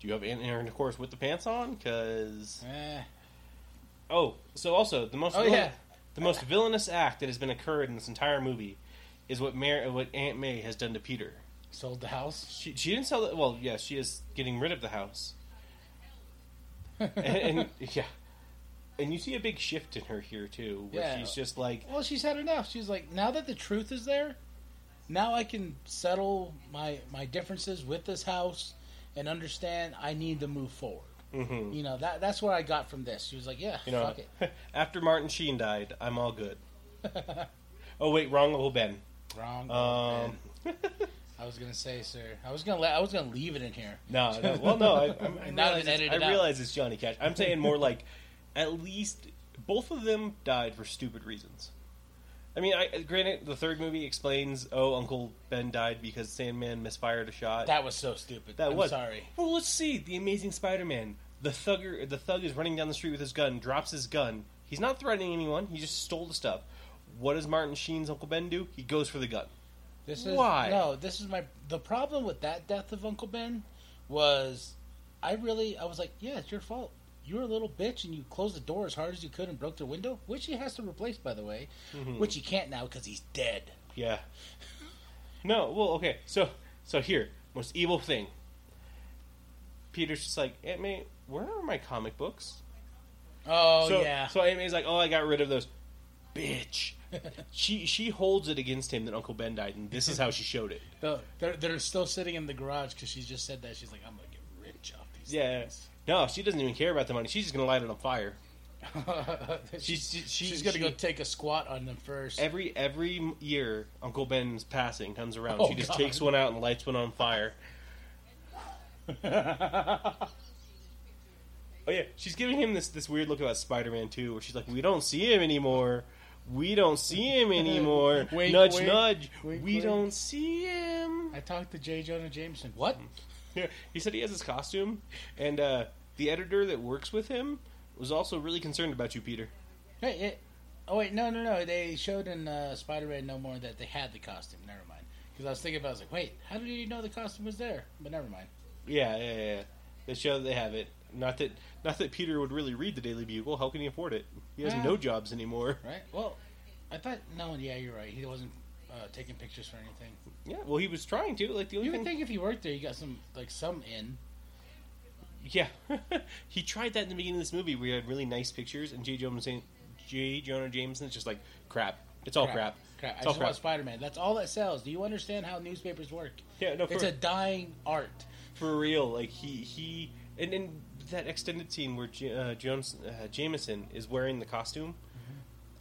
Speaker 2: Do you have an intercourse with the pants on? Because
Speaker 3: Eh.
Speaker 2: oh, so also the most
Speaker 3: Oh,
Speaker 2: villain-
Speaker 3: yeah.
Speaker 2: the most villainous act that has been occurred in this entire movie is what Mar- what Aunt May has done to Peter.
Speaker 3: Sold the house.
Speaker 2: She she didn't sell the well. Yeah, she is getting rid of the house. and, and yeah, and you see a big shift in her here too, where
Speaker 3: Yeah.
Speaker 2: she's just like,
Speaker 3: Well, she's had enough. She's like, now that the truth is there, now I can settle my my differences with this house and understand I need to move forward.
Speaker 2: hmm
Speaker 3: You know that that's what I got from this. She was like, yeah,
Speaker 2: you know,
Speaker 3: fuck it.
Speaker 2: after Martin Sheen died, I'm all good. Oh wait, wrong old Ben.
Speaker 3: Wrong.
Speaker 2: Um,
Speaker 3: I was gonna say, sir. I was gonna. Let, I was gonna leave it in here.
Speaker 2: no, no, well, no. I, I'm- I,
Speaker 3: Not
Speaker 2: realize,
Speaker 3: even edited
Speaker 2: it's, I
Speaker 3: out.
Speaker 2: realize it's Johnny Cash. I'm saying more like, at least both of them died for stupid reasons. I mean, I, granted, the third movie explains, oh, Uncle Ben died because Sandman misfired a shot.
Speaker 3: That was so stupid.
Speaker 2: That
Speaker 3: I'm
Speaker 2: was
Speaker 3: sorry.
Speaker 2: Well, let's see. The Amazing Spider-Man. The thugger, the thug is running down the street with his gun. Drops his gun. He's not threatening anyone. He just stole the stuff. What does Martin Sheen's Uncle Ben do? He goes for the gun.
Speaker 3: This is
Speaker 2: Why?
Speaker 3: No, this is my the problem with that death of Uncle Ben was I really I was like, yeah, it's your fault. You're a little bitch, and you closed the door as hard as you could and broke the window, which he has to replace, by the way, which he can't now because he's dead.
Speaker 2: Yeah. No. Well, okay. So, so here, most evil thing. Peter's just like Aunt May. Where are my comic books?
Speaker 3: Oh
Speaker 2: so,
Speaker 3: yeah,
Speaker 2: So Aunt May's like, oh, I got rid of those. Bitch. she she holds it against him that Uncle Ben died, and this is how she showed it.
Speaker 3: The- they're, they're still sitting in the garage because she just said that she's like, I'm gonna get rich off these.
Speaker 2: Yeah. No, she doesn't even care about the money. She's just gonna light it on fire.
Speaker 3: things."
Speaker 2: She, she, she-
Speaker 3: she's gonna
Speaker 2: she-
Speaker 3: go take a squat on them first.
Speaker 2: every every year. Uncle Ben's passing comes around.
Speaker 3: Oh,
Speaker 2: she just
Speaker 3: God.
Speaker 2: takes one out and lights one on fire. oh yeah, she's giving him this this weird look about Spider Man Two, where she's like, "We don't see him anymore. We don't see him anymore.
Speaker 3: Wink,
Speaker 2: nudge,
Speaker 3: wink.
Speaker 2: nudge.
Speaker 3: Wink,
Speaker 2: we
Speaker 3: wink."
Speaker 2: don't see him."
Speaker 3: I talked to J. Jonah Jameson. What?
Speaker 2: Yeah, he said he has his costume, and uh, the editor that works with him was also really concerned about you, Peter.
Speaker 3: Hey, it, oh wait, no, no, no. They showed in uh, Spider-Man No More that they had the costume. Never mind. Because I was thinking about, it, I was like, wait, how did you know the costume was there? But never mind.
Speaker 2: Yeah, yeah, yeah. They show that they have it. Not that, not that Peter would really read the Daily Bugle. How can he afford it? He has
Speaker 3: Ah.
Speaker 2: no jobs anymore.
Speaker 3: Right? Well, I thought no. Yeah, you're right. He wasn't uh, taking pictures for anything.
Speaker 2: Yeah, well, he was trying to. Like the only
Speaker 3: You would
Speaker 2: thing,
Speaker 3: think if he worked there, you got some like some in.
Speaker 2: yeah, he tried that in the beginning of this movie. where he had really nice pictures, and J. Jonah, Jameson- J. Jonah Jameson's just like crap. It's all Oh, crap.
Speaker 3: Crap. I
Speaker 2: It's all
Speaker 3: just
Speaker 2: crap.
Speaker 3: want Spider-Man. That's all that sells. Do you understand how newspapers work?
Speaker 2: Yeah, no, for,
Speaker 3: It's a dying art.
Speaker 2: for real. Like he he and in that extended scene where J- uh, Jones uh, Jameson is wearing the costume,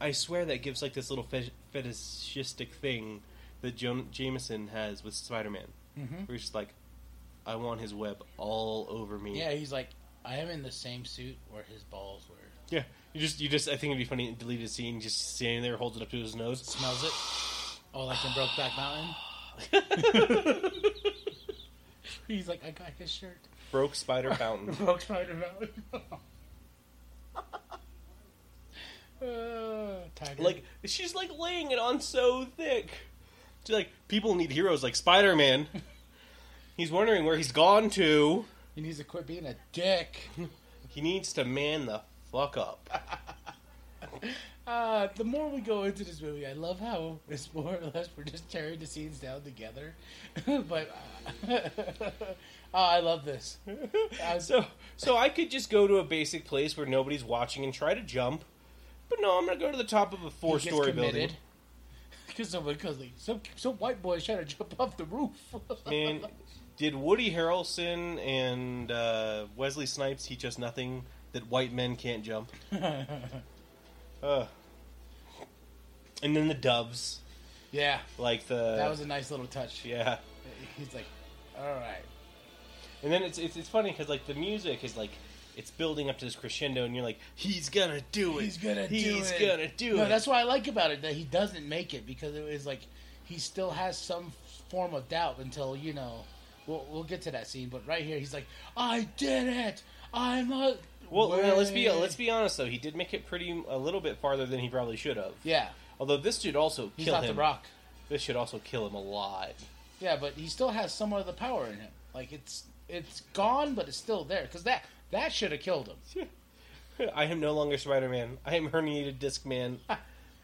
Speaker 2: I swear that gives like this little fetish- fetishistic thing that jo- Jameson has with Spider Man.
Speaker 3: Mhm.
Speaker 2: Where he's just like, I want his web all over me.
Speaker 3: Yeah, he's like, I am in the same suit where his balls were.
Speaker 2: yeah. You just you just I think it'd be funny to delete a scene just standing there holds it up to his nose.
Speaker 3: Smells it. Oh, like in Brokeback Mountain. He's like, I got his shirt.
Speaker 2: Broke Spider Fountain.
Speaker 3: Broke Spider Mountain. uh, tiger.
Speaker 2: like she's like laying it on so thick. She's like people need heroes like Spider Man. He's wondering where he's gone to.
Speaker 3: he needs to quit being a dick.
Speaker 2: He needs to man the fuck up.
Speaker 3: Uh, the more we go into this movie, I love how it's more or less we're just tearing the scenes down together. but uh, oh, I love this. I was-
Speaker 2: So, so I could just go to a basic place where nobody's watching and try to jump, but no, I'm gonna go to the top of a four-story building.
Speaker 3: Because someone, cause like, some some white boy is trying to jump off the roof.
Speaker 2: And did Woody Harrelson and uh, Wesley Snipes teach us nothing that white men can't jump? Ugh. and then the doves,
Speaker 3: yeah,
Speaker 2: like the
Speaker 3: that was a nice little touch.
Speaker 2: yeah.
Speaker 3: He's like, all right,
Speaker 2: And then it's it's, it's funny because like the music is like it's building up to this crescendo, and you're like, he's gonna do it.
Speaker 3: he's gonna do
Speaker 2: He's
Speaker 3: it.
Speaker 2: gonna do
Speaker 3: no,
Speaker 2: it.
Speaker 3: that's what I like about it that he doesn't make it because it was like he still has some form of doubt until you know. We'll, we'll get to that scene, but right here he's like, I did it. I'm a
Speaker 2: Well, now, let's be uh,
Speaker 3: way."
Speaker 2: let's be honest though. He did make it pretty a little bit farther than he probably should have.
Speaker 3: yeah.
Speaker 2: Although this should also
Speaker 3: He's
Speaker 2: kill
Speaker 3: not
Speaker 2: him.
Speaker 3: the Rock.
Speaker 2: This should also kill him alive.
Speaker 3: Yeah, but he still has some of the power in him. Like it's it's gone, but it's still there. Because that that should have killed him.
Speaker 2: I am no longer Spider Man. I am herniated disc man.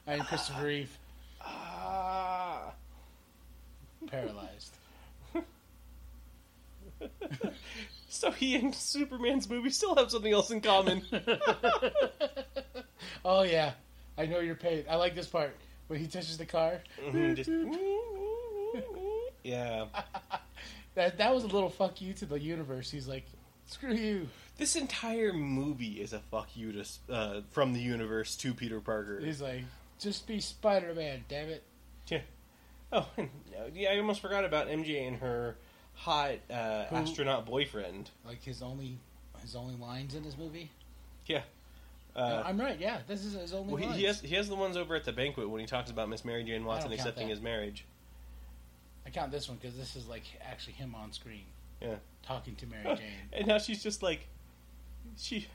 Speaker 3: I mean, Christopher Reeve
Speaker 2: ah.
Speaker 3: paralyzed.
Speaker 2: So he and Superman's movie still have something else in common.
Speaker 3: Oh yeah, I know your pain. I like this part when he touches the car.
Speaker 2: Mhm, just- yeah.
Speaker 3: That that was a little fuck you to the universe. He's like, screw you.
Speaker 2: This entire movie is a fuck you to s- uh, from the universe to Peter Parker.
Speaker 3: He's like, Just be Spider Man, damn it.
Speaker 2: Yeah. Oh, yeah. I almost forgot about MJ and her hot uh,
Speaker 3: Who-
Speaker 2: astronaut boyfriend.
Speaker 3: Like his only his only lines in this movie.
Speaker 2: Yeah.
Speaker 3: No,
Speaker 2: Uh,
Speaker 3: I'm right. Yeah, this is his only.
Speaker 2: well, he,
Speaker 3: lines.
Speaker 2: he has he has the ones over at the banquet when he talks about Miss Mary Jane Watson
Speaker 3: count
Speaker 2: accepting
Speaker 3: that.
Speaker 2: his marriage.
Speaker 3: I count this one because this is like actually him on screen.
Speaker 2: Yeah.
Speaker 3: Talking to Mary Jane.
Speaker 2: And now she's just like, she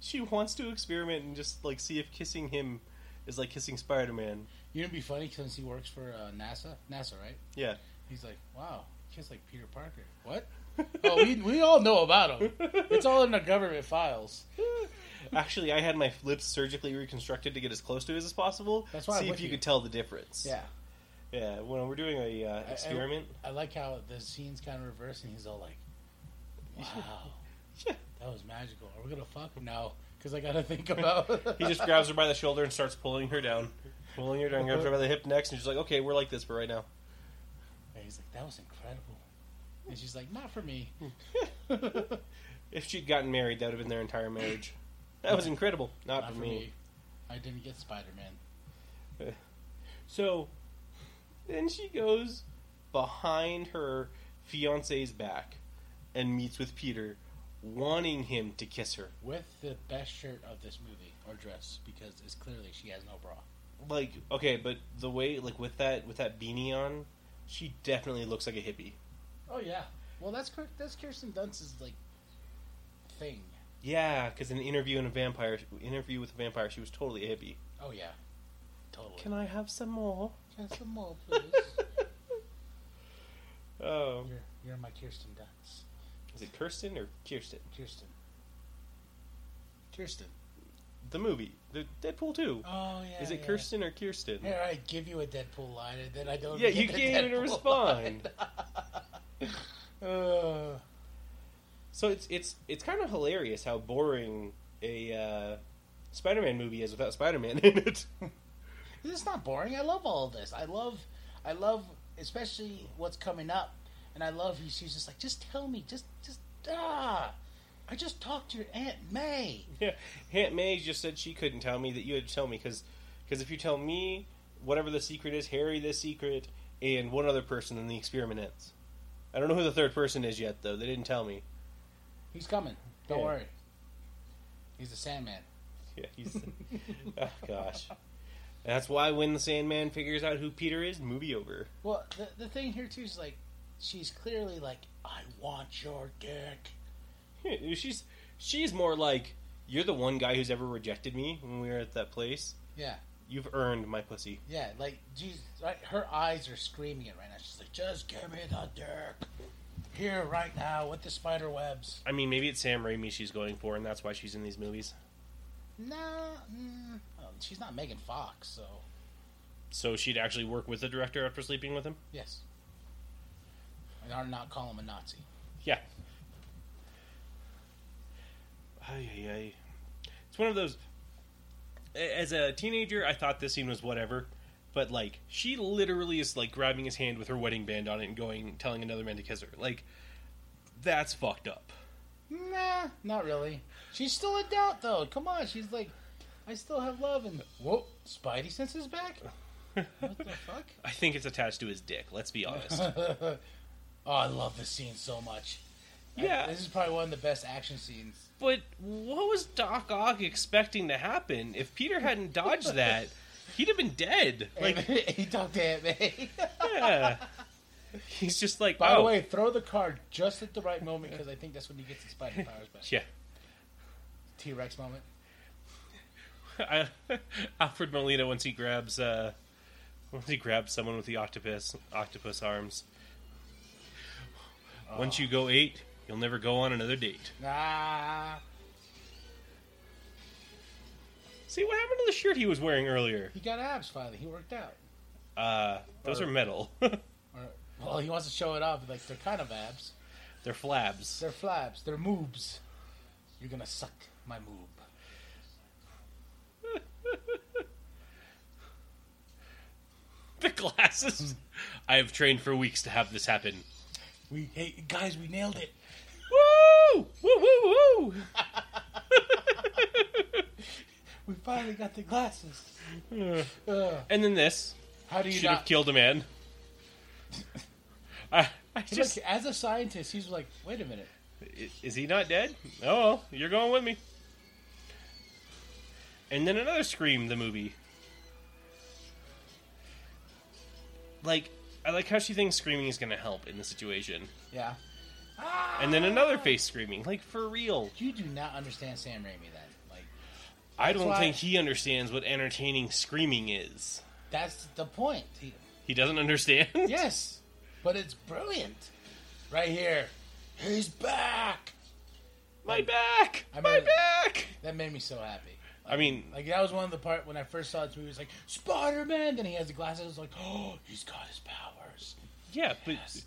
Speaker 2: she wants to experiment and just like see if kissing him is like kissing Spider Man.
Speaker 3: You know, it'd be funny since he works for uh, NASA. NASA, right?
Speaker 2: Yeah.
Speaker 3: He's like, wow, he's like Peter Parker. What? oh, we, we all know about him. It's all in the government files.
Speaker 2: Actually, I had my lips surgically reconstructed to get as close to his as possible.
Speaker 3: That's why I'm
Speaker 2: see if
Speaker 3: with
Speaker 2: you,
Speaker 3: you.
Speaker 2: could tell the difference.
Speaker 3: Yeah.
Speaker 2: Yeah. When we're doing a uh,
Speaker 3: I-
Speaker 2: experiment.
Speaker 3: I like how the scene's kind of reversed and he's all like, wow,
Speaker 2: Yeah.
Speaker 3: that was magical. Are we going to fuck him now? Because I got to think about
Speaker 2: He just grabs her by the shoulder and starts pulling her down. Pulling her down, grabs her by the hip next, and she's like, okay, we're like this for right now.
Speaker 3: And he's like, that was incredible. And she's like, not for me.
Speaker 2: If she'd gotten married, that would have been their entire marriage. That was incredible. Not, for me.
Speaker 3: I didn't get Spider Man.
Speaker 2: So then she goes behind her fiance's back and meets with Peter, wanting him to kiss her.
Speaker 3: With the best shirt of this movie or dress because it's clearly she has no bra.
Speaker 2: Like, okay, but the way like with that with that beanie on, she definitely looks like a hippie.
Speaker 3: Oh yeah. Well, that's Kir- that's Kirsten Dunst's like thing.
Speaker 2: Yeah, because in an interview in a vampire interview with a vampire, she was totally a hippie.
Speaker 3: Oh yeah, totally.
Speaker 2: Can I have some more?
Speaker 3: Can I have some more, please?
Speaker 2: Oh,
Speaker 3: you're you're my Kirsten Dunst.
Speaker 2: is it Kirsten or Kirsten?
Speaker 3: Kirsten. Kirsten.
Speaker 2: The movie, the Deadpool two.
Speaker 3: Oh yeah.
Speaker 2: is it
Speaker 3: yeah.
Speaker 2: Kirsten or Kirsten?
Speaker 3: Here I give you a Deadpool line, and then I don't.
Speaker 2: Yeah,
Speaker 3: get
Speaker 2: you
Speaker 3: the
Speaker 2: can't even
Speaker 3: Deadpool
Speaker 2: respond.
Speaker 3: line. uh,
Speaker 2: So it's it's it's kind of hilarious how boring a uh, Spider-Man movie is without Spider-Man in it.
Speaker 3: this is not boring. I love all of this. I love, I love, especially what's coming up, and I love. He's he's just like, just tell me, just just ah. I just talked to your Aunt May.
Speaker 2: yeah, Aunt May just said she couldn't tell me that you had to tell me because if you tell me whatever the secret is, Harry the secret, and one other person, then the experiment ends. I don't know who the third person is yet, though. They didn't tell me.
Speaker 3: He's coming. Don't
Speaker 2: Yeah.
Speaker 3: worry. He's a Sandman.
Speaker 2: Yeah, he's. oh gosh, that's why when the Sandman figures out who Peter is, movie over.
Speaker 3: Well, the, the thing here too is like, she's clearly like, I want your dick.
Speaker 2: Yeah, she's she's more like you're the one guy who's ever rejected me when we were at that place.
Speaker 3: Yeah,
Speaker 2: You've earned my pussy.
Speaker 3: yeah. Like, geez, right, her eyes are screaming it right now. She's like, just give me the dick here right now with the spider webs.
Speaker 2: I mean, maybe it's Sam Raimi she's going for, and that's why she's in these movies.
Speaker 3: Nah, mm, well, she's not Megan Fox, so
Speaker 2: So she'd actually work with the director after sleeping with him.
Speaker 3: yes. And I'm not calling him a Nazi.
Speaker 2: Yeah. Ay, ay, ay. It's one of those. a- As a teenager, I thought this scene was whatever, but like she literally is like grabbing his hand with her wedding band on it and going, telling another man to kiss her. Like, that's fucked up.
Speaker 3: Nah, not really. She's still in doubt, though. Come on, she's like, I still have love, and whoa, Spidey senses back. What the fuck?
Speaker 2: I think it's attached to his dick. Let's be honest.
Speaker 3: oh, I love this scene so much. I-
Speaker 2: Yeah.
Speaker 3: this is probably one of the best action scenes.
Speaker 2: But what was Doc Ock expecting to happen? If Peter hadn't dodged that, he'd have been dead. Like,
Speaker 3: he talked to Aunt May.
Speaker 2: yeah. He's just like,
Speaker 3: By
Speaker 2: oh,
Speaker 3: the way, throw the card just at the right moment because I think that's when he gets his spider powers back.
Speaker 2: yeah.
Speaker 3: T Rex moment.
Speaker 2: I, Alfred Molina once he grabs uh, once he grabs someone with the octopus octopus arms. Once you go eight, you'll never go on another date.
Speaker 3: Ah,
Speaker 2: See what happened to the shirt he was wearing earlier?
Speaker 3: he got abs finally. He worked out.
Speaker 2: Uh, those are metal.
Speaker 3: Or, well, he wants to show it off. Like they're kind of abs.
Speaker 2: They're flabs.
Speaker 3: They're flabs. They're moobs. You're gonna suck my moob.
Speaker 2: The glasses. I have trained for weeks to have this happen.
Speaker 3: We hey guys, we nailed it.
Speaker 2: Woo! Woo! Woo! Woo!
Speaker 3: We finally got the glasses.
Speaker 2: Uh,
Speaker 3: Ugh.
Speaker 2: and then this
Speaker 3: How do you
Speaker 2: should
Speaker 3: not?
Speaker 2: have killed a man. I, I
Speaker 3: Look,
Speaker 2: just
Speaker 3: as a scientist, he's like, wait a minute.
Speaker 2: I- Is he not dead? Oh, well, you're going with me. And then another scream. The movie. Like, I like how she thinks screaming is going to help in the situation.
Speaker 3: Yeah.
Speaker 2: And then another face screaming. Like for real.
Speaker 3: You do not understand Sam Raimi then. Like
Speaker 2: I don't
Speaker 3: why-
Speaker 2: think he understands what entertaining screaming is.
Speaker 3: that's the point. He-
Speaker 2: He doesn't understand.
Speaker 3: yes. But it's brilliant. Right here. He's back.
Speaker 2: My back.
Speaker 3: I
Speaker 2: my
Speaker 3: mean-
Speaker 2: back.
Speaker 3: That made me so happy.
Speaker 2: I mean,
Speaker 3: Like that was one of the part when I first saw this movie. It's like Spider Man. Then he has the glasses. I was like, oh, he's got his powers.
Speaker 2: yeah, but
Speaker 3: Yes.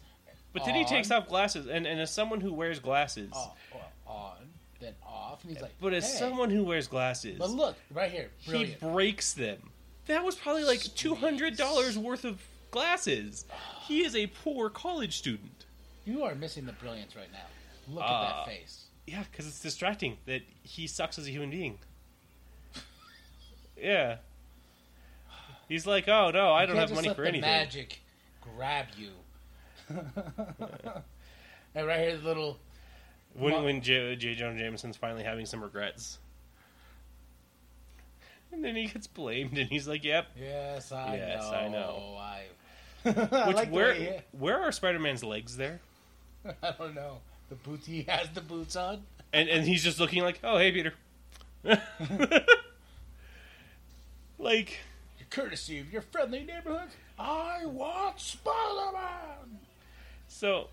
Speaker 2: but then he
Speaker 3: On.
Speaker 2: takes off glasses, and and as someone who wears glasses,
Speaker 3: Oh, well, on, then off, and he's like,
Speaker 2: but as
Speaker 3: hey.
Speaker 2: someone who wears glasses,
Speaker 3: But look, right here, brilliant.
Speaker 2: He breaks them. That was probably like two hundred dollars worth of glasses. He is a poor college student.
Speaker 3: you are missing the brilliance right now. Look
Speaker 2: Uh,
Speaker 3: at that face.
Speaker 2: Yeah, because it's distracting that he sucks as a human being. yeah. He's like, oh no, I
Speaker 3: You
Speaker 2: don't
Speaker 3: can't
Speaker 2: have
Speaker 3: just
Speaker 2: money
Speaker 3: let
Speaker 2: for
Speaker 3: the
Speaker 2: anything.
Speaker 3: Magic grab you. and right here, the little
Speaker 2: When when J. J. Jonah Jameson's finally having some regrets. And then he gets blamed, and he's like, "Yep."
Speaker 3: yes, I
Speaker 2: Yes,
Speaker 3: know,
Speaker 2: I know.
Speaker 3: I, I
Speaker 2: Which
Speaker 3: like the
Speaker 2: where
Speaker 3: way
Speaker 2: where are Spider-Man's legs there?
Speaker 3: he- I don't know the boots he has the boots on.
Speaker 2: and and he's just looking like, "Oh, hey, Peter." like,
Speaker 3: courtesy of your friendly neighborhood, I want Spider-Man.
Speaker 2: so,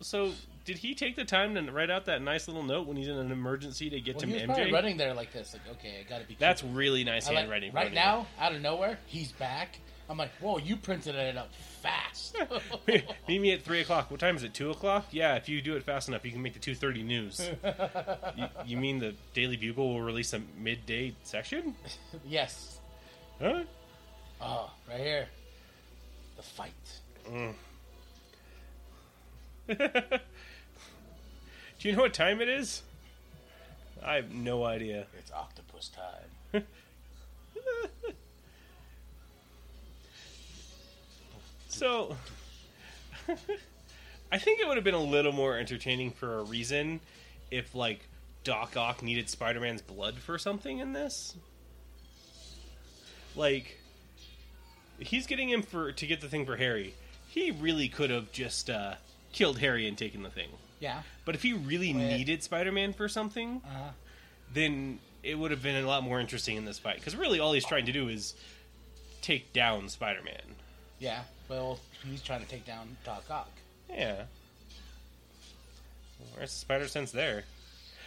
Speaker 2: so did he take the time to write out that nice little note when he's in an emergency to get
Speaker 3: Well,
Speaker 2: to
Speaker 3: he was
Speaker 2: MJ?
Speaker 3: probably running there like this, like, okay, I gotta be.
Speaker 2: That's really nice
Speaker 3: I like-
Speaker 2: handwriting. for
Speaker 3: right
Speaker 2: him.
Speaker 3: now, out of nowhere, he's back. I'm like, whoa, you printed it up fast.
Speaker 2: Meet me at three o'clock. What time is it? Two o'clock? Yeah, if you do it fast enough, you can make the two thirty news. you, you mean the Daily Bugle will release a midday section?
Speaker 3: yes.
Speaker 2: Huh?
Speaker 3: Oh, right here, the fight.
Speaker 2: do you know what time it is? I have no idea.
Speaker 3: It's octopus time.
Speaker 2: So, I think it would have been a little more entertaining for a reason if, like, Doc Ock needed Spider Man's blood for something in this. Like, he's getting him for to get the thing for Harry. He really could have just uh, killed Harry and taken the thing.
Speaker 3: Yeah.
Speaker 2: But if he really
Speaker 3: Wait.
Speaker 2: needed Spider Man for something,
Speaker 3: Uh-huh.
Speaker 2: then it would have been a lot more interesting in this fight. Because really, all he's trying to do is take down Spider Man.
Speaker 3: Yeah. Well, he's trying to take down Doc Ock.
Speaker 2: Yeah. Where's the spider sense there?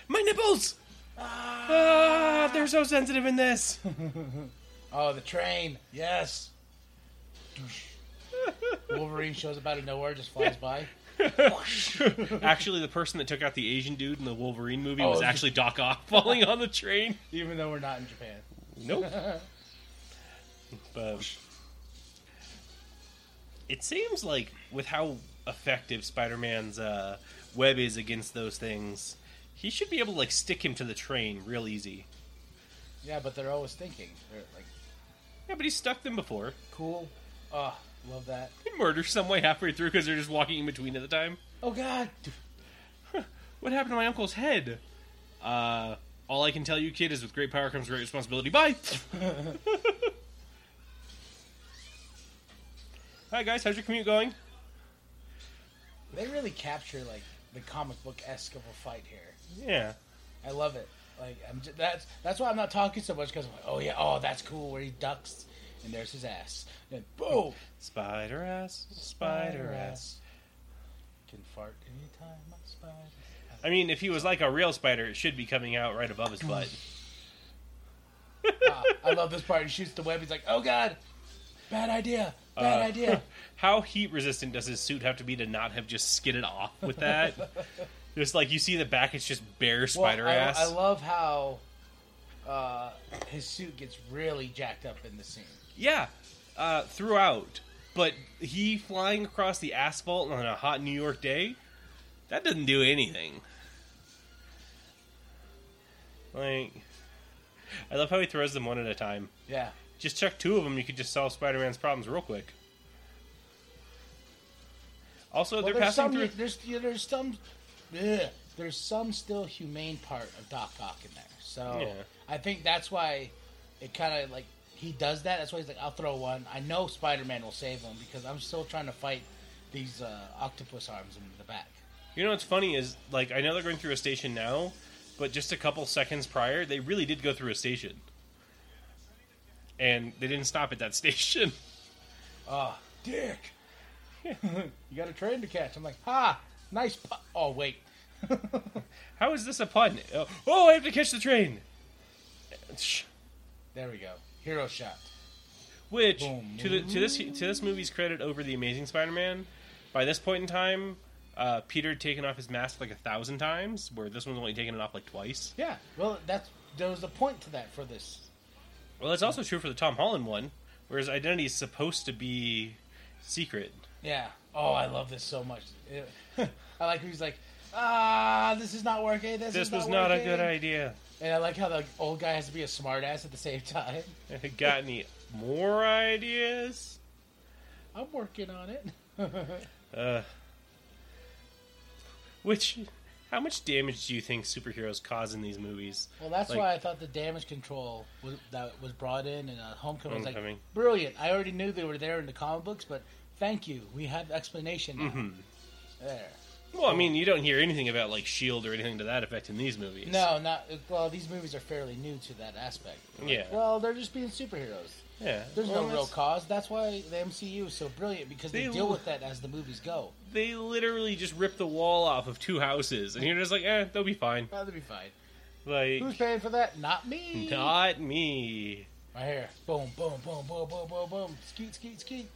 Speaker 2: My nipples! Ah, they're so sensitive in this.
Speaker 3: Oh, the train. Yes. Doosh. Wolverine shows up out of nowhere, just flies by.
Speaker 2: actually, the person that took out the Asian dude in the Wolverine movie was
Speaker 3: Oh.
Speaker 2: actually Doc Ock falling on the train.
Speaker 3: Even though we're not in Japan.
Speaker 2: Nope. But it seems like with how effective Spider-Man's uh, web is against those things, he should be able to like stick him to the train real easy.
Speaker 3: Yeah, but they're always thinking. They're like,
Speaker 2: Yeah, but he's stuck them before.
Speaker 3: cool. Oh, love that.
Speaker 2: He murders someone halfway through because they're just walking in between at the time.
Speaker 3: Oh, God.
Speaker 2: What happened to my uncle's head? Uh, all I can tell you, kid, is with great power comes great responsibility. Bye. Hi guys, how's your commute going?
Speaker 3: They really capture, like, the comic book esque of a fight here.
Speaker 2: Yeah.
Speaker 3: I love it. Like, I'm just, that's that's why I'm not talking so much because I'm like, oh, yeah, oh, that's cool where he ducks and there's his ass. And boom!
Speaker 2: Spider ass, spider ass.
Speaker 3: Can fart anytime I spider.
Speaker 2: I mean, if he was like a real spider, it should be coming out right above his butt.
Speaker 3: Ah, I love this part. He shoots the web. He's like, oh, God. Bad idea. Bad
Speaker 2: Uh,
Speaker 3: idea.
Speaker 2: How heat resistant does his suit have to be to not have just skidded off with that? just like you see the back, it's just bare spider
Speaker 3: I,
Speaker 2: ass.
Speaker 3: I love how uh, his suit gets really jacked up in the scene.
Speaker 2: Yeah, uh, throughout. But he flying across the asphalt on a hot New York day, that doesn't do anything. Like, I love how he throws them one at a time.
Speaker 3: Yeah.
Speaker 2: Just chuck two of them, you could just solve Spider Man's problems real quick. Also,
Speaker 3: Well,
Speaker 2: they're
Speaker 3: there's
Speaker 2: passing
Speaker 3: some.
Speaker 2: through.
Speaker 3: There's yeah, there's some. Ugh, there's some still humane part of Doc Ock in there. So
Speaker 2: Yeah.
Speaker 3: I think that's why it kind of like he does that. That's why he's like, I'll throw one. I know Spider Man will save him because I'm still trying to fight these uh, octopus arms in the back.
Speaker 2: You know what's funny is like I know they're going through a station now, but just a couple seconds prior, they really did go through a station, and they didn't stop at that station.
Speaker 3: Ah, Dick, you got a train to catch. I'm like, ha, nice. Pu-. Oh wait,
Speaker 2: How is this a pun? Oh, oh, I have to catch the train. Shh.
Speaker 3: there we go. Hero shot.
Speaker 2: Which
Speaker 3: Boom.
Speaker 2: to the, to this to this movie's credit over the Amazing Spider-Man, by this point in time, uh, Peter had taken off his mask like a thousand times, where this one's only taken it off like twice.
Speaker 3: Yeah. Well, that's there was a point to that for this
Speaker 2: Well, that's also true for the Tom Holland one, where his identity is supposed to be secret.
Speaker 3: Yeah. Oh, I love this so much. It- I like he's like, ah, this is not working. This,
Speaker 2: This
Speaker 3: is
Speaker 2: was not a
Speaker 3: working."
Speaker 2: good idea.
Speaker 3: And I like how the old guy has to be a smartass at the same time.
Speaker 2: Got any more ideas?
Speaker 3: I'm working on it.
Speaker 2: Uh, which, how much damage do you think superheroes cause in these movies?
Speaker 3: Well, that's
Speaker 2: Like-
Speaker 3: why I thought the damage control was, that was brought in and uh, Homecoming was like
Speaker 2: Homecoming.
Speaker 3: brilliant. I already knew they were there in the comic books, but thank you. We have explanation now.
Speaker 2: Mm-hmm.
Speaker 3: There.
Speaker 2: Well, I mean, you don't hear anything about like Shield E or anything to that effect in these movies.
Speaker 3: No, not well. These movies are fairly new to that aspect.
Speaker 2: Yeah.
Speaker 3: Well, they're just being superheroes.
Speaker 2: Yeah.
Speaker 3: There's
Speaker 2: Well,
Speaker 3: no real
Speaker 2: that's-
Speaker 3: cause. That's why the MCU is so brilliant because they,
Speaker 2: They
Speaker 3: deal
Speaker 2: l-
Speaker 3: with that as the movies go.
Speaker 2: They literally just rip the wall off of two houses, and you're just like, eh, they'll be fine.
Speaker 3: That'd be fine.
Speaker 2: Like,
Speaker 3: Who's paying for that? Not me.
Speaker 2: not me.
Speaker 3: Right here. Boom, boom, boom, boom, boom, boom, boom. Skeet, skeet, skeet.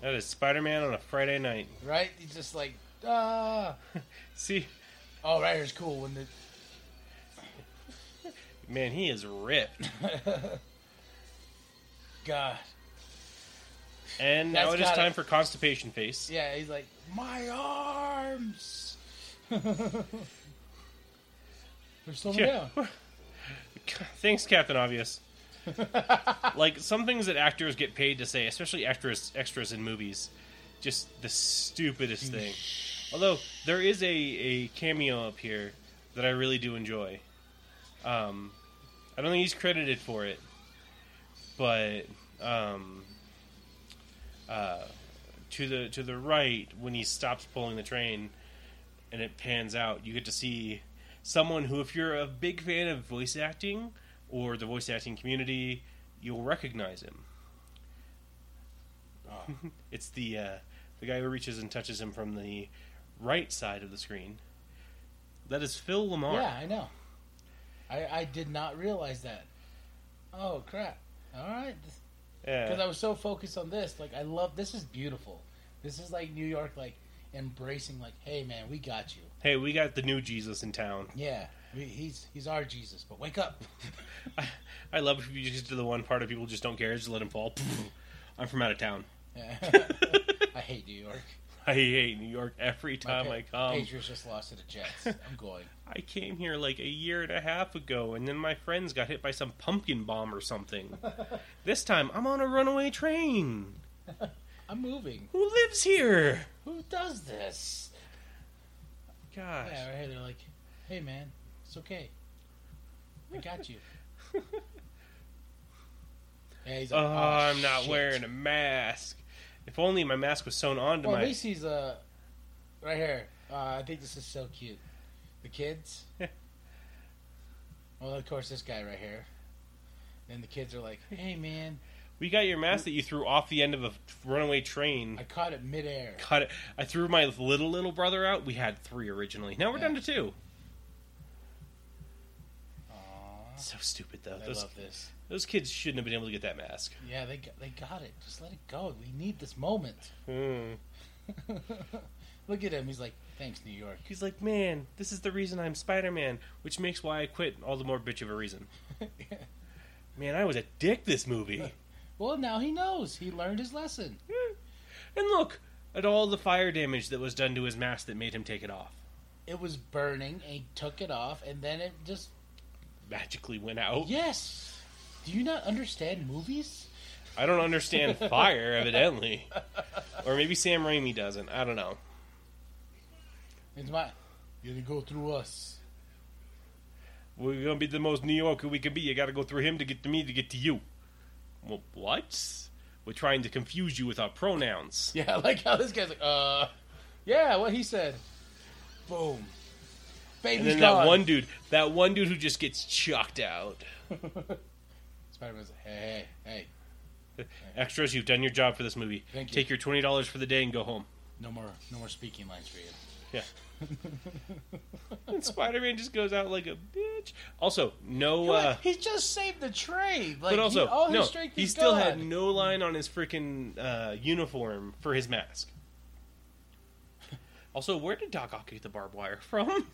Speaker 2: That is Spider-Man on a Friday night.
Speaker 3: Right? He's just like, ah.
Speaker 2: See,
Speaker 3: Oh, right here's cool. When the
Speaker 2: man, he is ripped.
Speaker 3: God.
Speaker 2: And now
Speaker 3: That's
Speaker 2: it is
Speaker 3: gotta-
Speaker 2: time for constipation face.
Speaker 3: Yeah, he's like, my arms. They're slowing
Speaker 2: Yeah.
Speaker 3: down.
Speaker 2: Thanks, Captain Obvious. like some things that actors get paid to say, especially actors extras in movies, just the stupidest thing. Although there is a, a cameo up here that I really do enjoy. Um, I don't think he's credited for it, but um, uh, to the to the right when he stops pulling the train and it pans out, you get to see someone who, if you're a big fan of voice acting or the voice acting community, you'll recognize him. it's the uh, the guy who reaches and touches him from the right side of the screen. That is Phil Lamar.
Speaker 3: Yeah, I know. I, I did not realize that. Oh, crap. All right. This,
Speaker 2: Yeah.
Speaker 3: because I was so focused on this. Like, I love this is beautiful. This is like New York, like embracing, like, hey man, we got you.
Speaker 2: hey, we got the new Jesus in town.
Speaker 3: Yeah, we, he's he's our Jesus. But wake up.
Speaker 2: I, I love if you just do the one part of people just don't care, just let him fall. I'm from out of town.
Speaker 3: I hate New York.
Speaker 2: I hate New York every
Speaker 3: My
Speaker 2: time
Speaker 3: pa-
Speaker 2: I come.
Speaker 3: Patriots just lost to the Jets. I'm going.
Speaker 2: I came here like a year and a half ago, and then my friends got hit by some pumpkin bomb or something. this time, I'm on a runaway train.
Speaker 3: I'm moving.
Speaker 2: Who lives here?
Speaker 3: Who does this?
Speaker 2: Gosh.
Speaker 3: Yeah, right here they're like, hey man, it's okay. I got you. Yeah, he's
Speaker 2: Oh,
Speaker 3: like,
Speaker 2: I'm not
Speaker 3: shit."
Speaker 2: wearing a mask. If only my mask was sewn onto
Speaker 3: Well,
Speaker 2: my.
Speaker 3: at least he's uh, right here. Uh, I think this is so cute. The kids. well, of course, this guy right here. And the kids are like, "Hey, man,
Speaker 2: We got your mask that you threw off the end of a runaway train.
Speaker 3: I caught it midair."
Speaker 2: Cut it. I threw my little little brother out. We had three originally. Now we're
Speaker 3: Yeah.
Speaker 2: down to two.
Speaker 3: Aww.
Speaker 2: So stupid though.
Speaker 3: I
Speaker 2: Those,
Speaker 3: love this.
Speaker 2: those kids shouldn't have been able to get that mask.
Speaker 3: Yeah, they got, they got it. Just let it go. We need this moment.
Speaker 2: Hmm.
Speaker 3: Look at him. He's like, "Thanks, New York."
Speaker 2: He's like, man, this is the reason I'm Spider Man, which makes why I quit all the more bitch of a reason. Man, I was a dick this movie.
Speaker 3: well, now he knows. He learned his lesson.
Speaker 2: And look at all the fire damage that was done to his mask that made him take it off.
Speaker 3: It was burning, and he took it off, and then it just
Speaker 2: magically went out.
Speaker 3: Yes. Do you not understand movies?
Speaker 2: I don't understand fire, evidently. Or maybe Sam Raimi doesn't. I don't know.
Speaker 3: It's my. You gotta go through us.
Speaker 2: We're gonna be the most New Yorker we can be. You gotta go through him to get to me to get to you. Well, what? We're trying to confuse you with our pronouns.
Speaker 3: Yeah, I like how this guy's like, uh, yeah, what he said. Boom.
Speaker 2: And
Speaker 3: Baby's
Speaker 2: then
Speaker 3: gone.
Speaker 2: that one dude, that one dude who just gets chucked out.
Speaker 3: Spider-Man's like, hey, hey, hey,
Speaker 2: Extras, you've done your job for this movie.
Speaker 3: Thank you.
Speaker 2: Take your twenty dollars for the day and go home.
Speaker 3: no more, no more speaking lines for you.
Speaker 2: Yeah. and Spider-Man just goes out like a bitch. Also, no. Uh,
Speaker 3: he just saved the trade. Like,
Speaker 2: but also,
Speaker 3: he, all his
Speaker 2: no.
Speaker 3: strength
Speaker 2: He
Speaker 3: is
Speaker 2: still
Speaker 3: gone.
Speaker 2: had no line on his freaking uh, uniform for his mask. Also, where did Doc Ock get the barbed wire from?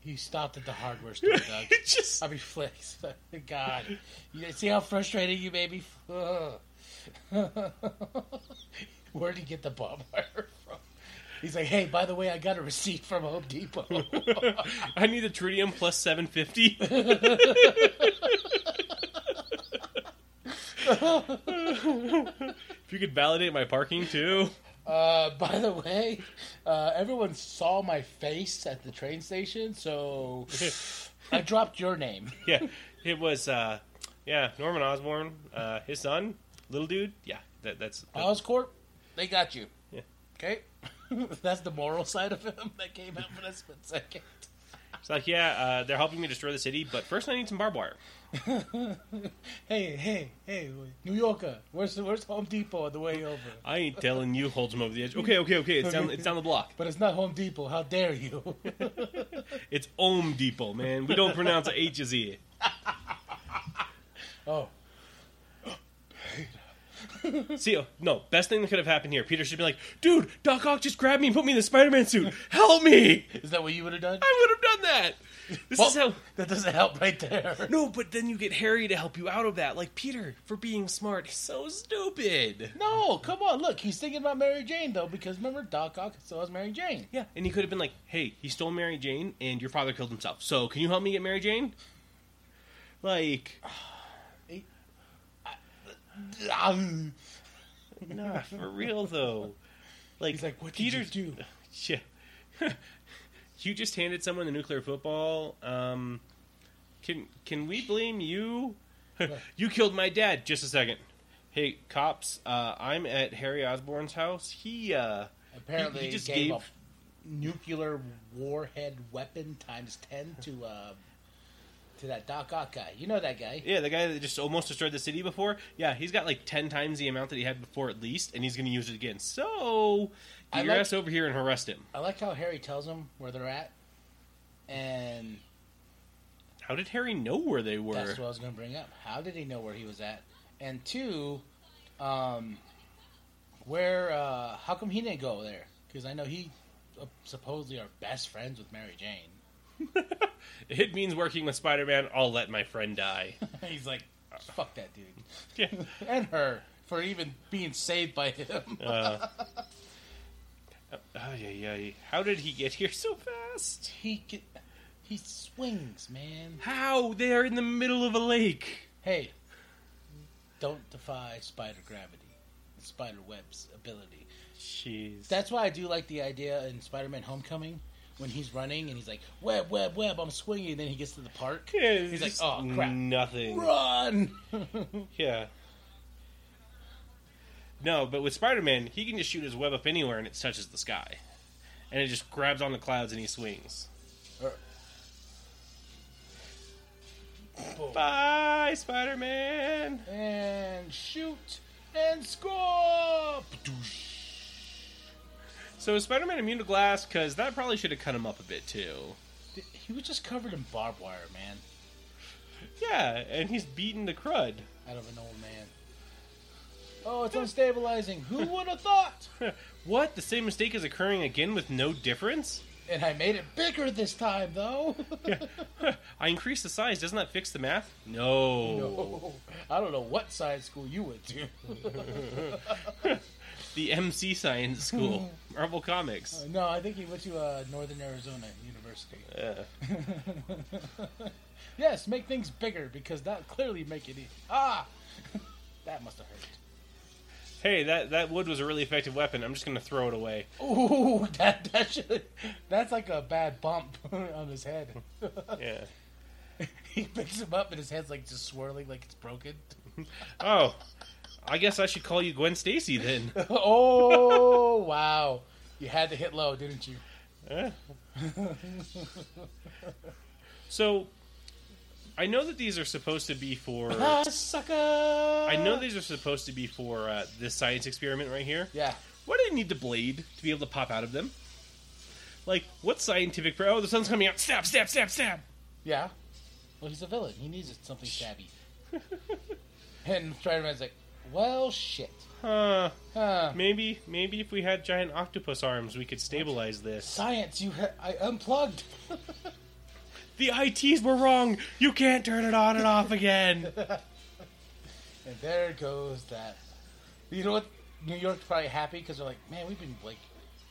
Speaker 3: He stopped at the hardware store, Doug.
Speaker 2: it just
Speaker 3: I'll be flexed. God, you see how frustrating you made me. Ugh. Where'd he get the barbed wire from? He's like, hey, by the way, I got a receipt from Home Depot.
Speaker 2: I need the tritium plus 750. if you could validate my parking too.
Speaker 3: Uh, by the way, uh, everyone saw my face at the train station, so I dropped your name.
Speaker 2: Yeah, it was, uh, yeah, Norman Osborn, uh, his son, little dude. Yeah, that, that's.
Speaker 3: Oscorp, they got you.
Speaker 2: Yeah.
Speaker 3: Okay? That's the moral side of him that came out for a split second.
Speaker 2: It's like, yeah, uh, they're helping me destroy the city, but first I need some barbed wire.
Speaker 3: Hey, hey, hey, New Yorker, where's, where's Home Depot on the way over?
Speaker 2: I ain't telling you, holds him over the edge. Okay, okay, okay, it's down, it's down the block.
Speaker 3: But it's not Home Depot. How dare you?
Speaker 2: It's Ohm Depot, man. We don't pronounce the H's here.
Speaker 3: oh,
Speaker 2: See, oh, no, best thing that could have happened here. Peter should be like, dude, Doc Ock just grabbed me and put me in the Spider-Man suit. Help me!
Speaker 3: is that what you would have done?
Speaker 2: I would have done that. This is
Speaker 3: Well,
Speaker 2: how.
Speaker 3: that doesn't help right there.
Speaker 2: No, but then you get Harry to help you out of that. Like Peter, for being smart, he's so stupid.
Speaker 3: No, come on. Look, he's thinking about Mary Jane though, because remember Doc Ock still has Mary Jane.
Speaker 2: Yeah, and he could have been like, "Hey, he stole Mary Jane, and your father killed himself. So can you help me get Mary Jane?" Like,
Speaker 3: He's
Speaker 2: nah, for real though. Like,
Speaker 3: like, what
Speaker 2: Peter
Speaker 3: did you do?
Speaker 2: Yeah. you just handed someone the nuclear football. Um, can can we blame you? you killed my dad. Just a second. Hey, cops. Uh, I'm at Harry Osborne's house. He uh,
Speaker 3: Apparently,
Speaker 2: He-
Speaker 3: he,
Speaker 2: he just
Speaker 3: gave,
Speaker 2: gave-
Speaker 3: a nuclear warhead weapon times ten to uh, to that Doc Ock guy. You know that guy.
Speaker 2: yeah, the guy that just almost destroyed the city before. Yeah, he's got like ten times the amount that he had before at least, and he's going to use it again. So
Speaker 3: I
Speaker 2: get your
Speaker 3: like-
Speaker 2: ass over here and arrest him.
Speaker 3: I like how Harry tells him where they're at, and
Speaker 2: How did Harry know where they were?
Speaker 3: That's what I was going to bring up. How did he know where he was at? And two, um, where? Uh, how come he didn't go there? Because I know he uh, supposedly are best friends with Mary Jane.
Speaker 2: it means working with Spider-Man. I'll let my friend die.
Speaker 3: He's like, fuck that dude
Speaker 2: yeah.
Speaker 3: and her for even being saved by him.
Speaker 2: Uh, ay, ay, ay. How did he get here so fast?
Speaker 3: He get, he swings, man.
Speaker 2: How? They are in the middle of a lake.
Speaker 3: Hey, don't defy spider gravity, spider web's ability.
Speaker 2: Jeez.
Speaker 3: That's why I do like the idea in Spider-Man: Homecoming when he's running and he's like, "Web, web, web!" I'm swinging. And then he gets to the park.
Speaker 2: Yeah,
Speaker 3: he's like,
Speaker 2: just
Speaker 3: "Oh crap,
Speaker 2: Nothing.
Speaker 3: run!"
Speaker 2: Yeah. No, but with Spider-Man, he can just shoot his web up anywhere and it touches the sky, and it just grabs on the clouds and he swings.
Speaker 3: Or- Boom.
Speaker 2: Bye, Spider-Man.
Speaker 3: and shoot and score. Padoosh.
Speaker 2: So is Spider-Man immune to glass? Because that probably should have cut him up a bit too.
Speaker 3: He was just covered in barbed wire, man.
Speaker 2: Yeah, and he's beaten the crud.
Speaker 3: Out of an old man. Oh, it's unstabilizing. Who would have thought?
Speaker 2: What? The same mistake is occurring again with no difference?
Speaker 3: And I made it bigger this time, though.
Speaker 2: I increased the size. Doesn't that fix the math? No.
Speaker 3: No. I don't know what science school you went to.
Speaker 2: the MC Science School, Marvel Comics.
Speaker 3: No, I think he went to uh, Northern Arizona University.
Speaker 2: Yeah.
Speaker 3: Yes, make things bigger because that clearly make it easy. Ah, that must have hurt.
Speaker 2: Hey, that that wood was a really effective weapon. I'm just gonna throw it away.
Speaker 3: Ooh, that that should, that's like a bad bump on his head.
Speaker 2: Yeah.
Speaker 3: he picks him up and his head's like just swirling like it's broken.
Speaker 2: Oh, I guess I should call you Gwen Stacy then.
Speaker 3: oh wow, you had to hit low, didn't you?
Speaker 2: Eh. so, I know that these are supposed to be for.
Speaker 3: Ah, sucker! I
Speaker 2: I know these are supposed to be for uh, this science experiment right here.
Speaker 3: Yeah,
Speaker 2: Why do they need the blade to be able to pop out of them? Like, what scientific? Pro- oh, the sun's coming out! Stab! Stab! Stab! Stab!
Speaker 3: yeah. Well, he's a villain. He needs something shabby. and Spider-Man's like, well, shit.
Speaker 2: Huh.
Speaker 3: Huh.
Speaker 2: Maybe, maybe if we had giant octopus arms, we could stabilize this.
Speaker 3: Science, you ha- I unplugged.
Speaker 2: The ITs were wrong. You can't turn it on and off again.
Speaker 3: And there goes that. You know what? New York's probably happy because they're like, man, we've been like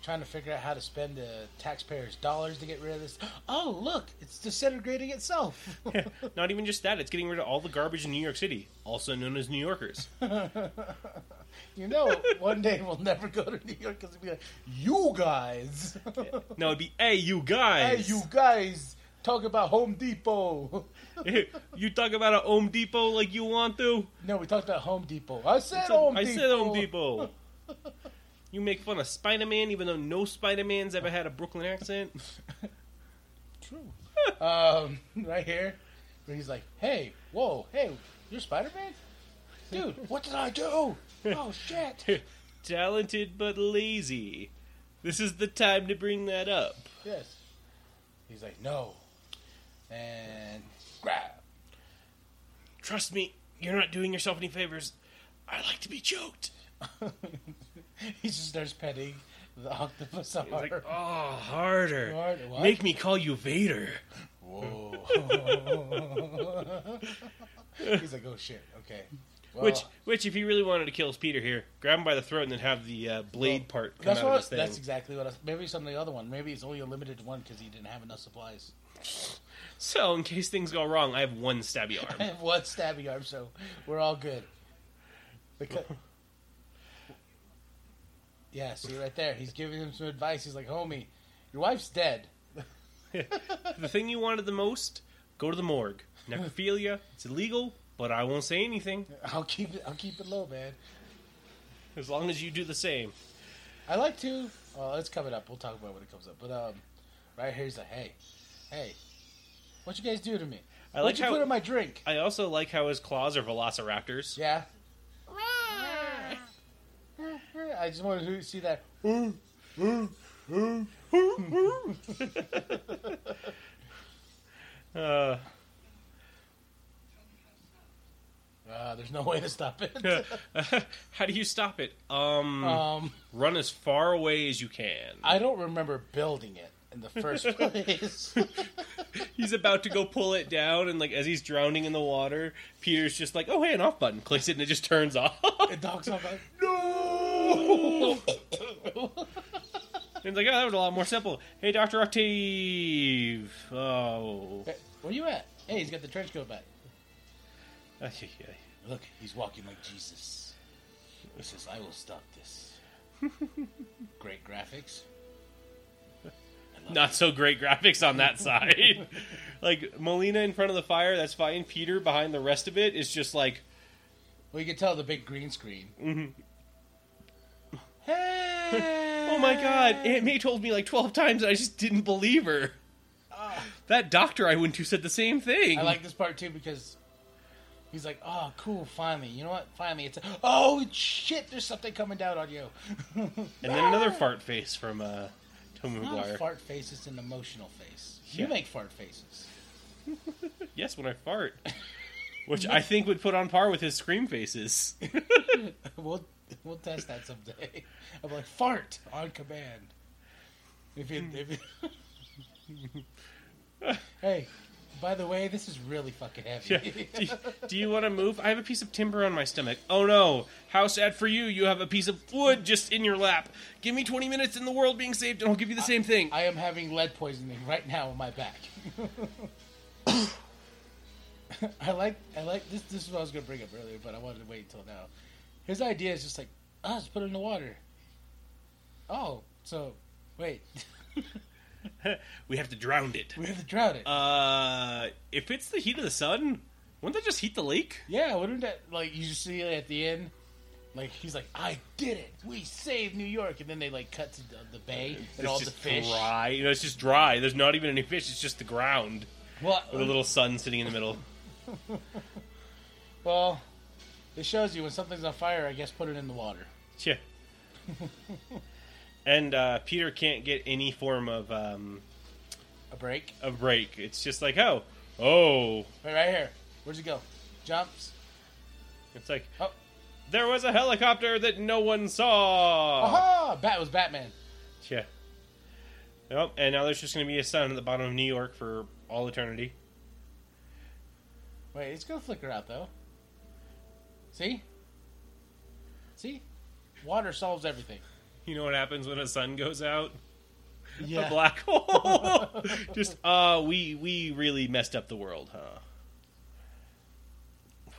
Speaker 3: trying to figure out how to spend the taxpayers' dollars to get rid of this. Oh, look, it's disintegrating itself.
Speaker 2: Not even just that; it's getting rid of all the garbage in New York City, also known as New Yorkers.
Speaker 3: you know, one day we'll never go to New York because we'll be like, you guys,
Speaker 2: No, it'd be hey, you guys.
Speaker 3: hey, you guys, talk about Home Depot.
Speaker 2: you talk about a Home Depot like you want to.
Speaker 3: no, we talked about Home Depot. I said
Speaker 2: I said-
Speaker 3: Home
Speaker 2: I
Speaker 3: Depot.
Speaker 2: said Home Depot. You make fun of Spider Man, even though no Spider Man's ever had a Brooklyn accent.
Speaker 3: True. um, right here, where he's like, "Hey, whoa, hey, you're Spider Man, dude. What did I do? Oh shit!
Speaker 2: Talented but lazy. This is the time to bring that up.
Speaker 3: Yes." He's like, "No," and grab.
Speaker 2: Trust me, you're not doing yourself any favors. I like to be choked.
Speaker 3: he just starts petting the octopus arm.
Speaker 2: It's like, oh, harder.
Speaker 3: Hard- what?
Speaker 2: Make me call you Vader. "Oh."
Speaker 3: Whoa! he's like, "Oh shit, okay." Well,
Speaker 2: Which, which, if he really wanted to kill Peter here, grab him by the throat and then have the uh, blade
Speaker 3: Well,
Speaker 2: part come
Speaker 3: That's
Speaker 2: out of
Speaker 3: what.
Speaker 2: his thing.
Speaker 3: That's exactly what. I, maybe it's on the other one. Maybe it's only a limited one because he didn't have enough supplies.
Speaker 2: So, in case things go wrong, I have one stabby
Speaker 3: I
Speaker 2: arm.
Speaker 3: have one stabby arm, so we're all good. Because, yeah, see right there, he's giving him some advice. He's like, "Homie, your wife's dead."
Speaker 2: the thing you wanted the most, go to the morgue. Necrophilia, it's illegal, but I won't say anything
Speaker 3: I'll keep it. I'll keep it low, man.
Speaker 2: as long as you do the same.
Speaker 3: I like to. Well, it's coming up. We'll talk about it when it comes up. But um, right here, he's like, "Hey, hey, what you guys do to me?
Speaker 2: I
Speaker 3: what
Speaker 2: like
Speaker 3: you
Speaker 2: how-
Speaker 3: put in my drink?"
Speaker 2: I also like how his claws are velociraptors.
Speaker 3: Yeah. I just wanted to see that.
Speaker 2: Uh,
Speaker 3: Uh, there's no way to stop it.
Speaker 2: Uh, how do you stop it? Um,
Speaker 3: um,
Speaker 2: run as far away as you can.
Speaker 3: I don't remember building it in the first place.
Speaker 2: He's about to go pull it down, and like as he's drowning in the water, Peter's just like, "Oh, hey, an off button." Clicks it, and it just turns off.
Speaker 3: The dog's not like,
Speaker 2: No. It's like, oh, that was a lot more simple. Hey, Doctor Octave. Oh,
Speaker 3: "Hey, where you at? Hey, he's got the trench coat back.
Speaker 2: Ay, ay, ay.
Speaker 3: Look, he's walking like Jesus. He says, I will stop this. Great graphics.
Speaker 2: not so great graphics on that side. like Molina in front of the fire, that's fine. Peter behind the rest of it is just like,
Speaker 3: Well, you can tell the big green screen. Hey!
Speaker 2: Mm-hmm. oh my god, Aunt May told me like twelve times, and I just didn't believe her. That doctor I went to said the same thing.
Speaker 3: Ah. I like this part too because he's like, oh, cool, finally. You know what? Finally. It's, oh, shit, there's something coming down on you.
Speaker 2: and then another fart face from uh, Tom
Speaker 3: Not a
Speaker 2: McGuire.
Speaker 3: fart face, it's an emotional face. You
Speaker 2: Yeah.
Speaker 3: make fart faces.
Speaker 2: Yes, when I fart. Which I think would put on par with his scream faces.
Speaker 3: We'll we'll test that someday. I'm like fart on command. If you, if you... hey, By the way, this is really fucking
Speaker 2: Yeah.
Speaker 3: heavy.
Speaker 2: Do you, do you want to move? I have a piece of timber on my stomach. Oh no! How sad for you. You have a piece of wood just in your lap. Give me 20 minutes in the world being saved, and I'll give you the same thing.
Speaker 3: I am having lead poisoning right now on my back. I like I like this this is what I was gonna bring up earlier, but I wanted to wait until now. His idea is just like, ah, just put it in the water. Oh, so wait.
Speaker 2: we have to drown it.
Speaker 3: we have to drown it.
Speaker 2: Uh, if it's the heat of the sun, wouldn't that just heat the lake?
Speaker 3: yeah, wouldn't that like you see it at the end? Like he's like, I did it. We saved New York, and then they like cut to the, the bay and
Speaker 2: it's
Speaker 3: all the
Speaker 2: just
Speaker 3: fish.
Speaker 2: dry. You know, it's just dry. There's not even any fish. It's just the ground
Speaker 3: Well,
Speaker 2: with a little sun sitting in the middle.
Speaker 3: well, it shows you when something's on fire. I guess put it in the water.
Speaker 2: Yeah. and uh, Peter can't get any form of um,
Speaker 3: A break.
Speaker 2: a break. It's just like, oh, oh.
Speaker 3: Wait, right here. Where'd you go? Jumps.
Speaker 2: It's like
Speaker 3: Oh,
Speaker 2: there was a helicopter that no one saw.
Speaker 3: aha! Bat was Batman.
Speaker 2: Yeah. Nope. And now there's just going to be a sun at the bottom of New York for all eternity.
Speaker 3: Wait, it's gonna flicker out though. See? See? Water solves everything.
Speaker 2: You know what happens when a sun goes out?
Speaker 3: Yeah.
Speaker 2: A black hole. just uh, we we really messed up the world, huh?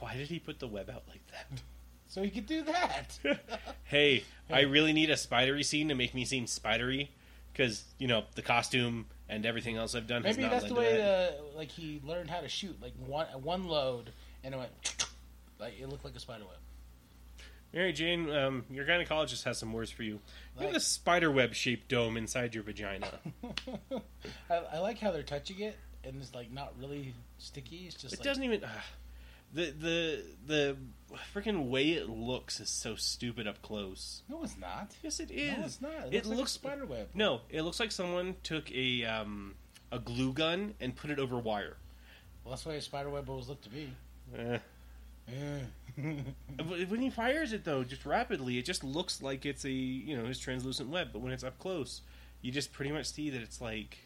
Speaker 2: Why did he put the web out like that?
Speaker 3: So he could do that.
Speaker 2: hey, I really need a spidery scene to make me seem spidery, because you know the costume and everything else I've done. has
Speaker 3: Maybe
Speaker 2: not
Speaker 3: that's
Speaker 2: led
Speaker 3: the
Speaker 2: to
Speaker 3: way
Speaker 2: that.
Speaker 3: uh, like he learned how to shoot like one one load and it went like it looked like a spider web.
Speaker 2: Mary Jane, um, your gynecologist has some words for you. You have
Speaker 3: Like-
Speaker 2: a spider web shaped dome inside your vagina.
Speaker 3: I, I like how they're touching it and it's like not really sticky. It's just
Speaker 2: it
Speaker 3: like
Speaker 2: doesn't even. Uh, the the the freaking way it looks is so stupid up close.
Speaker 3: no, it's not.
Speaker 2: Yes, it
Speaker 3: No,
Speaker 2: is.
Speaker 3: it's not. It, looks,
Speaker 2: It looks-
Speaker 3: like a spider web.
Speaker 2: No, it looks like someone took a um, a glue gun and put it over wire.
Speaker 3: Well, that's the way a spider web always looked to me.
Speaker 2: Eh. But When he fires it though, just rapidly, it just looks like it's a you know his translucent web. But when it's up close, you just pretty much see that it's like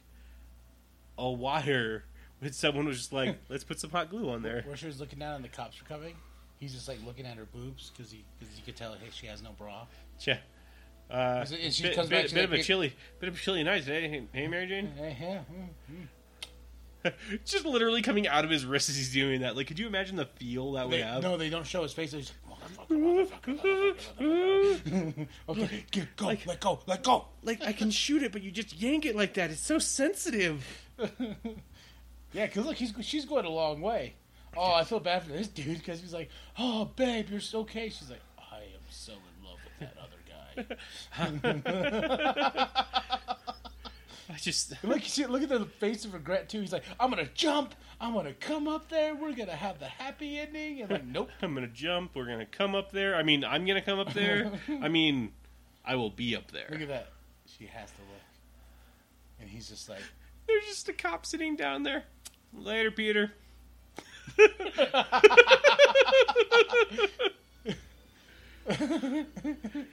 Speaker 2: a wire. With someone was just like, let's put some hot glue on there.
Speaker 3: Where she was looking down and the cops were coming. He's just like looking at her boobs because he because you could tell hey, she has no bra.
Speaker 2: Yeah. Uh,
Speaker 3: Is it- is she
Speaker 2: bit
Speaker 3: comes
Speaker 2: bit-
Speaker 3: back to
Speaker 2: bit
Speaker 3: that
Speaker 2: of a
Speaker 3: big-
Speaker 2: chilly, bit of a chilly night today. Hey, Mary Jane.
Speaker 3: Eh, yeah, mm.
Speaker 2: It's just literally coming out of his wrist as he's doing that. Like, could you imagine the feel that would
Speaker 3: They,
Speaker 2: have?
Speaker 3: no, they don't show his face. He's like, okay, get, go,
Speaker 2: Like-
Speaker 3: let go, let go.
Speaker 2: like I can shoot it, but you just yank it like that. It's so sensitive.
Speaker 3: Yeah, because look, he's, she's going a long way. Oh, I feel bad for this dude because he's like, oh, babe, you're so okay. She's like, I am so in love with that other guy.
Speaker 2: I just
Speaker 3: look, she, look at the face of regret too. He's like, I'm gonna jump. I'm gonna come up there. We're gonna have the happy ending. And like, nope.
Speaker 2: I'm gonna jump. We're gonna come up there. I mean, I'm gonna come up there. I mean, I will be up
Speaker 3: Look
Speaker 2: there.
Speaker 3: at that. She has to look. And he's just like,
Speaker 2: There's just a cop sitting down there. Later, Peter.
Speaker 3: Mary,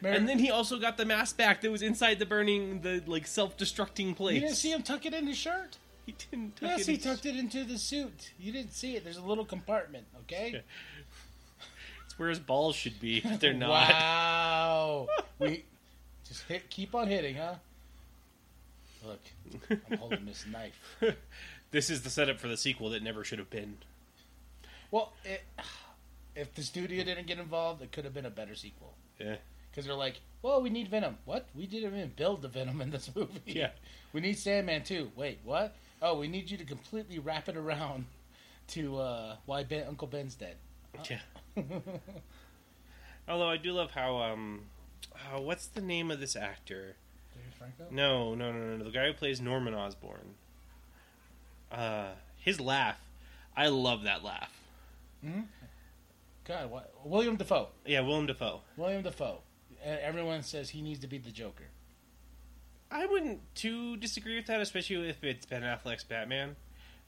Speaker 2: And then he also got the mask back that was inside the burning, the like self-destructing place.
Speaker 3: you didn't see him tuck it in his shirt?
Speaker 2: He didn't. Tuck
Speaker 3: Yes,
Speaker 2: it
Speaker 3: he
Speaker 2: in-
Speaker 3: tucked it into the suit. You didn't see it. There's a little compartment, okay?
Speaker 2: It's where his balls should be. But they're not.
Speaker 3: Wow. we just hit, keep on hitting, huh? Look, I'm holding this knife.
Speaker 2: This is the setup for the sequel that never should have been.
Speaker 3: Well, it, if the studio didn't get involved, it could have been a better sequel.
Speaker 2: Yeah.
Speaker 3: Because they're like, well, we need Venom. What? We didn't even build the Venom in this movie.
Speaker 2: Yeah.
Speaker 3: We need Sandman too. Wait, what? Oh, we need you to completely wrap it around to uh, why ben, Uncle Ben's dead.
Speaker 2: Yeah. Although I do love how um, oh, what's the name of this actor?
Speaker 3: David Franco?
Speaker 2: No, no, no, no, no. The guy who plays Norman Osborn. Uh, his laugh. I love that laugh.
Speaker 3: God, why William Defoe.
Speaker 2: Yeah, Willem Dafoe.
Speaker 3: William Defoe. Everyone says he needs to be the Joker.
Speaker 2: I wouldn't too disagree with that, especially if it's Ben Affleck's Batman.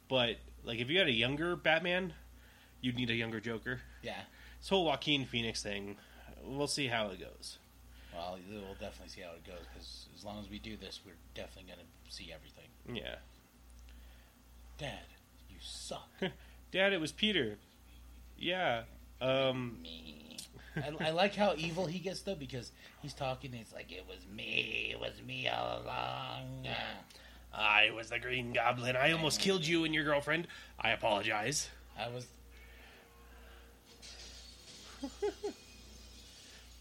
Speaker 2: But like, if you had a younger Batman, you'd need a younger Joker.
Speaker 3: Yeah.
Speaker 2: This whole Joaquin Phoenix thing. We'll see how it goes.
Speaker 3: Well, we'll definitely see how it goes because as long as we do this, we're definitely going to see everything.
Speaker 2: Yeah.
Speaker 3: Dad, you suck.
Speaker 2: Dad, it was Peter. Yeah. Um,
Speaker 3: I, I like how evil he gets though because he's talking. And it's like it was me. It was me all along.
Speaker 2: I was the Green Goblin. I almost killed you and your girlfriend. I apologize.
Speaker 3: I was.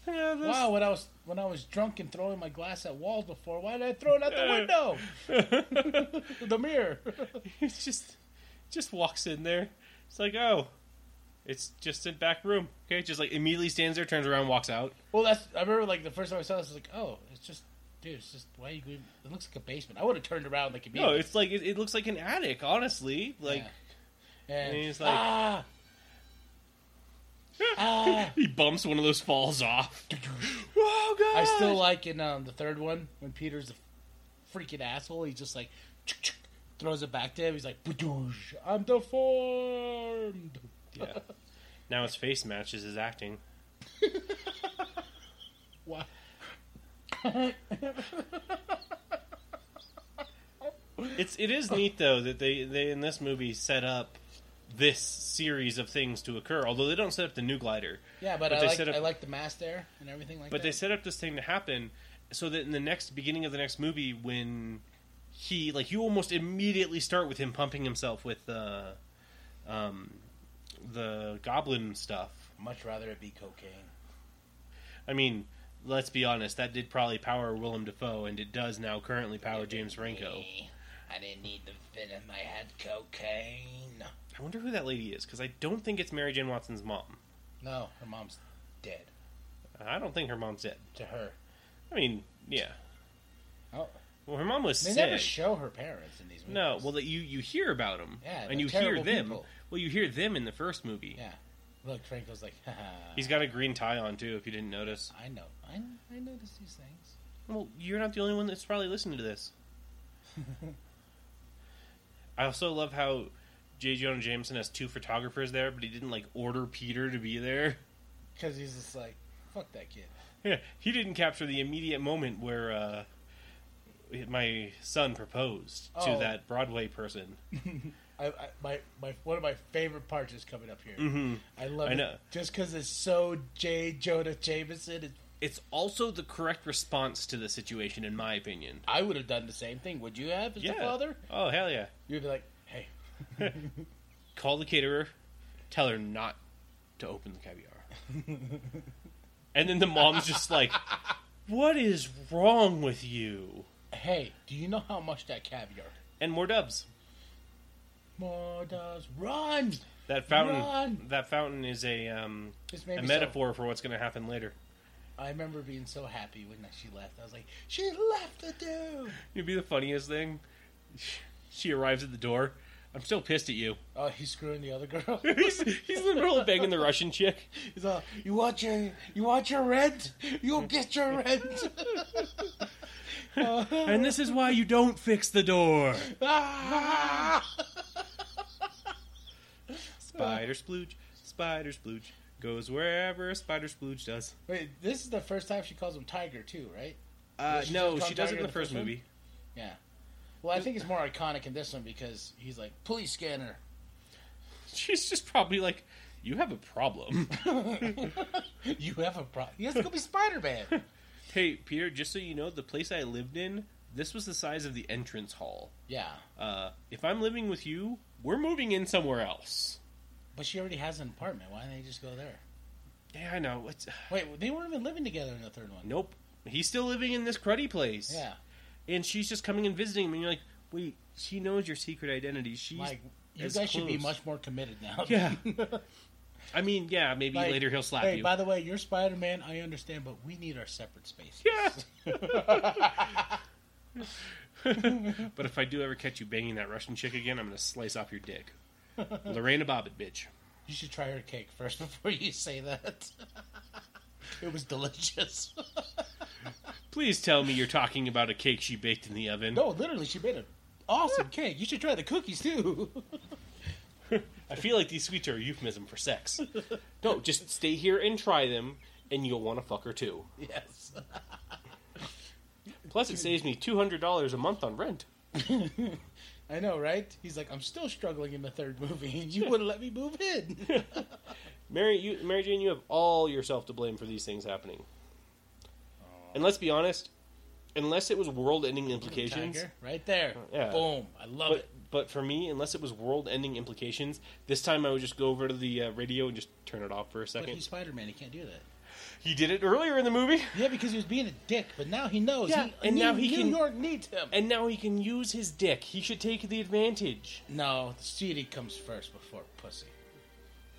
Speaker 3: Wow, when I was when I was drunk and throwing my glass at walls before, why did I throw it out the window? the mirror.
Speaker 2: It's just, just walks in there. It's like, oh, it's just in back room. Okay, just like immediately stands there, turns around, walks out.
Speaker 3: Well, that's I remember like the first time I saw this, I was like, oh, it's just dude, it's just why you? go- It looks like a basement. I would have turned around like a
Speaker 2: No, it's like it, it looks like an attic. Honestly, like
Speaker 3: and,
Speaker 2: and he's like-
Speaker 3: ah, ah.
Speaker 2: he bumps one of those falls off. oh god!
Speaker 3: I still like in um, the third one when Peter's a freaking asshole. He's just like throws it back to him. He's like, "Badoosh, I'm deformed.
Speaker 2: Yeah. Now his face matches his acting.
Speaker 3: Why?
Speaker 2: It's it is neat though that they they in this movie set up this series of things to occur. Although they don't set up the new glider,
Speaker 3: Yeah, but,
Speaker 2: But
Speaker 3: I
Speaker 2: they
Speaker 3: like
Speaker 2: set up-
Speaker 3: I like the mask there and everything like
Speaker 2: but they
Speaker 3: that.
Speaker 2: set up this thing to happen so that in the next beginning of the next movie when he like you almost immediately start with him pumping himself with uh, um, the goblin stuff.
Speaker 3: Much rather it be cocaine.
Speaker 2: I mean, let's be honest, that did probably power Willem Dafoe, and it does now currently power James Franco.
Speaker 3: I didn't need the venom. I had cocaine.
Speaker 2: I wonder who that lady is because I don't think it's Mary Jane Watson's mom.
Speaker 3: No, her mom's dead.
Speaker 2: I don't think her mom's dead.
Speaker 3: To her,
Speaker 2: I mean, yeah.
Speaker 3: oh,
Speaker 2: Well, her mom was
Speaker 3: they
Speaker 2: sick.
Speaker 3: never show her parents in these movies.
Speaker 2: no, well, that you you hear about them,
Speaker 3: Yeah, they're
Speaker 2: and you hear
Speaker 3: terrible
Speaker 2: them.
Speaker 3: people.
Speaker 2: Well, you hear them in the first movie.
Speaker 3: yeah. Look, Franco's like, Haha,
Speaker 2: He's got a green tie on too. If you didn't notice,
Speaker 3: I know. I, I notice these things.
Speaker 2: well, you're not the only one that's probably listening to this. I also love how J. Jonah Jameson has two photographers there, but he didn't like order Peter to be there.
Speaker 3: Because he's just like, fuck that kid.
Speaker 2: Yeah, he didn't capture the immediate moment where uh, my son proposed to
Speaker 3: Oh.
Speaker 2: that Broadway person.
Speaker 3: I, I, my, my, one of my favorite parts is coming up here.
Speaker 2: hmm
Speaker 3: I love
Speaker 2: I
Speaker 3: it.
Speaker 2: know.
Speaker 3: Just because it's so J. Jonah Jameson. It,
Speaker 2: It's also the correct response to the situation, in my opinion.
Speaker 3: I would have done the same thing. Would you have as a father?
Speaker 2: Oh hell yeah!
Speaker 3: You'd be like, hey,
Speaker 2: Call the caterer, tell her not to open the caviar, and then the mom's just like, "What is wrong with you?"
Speaker 3: hey, do you know how much that caviar?
Speaker 2: And more dubs.
Speaker 3: More does run.
Speaker 2: That fountain.
Speaker 3: Run!
Speaker 2: That fountain is a um,
Speaker 3: This made
Speaker 2: a
Speaker 3: me so-
Speaker 2: metaphor for what's going to happen later.
Speaker 3: I remember being so happy when she left. I was like, she left the dude.
Speaker 2: It'd be the funniest thing. She arrives at the door. I'm still pissed at you.
Speaker 3: Oh, he's screwing the other girl.
Speaker 2: he's he's literally banging the Russian chick.
Speaker 3: He's all, you want your, you want your rent? You'll get your rent.
Speaker 2: And this is why you don't fix the door.
Speaker 3: Ah!
Speaker 2: Spider splooge, spider splooge goes wherever a spider splooge does.
Speaker 3: Wait, this is the first time she calls him Tiger too, right?
Speaker 2: Uh,
Speaker 3: Does she
Speaker 2: no,
Speaker 3: just
Speaker 2: she
Speaker 3: call
Speaker 2: does it
Speaker 3: Tiger
Speaker 2: in the first
Speaker 3: one?
Speaker 2: movie.
Speaker 3: Yeah. Well, I think it's more iconic in this one because he's like police scanner.
Speaker 2: She's just probably like, "You have a problem."
Speaker 3: You have a problem. He has to go be Spider Man.
Speaker 2: hey, Peter. Just so you know, the place I lived in, this was the size of the entrance hall.
Speaker 3: Yeah,
Speaker 2: Uh, if I'm living with you, we're moving in somewhere else.
Speaker 3: but she already has an apartment. Why didn't they just go there?
Speaker 2: Yeah, I know. It's
Speaker 3: Wait, they weren't even living together in the third one.
Speaker 2: Nope. He's still living in this cruddy place.
Speaker 3: Yeah,
Speaker 2: And she's just coming and visiting him, and you're like, wait, she knows your secret identity. She's.
Speaker 3: like you
Speaker 2: as
Speaker 3: guys should be
Speaker 2: close.
Speaker 3: much more committed now.
Speaker 2: Yeah. I mean, yeah, maybe
Speaker 3: Like,
Speaker 2: later he'll slap
Speaker 3: hey,
Speaker 2: you.
Speaker 3: by the way, you're Spider Man. I understand, but we need our separate spaces.
Speaker 2: yeah. but if I do ever catch you banging that Russian chick again, I'm going to slice off your dick. Lorena Bobbitt, bitch.
Speaker 3: You should try her cake first before you say that. it was delicious.
Speaker 2: Please tell me you're talking about a cake she baked in the oven.
Speaker 3: No, literally, she made an awesome cake. You should try the cookies too.
Speaker 2: I feel like these sweets are a euphemism for sex. no, just stay here and try them, and you'll want to fuck her too.
Speaker 3: yes.
Speaker 2: Plus, it saves me two hundred dollars a month on rent.
Speaker 3: I know, right? He's like, I'm still struggling in the third movie, and you wouldn't let me move in.
Speaker 2: Mary, you, Mary Jane, you have all yourself to blame for these things happening. And let's be honest, unless it was world-ending implications,
Speaker 3: Tiger, right there.
Speaker 2: Yeah.
Speaker 3: Boom. I love
Speaker 2: but
Speaker 3: it.
Speaker 2: but for me, unless it was world-ending implications, this time I would just go over to the uh, radio and just turn it off for a
Speaker 3: But he's
Speaker 2: second.
Speaker 3: Spider Man. He can't do that.
Speaker 2: He did it earlier in the movie,
Speaker 3: Yeah, because he was being a dick, but now he knows.
Speaker 2: Yeah,
Speaker 3: he,
Speaker 2: and
Speaker 3: New,
Speaker 2: now he
Speaker 3: New
Speaker 2: can-
Speaker 3: York needs him.
Speaker 2: and now he can use his dick. He should take the advantage.
Speaker 3: No, the CD comes first before pussy.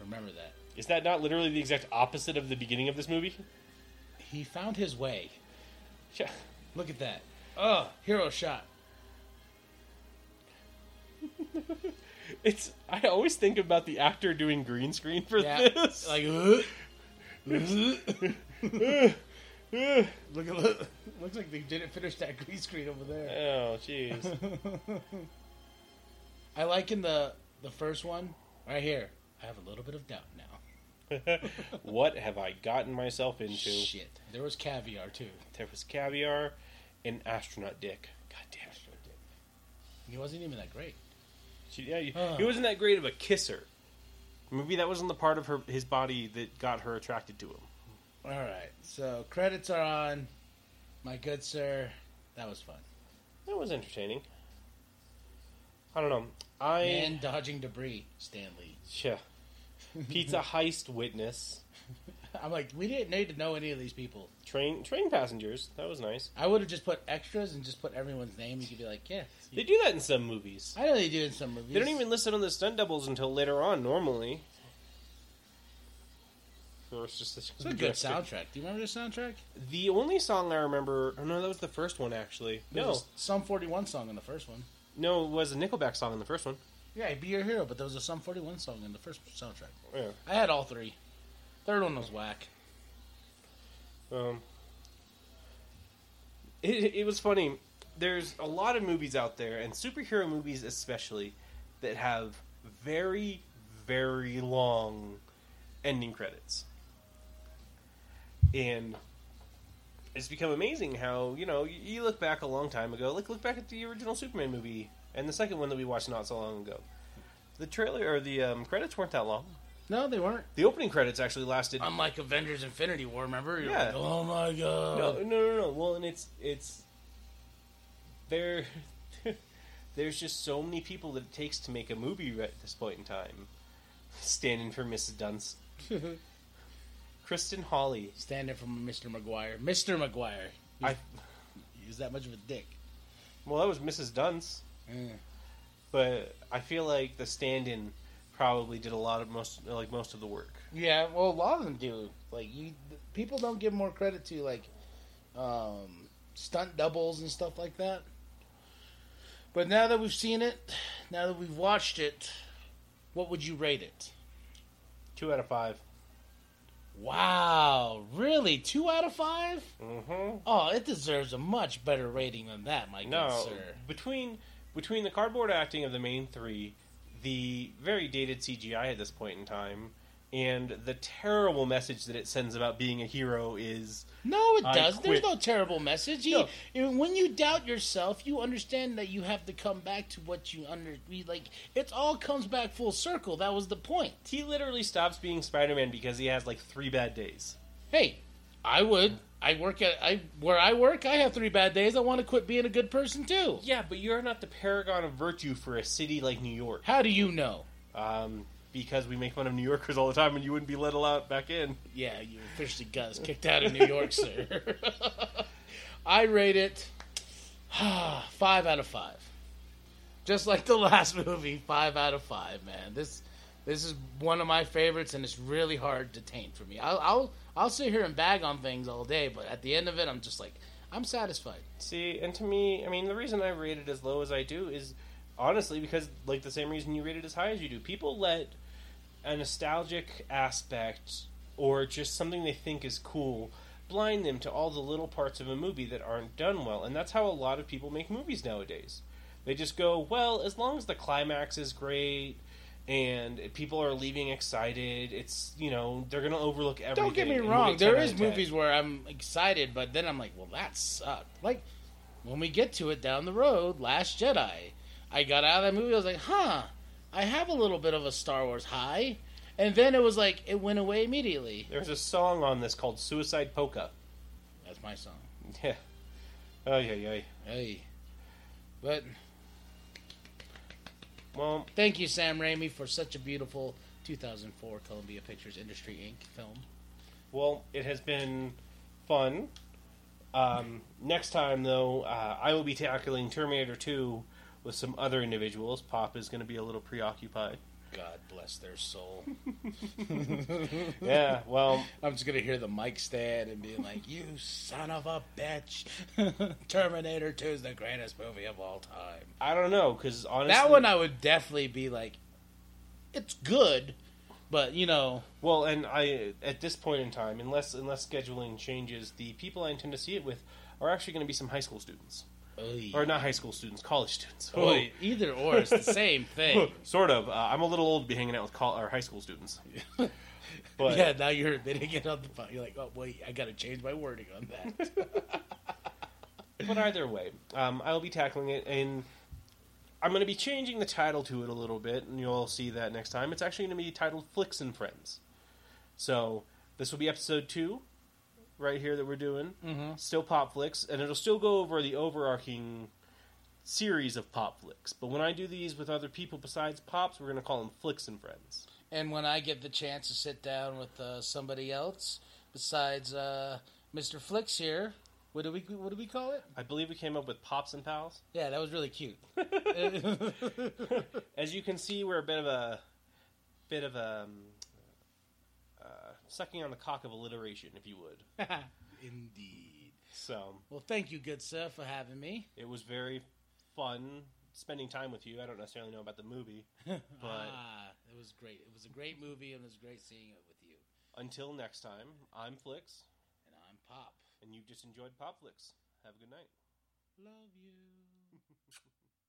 Speaker 3: Remember that.
Speaker 2: Is that not literally the exact opposite of the beginning of this movie?
Speaker 3: He found his way.
Speaker 2: Yeah.
Speaker 3: Look at that. Oh, hero shot.
Speaker 2: It's. I always think about the actor doing green screen for
Speaker 3: Yeah.
Speaker 2: this.
Speaker 3: like, "Ugh." look at look. Looks like they didn't finish that green screen over there.
Speaker 2: oh, jeez.
Speaker 3: I like in the the first one right here. I have a little bit of doubt now.
Speaker 2: what have I gotten myself into?
Speaker 3: Shit, there was caviar too.
Speaker 2: There was caviar and astronaut dick. God damn it.
Speaker 3: He wasn't even that great.
Speaker 2: She, yeah, you,
Speaker 3: Ugh.
Speaker 2: he wasn't that great of a kisser. Maybe that wasn't the part of her his body that got her attracted to him.
Speaker 3: All right, so credits are on. My good sir, that was fun.
Speaker 2: That was entertaining. I don't know. I
Speaker 3: And dodging debris, Stanley.
Speaker 2: yeah. Pizza heist witness.
Speaker 3: I'm like, we didn't need to know any of these people.
Speaker 2: Train train passengers. That was nice.
Speaker 3: I would have just put extras and just put everyone's name. You could be like, yeah.
Speaker 2: They do that in some movies.
Speaker 3: I know they do in some movies.
Speaker 2: They don't even listen on the stunt doubles until later on. Normally, Or it's just
Speaker 3: It's a good soundtrack. Do you remember the soundtrack?
Speaker 2: The only song I remember, oh no, that was the first one actually.
Speaker 3: There
Speaker 2: No,
Speaker 3: was a Sum 41 song in the first one.
Speaker 2: no, it was a Nickelback song in the first one.
Speaker 3: Yeah, be your hero, but there was a Sum 41 song in the first soundtrack.
Speaker 2: Yeah.
Speaker 3: I had all three. Third one was whack.
Speaker 2: Um, it, it was funny. There's a lot of movies out there, and superhero movies especially, that have very, very long ending credits. And it's become amazing how, you know, you, you look back a long time ago. Like, look back at the original Superman movie and the second one that we watched not so long ago. The trailer, or the um, credits weren't that long.
Speaker 3: No, they weren't.
Speaker 2: The opening credits actually lasted
Speaker 3: Unlike Avengers Infinity War, remember? You're
Speaker 2: Yeah.
Speaker 3: like, oh my god.
Speaker 2: No, no, no, no. Well, and it's it's there. there's just so many people that it takes to make a movie right at this point in time. Standing for Mrs. Dunst, Kristen Hawley.
Speaker 3: Stand up from Mr. McGuire. Mr. McGuire.
Speaker 2: I
Speaker 3: He was that much of a dick.
Speaker 2: well, that was Mrs. Dunst,
Speaker 3: Mm.
Speaker 2: but I feel like the stand-in probably did a lot of most like most of the work.
Speaker 3: Yeah, well, a lot of them do. Like you, th- people don't give more credit to like um, stunt doubles and stuff like that. But now that we've seen it, now that we've watched it, what would you rate it?
Speaker 2: Two out of five.
Speaker 3: Wow, really? Two out of five?
Speaker 2: Mm-hmm.
Speaker 3: Oh, it deserves a much better rating than that, my
Speaker 2: No,
Speaker 3: good sir.
Speaker 2: between between the cardboard acting of the main three, the very dated CGI at this point in time, and the terrible message that it sends about being a hero is
Speaker 3: No, it
Speaker 2: I
Speaker 3: does. There's
Speaker 2: quit.
Speaker 3: no terrible message. You-
Speaker 2: No.
Speaker 3: you- When you doubt yourself, you understand that you have to come back to what you under. we- Like it all comes back full circle. That was the point.
Speaker 2: he literally stops being Spider-Man because he has like three bad days.
Speaker 3: Hey, I would. I work at I where I work. I have three bad days. I want to quit being a good person too.
Speaker 2: Yeah, but you're not the paragon of virtue for a city like New York,
Speaker 3: How do you know?
Speaker 2: um, because we make fun of New Yorkers all the time, and you wouldn't be let allowed back in.
Speaker 3: Yeah, you officially got us kicked out of New York, sir. I rate it five out of five. Just like the last movie, five out of five, man. This this is one of my favorites, and it's really hard to taint for me. I'll I'll, I'll sit here and bag on things all day, but at the end of it, I'm just like I'm satisfied.
Speaker 2: See, and to me, I mean, the reason I rate it as low as I do is honestly because, like, the same reason you rate it as high as you do. People let a nostalgic aspect or just something they think is cool blind them to all the little parts of a movie that aren't done well, and that's how a lot of people make movies nowadays. They just go, well, as long as the climax is great and people are leaving excited, it's you know they're gonna overlook everything.
Speaker 3: Don't get me
Speaker 2: and give it
Speaker 3: wrong.
Speaker 2: a
Speaker 3: There
Speaker 2: 10
Speaker 3: is
Speaker 2: out of 10.
Speaker 3: movies where I'm excited, but then I'm like, well, that sucked. Like when we get to it down the road, Last Jedi. I got out of that movie. I was like, huh, I have a little bit of a Star Wars high. And then it was like it went away immediately.
Speaker 2: There's a song on this called Suicide Polka.
Speaker 3: That's my song.
Speaker 2: Yeah. Oh, yeah, yeah.
Speaker 3: Hey, but
Speaker 2: Well,
Speaker 3: thank you, Sam Raimi, for such a beautiful 2004 Columbia Pictures Industry Inc. film.
Speaker 2: well, it has been fun. Um, next time, though, uh, I will be tackling Terminator 2 with some other individuals. Pop is going to be a little preoccupied.
Speaker 3: God bless their soul.
Speaker 2: Yeah, well,
Speaker 3: I'm just gonna hear the mic stand and be like, "You son of a bitch! Terminator 2 is the greatest movie of all time."
Speaker 2: I don't know, because honestly.
Speaker 3: That one uh, I would definitely be like, "It's good," but you know,
Speaker 2: Well, and I at this point in time, unless unless scheduling changes, the people I intend to see it with are actually going to be some high school students, or not high school students, college students.
Speaker 3: Oh, either or, it's the same thing.
Speaker 2: sort of. Uh, I'm a little old to be hanging out with col- or high school students. But
Speaker 3: yeah, now you're admitting it on the phone. You're like, "Oh wait, I gotta change my wording on that."
Speaker 2: but either way, um, I'll be tackling it, and I'm going to be changing the title to it a little bit, and you'll see that next time. It's actually going to be titled "Flicks and Friends." So this will be episode two, right here that we're doing. Mm-hmm. Still pop flicks, and it'll still go over the overarching series of pop flicks. But when I do these with other people besides pops, we're going to call them "Flicks and Friends."
Speaker 3: and when I get the chance to sit down with uh, somebody else besides uh, Mr. Flicks here, what do we what do we call it?
Speaker 2: I believe we came up with "Pops and Pals."
Speaker 3: Yeah, that was really cute.
Speaker 2: As you can see, we're a bit of a bit of a um, uh, sucking on the cock of alliteration, if you would.
Speaker 3: Indeed.
Speaker 2: So
Speaker 3: Well, thank you, good sir, for having me.
Speaker 2: it was very fun spending time with you. I don't necessarily know about the movie, but
Speaker 3: Ah, it was great. It was a great movie, and it was great seeing it with you.
Speaker 2: until next time, I'm Flicks,
Speaker 3: And I'm Pop.
Speaker 2: and you've just enjoyed Pop Flicks. Have a good night.
Speaker 3: Love you.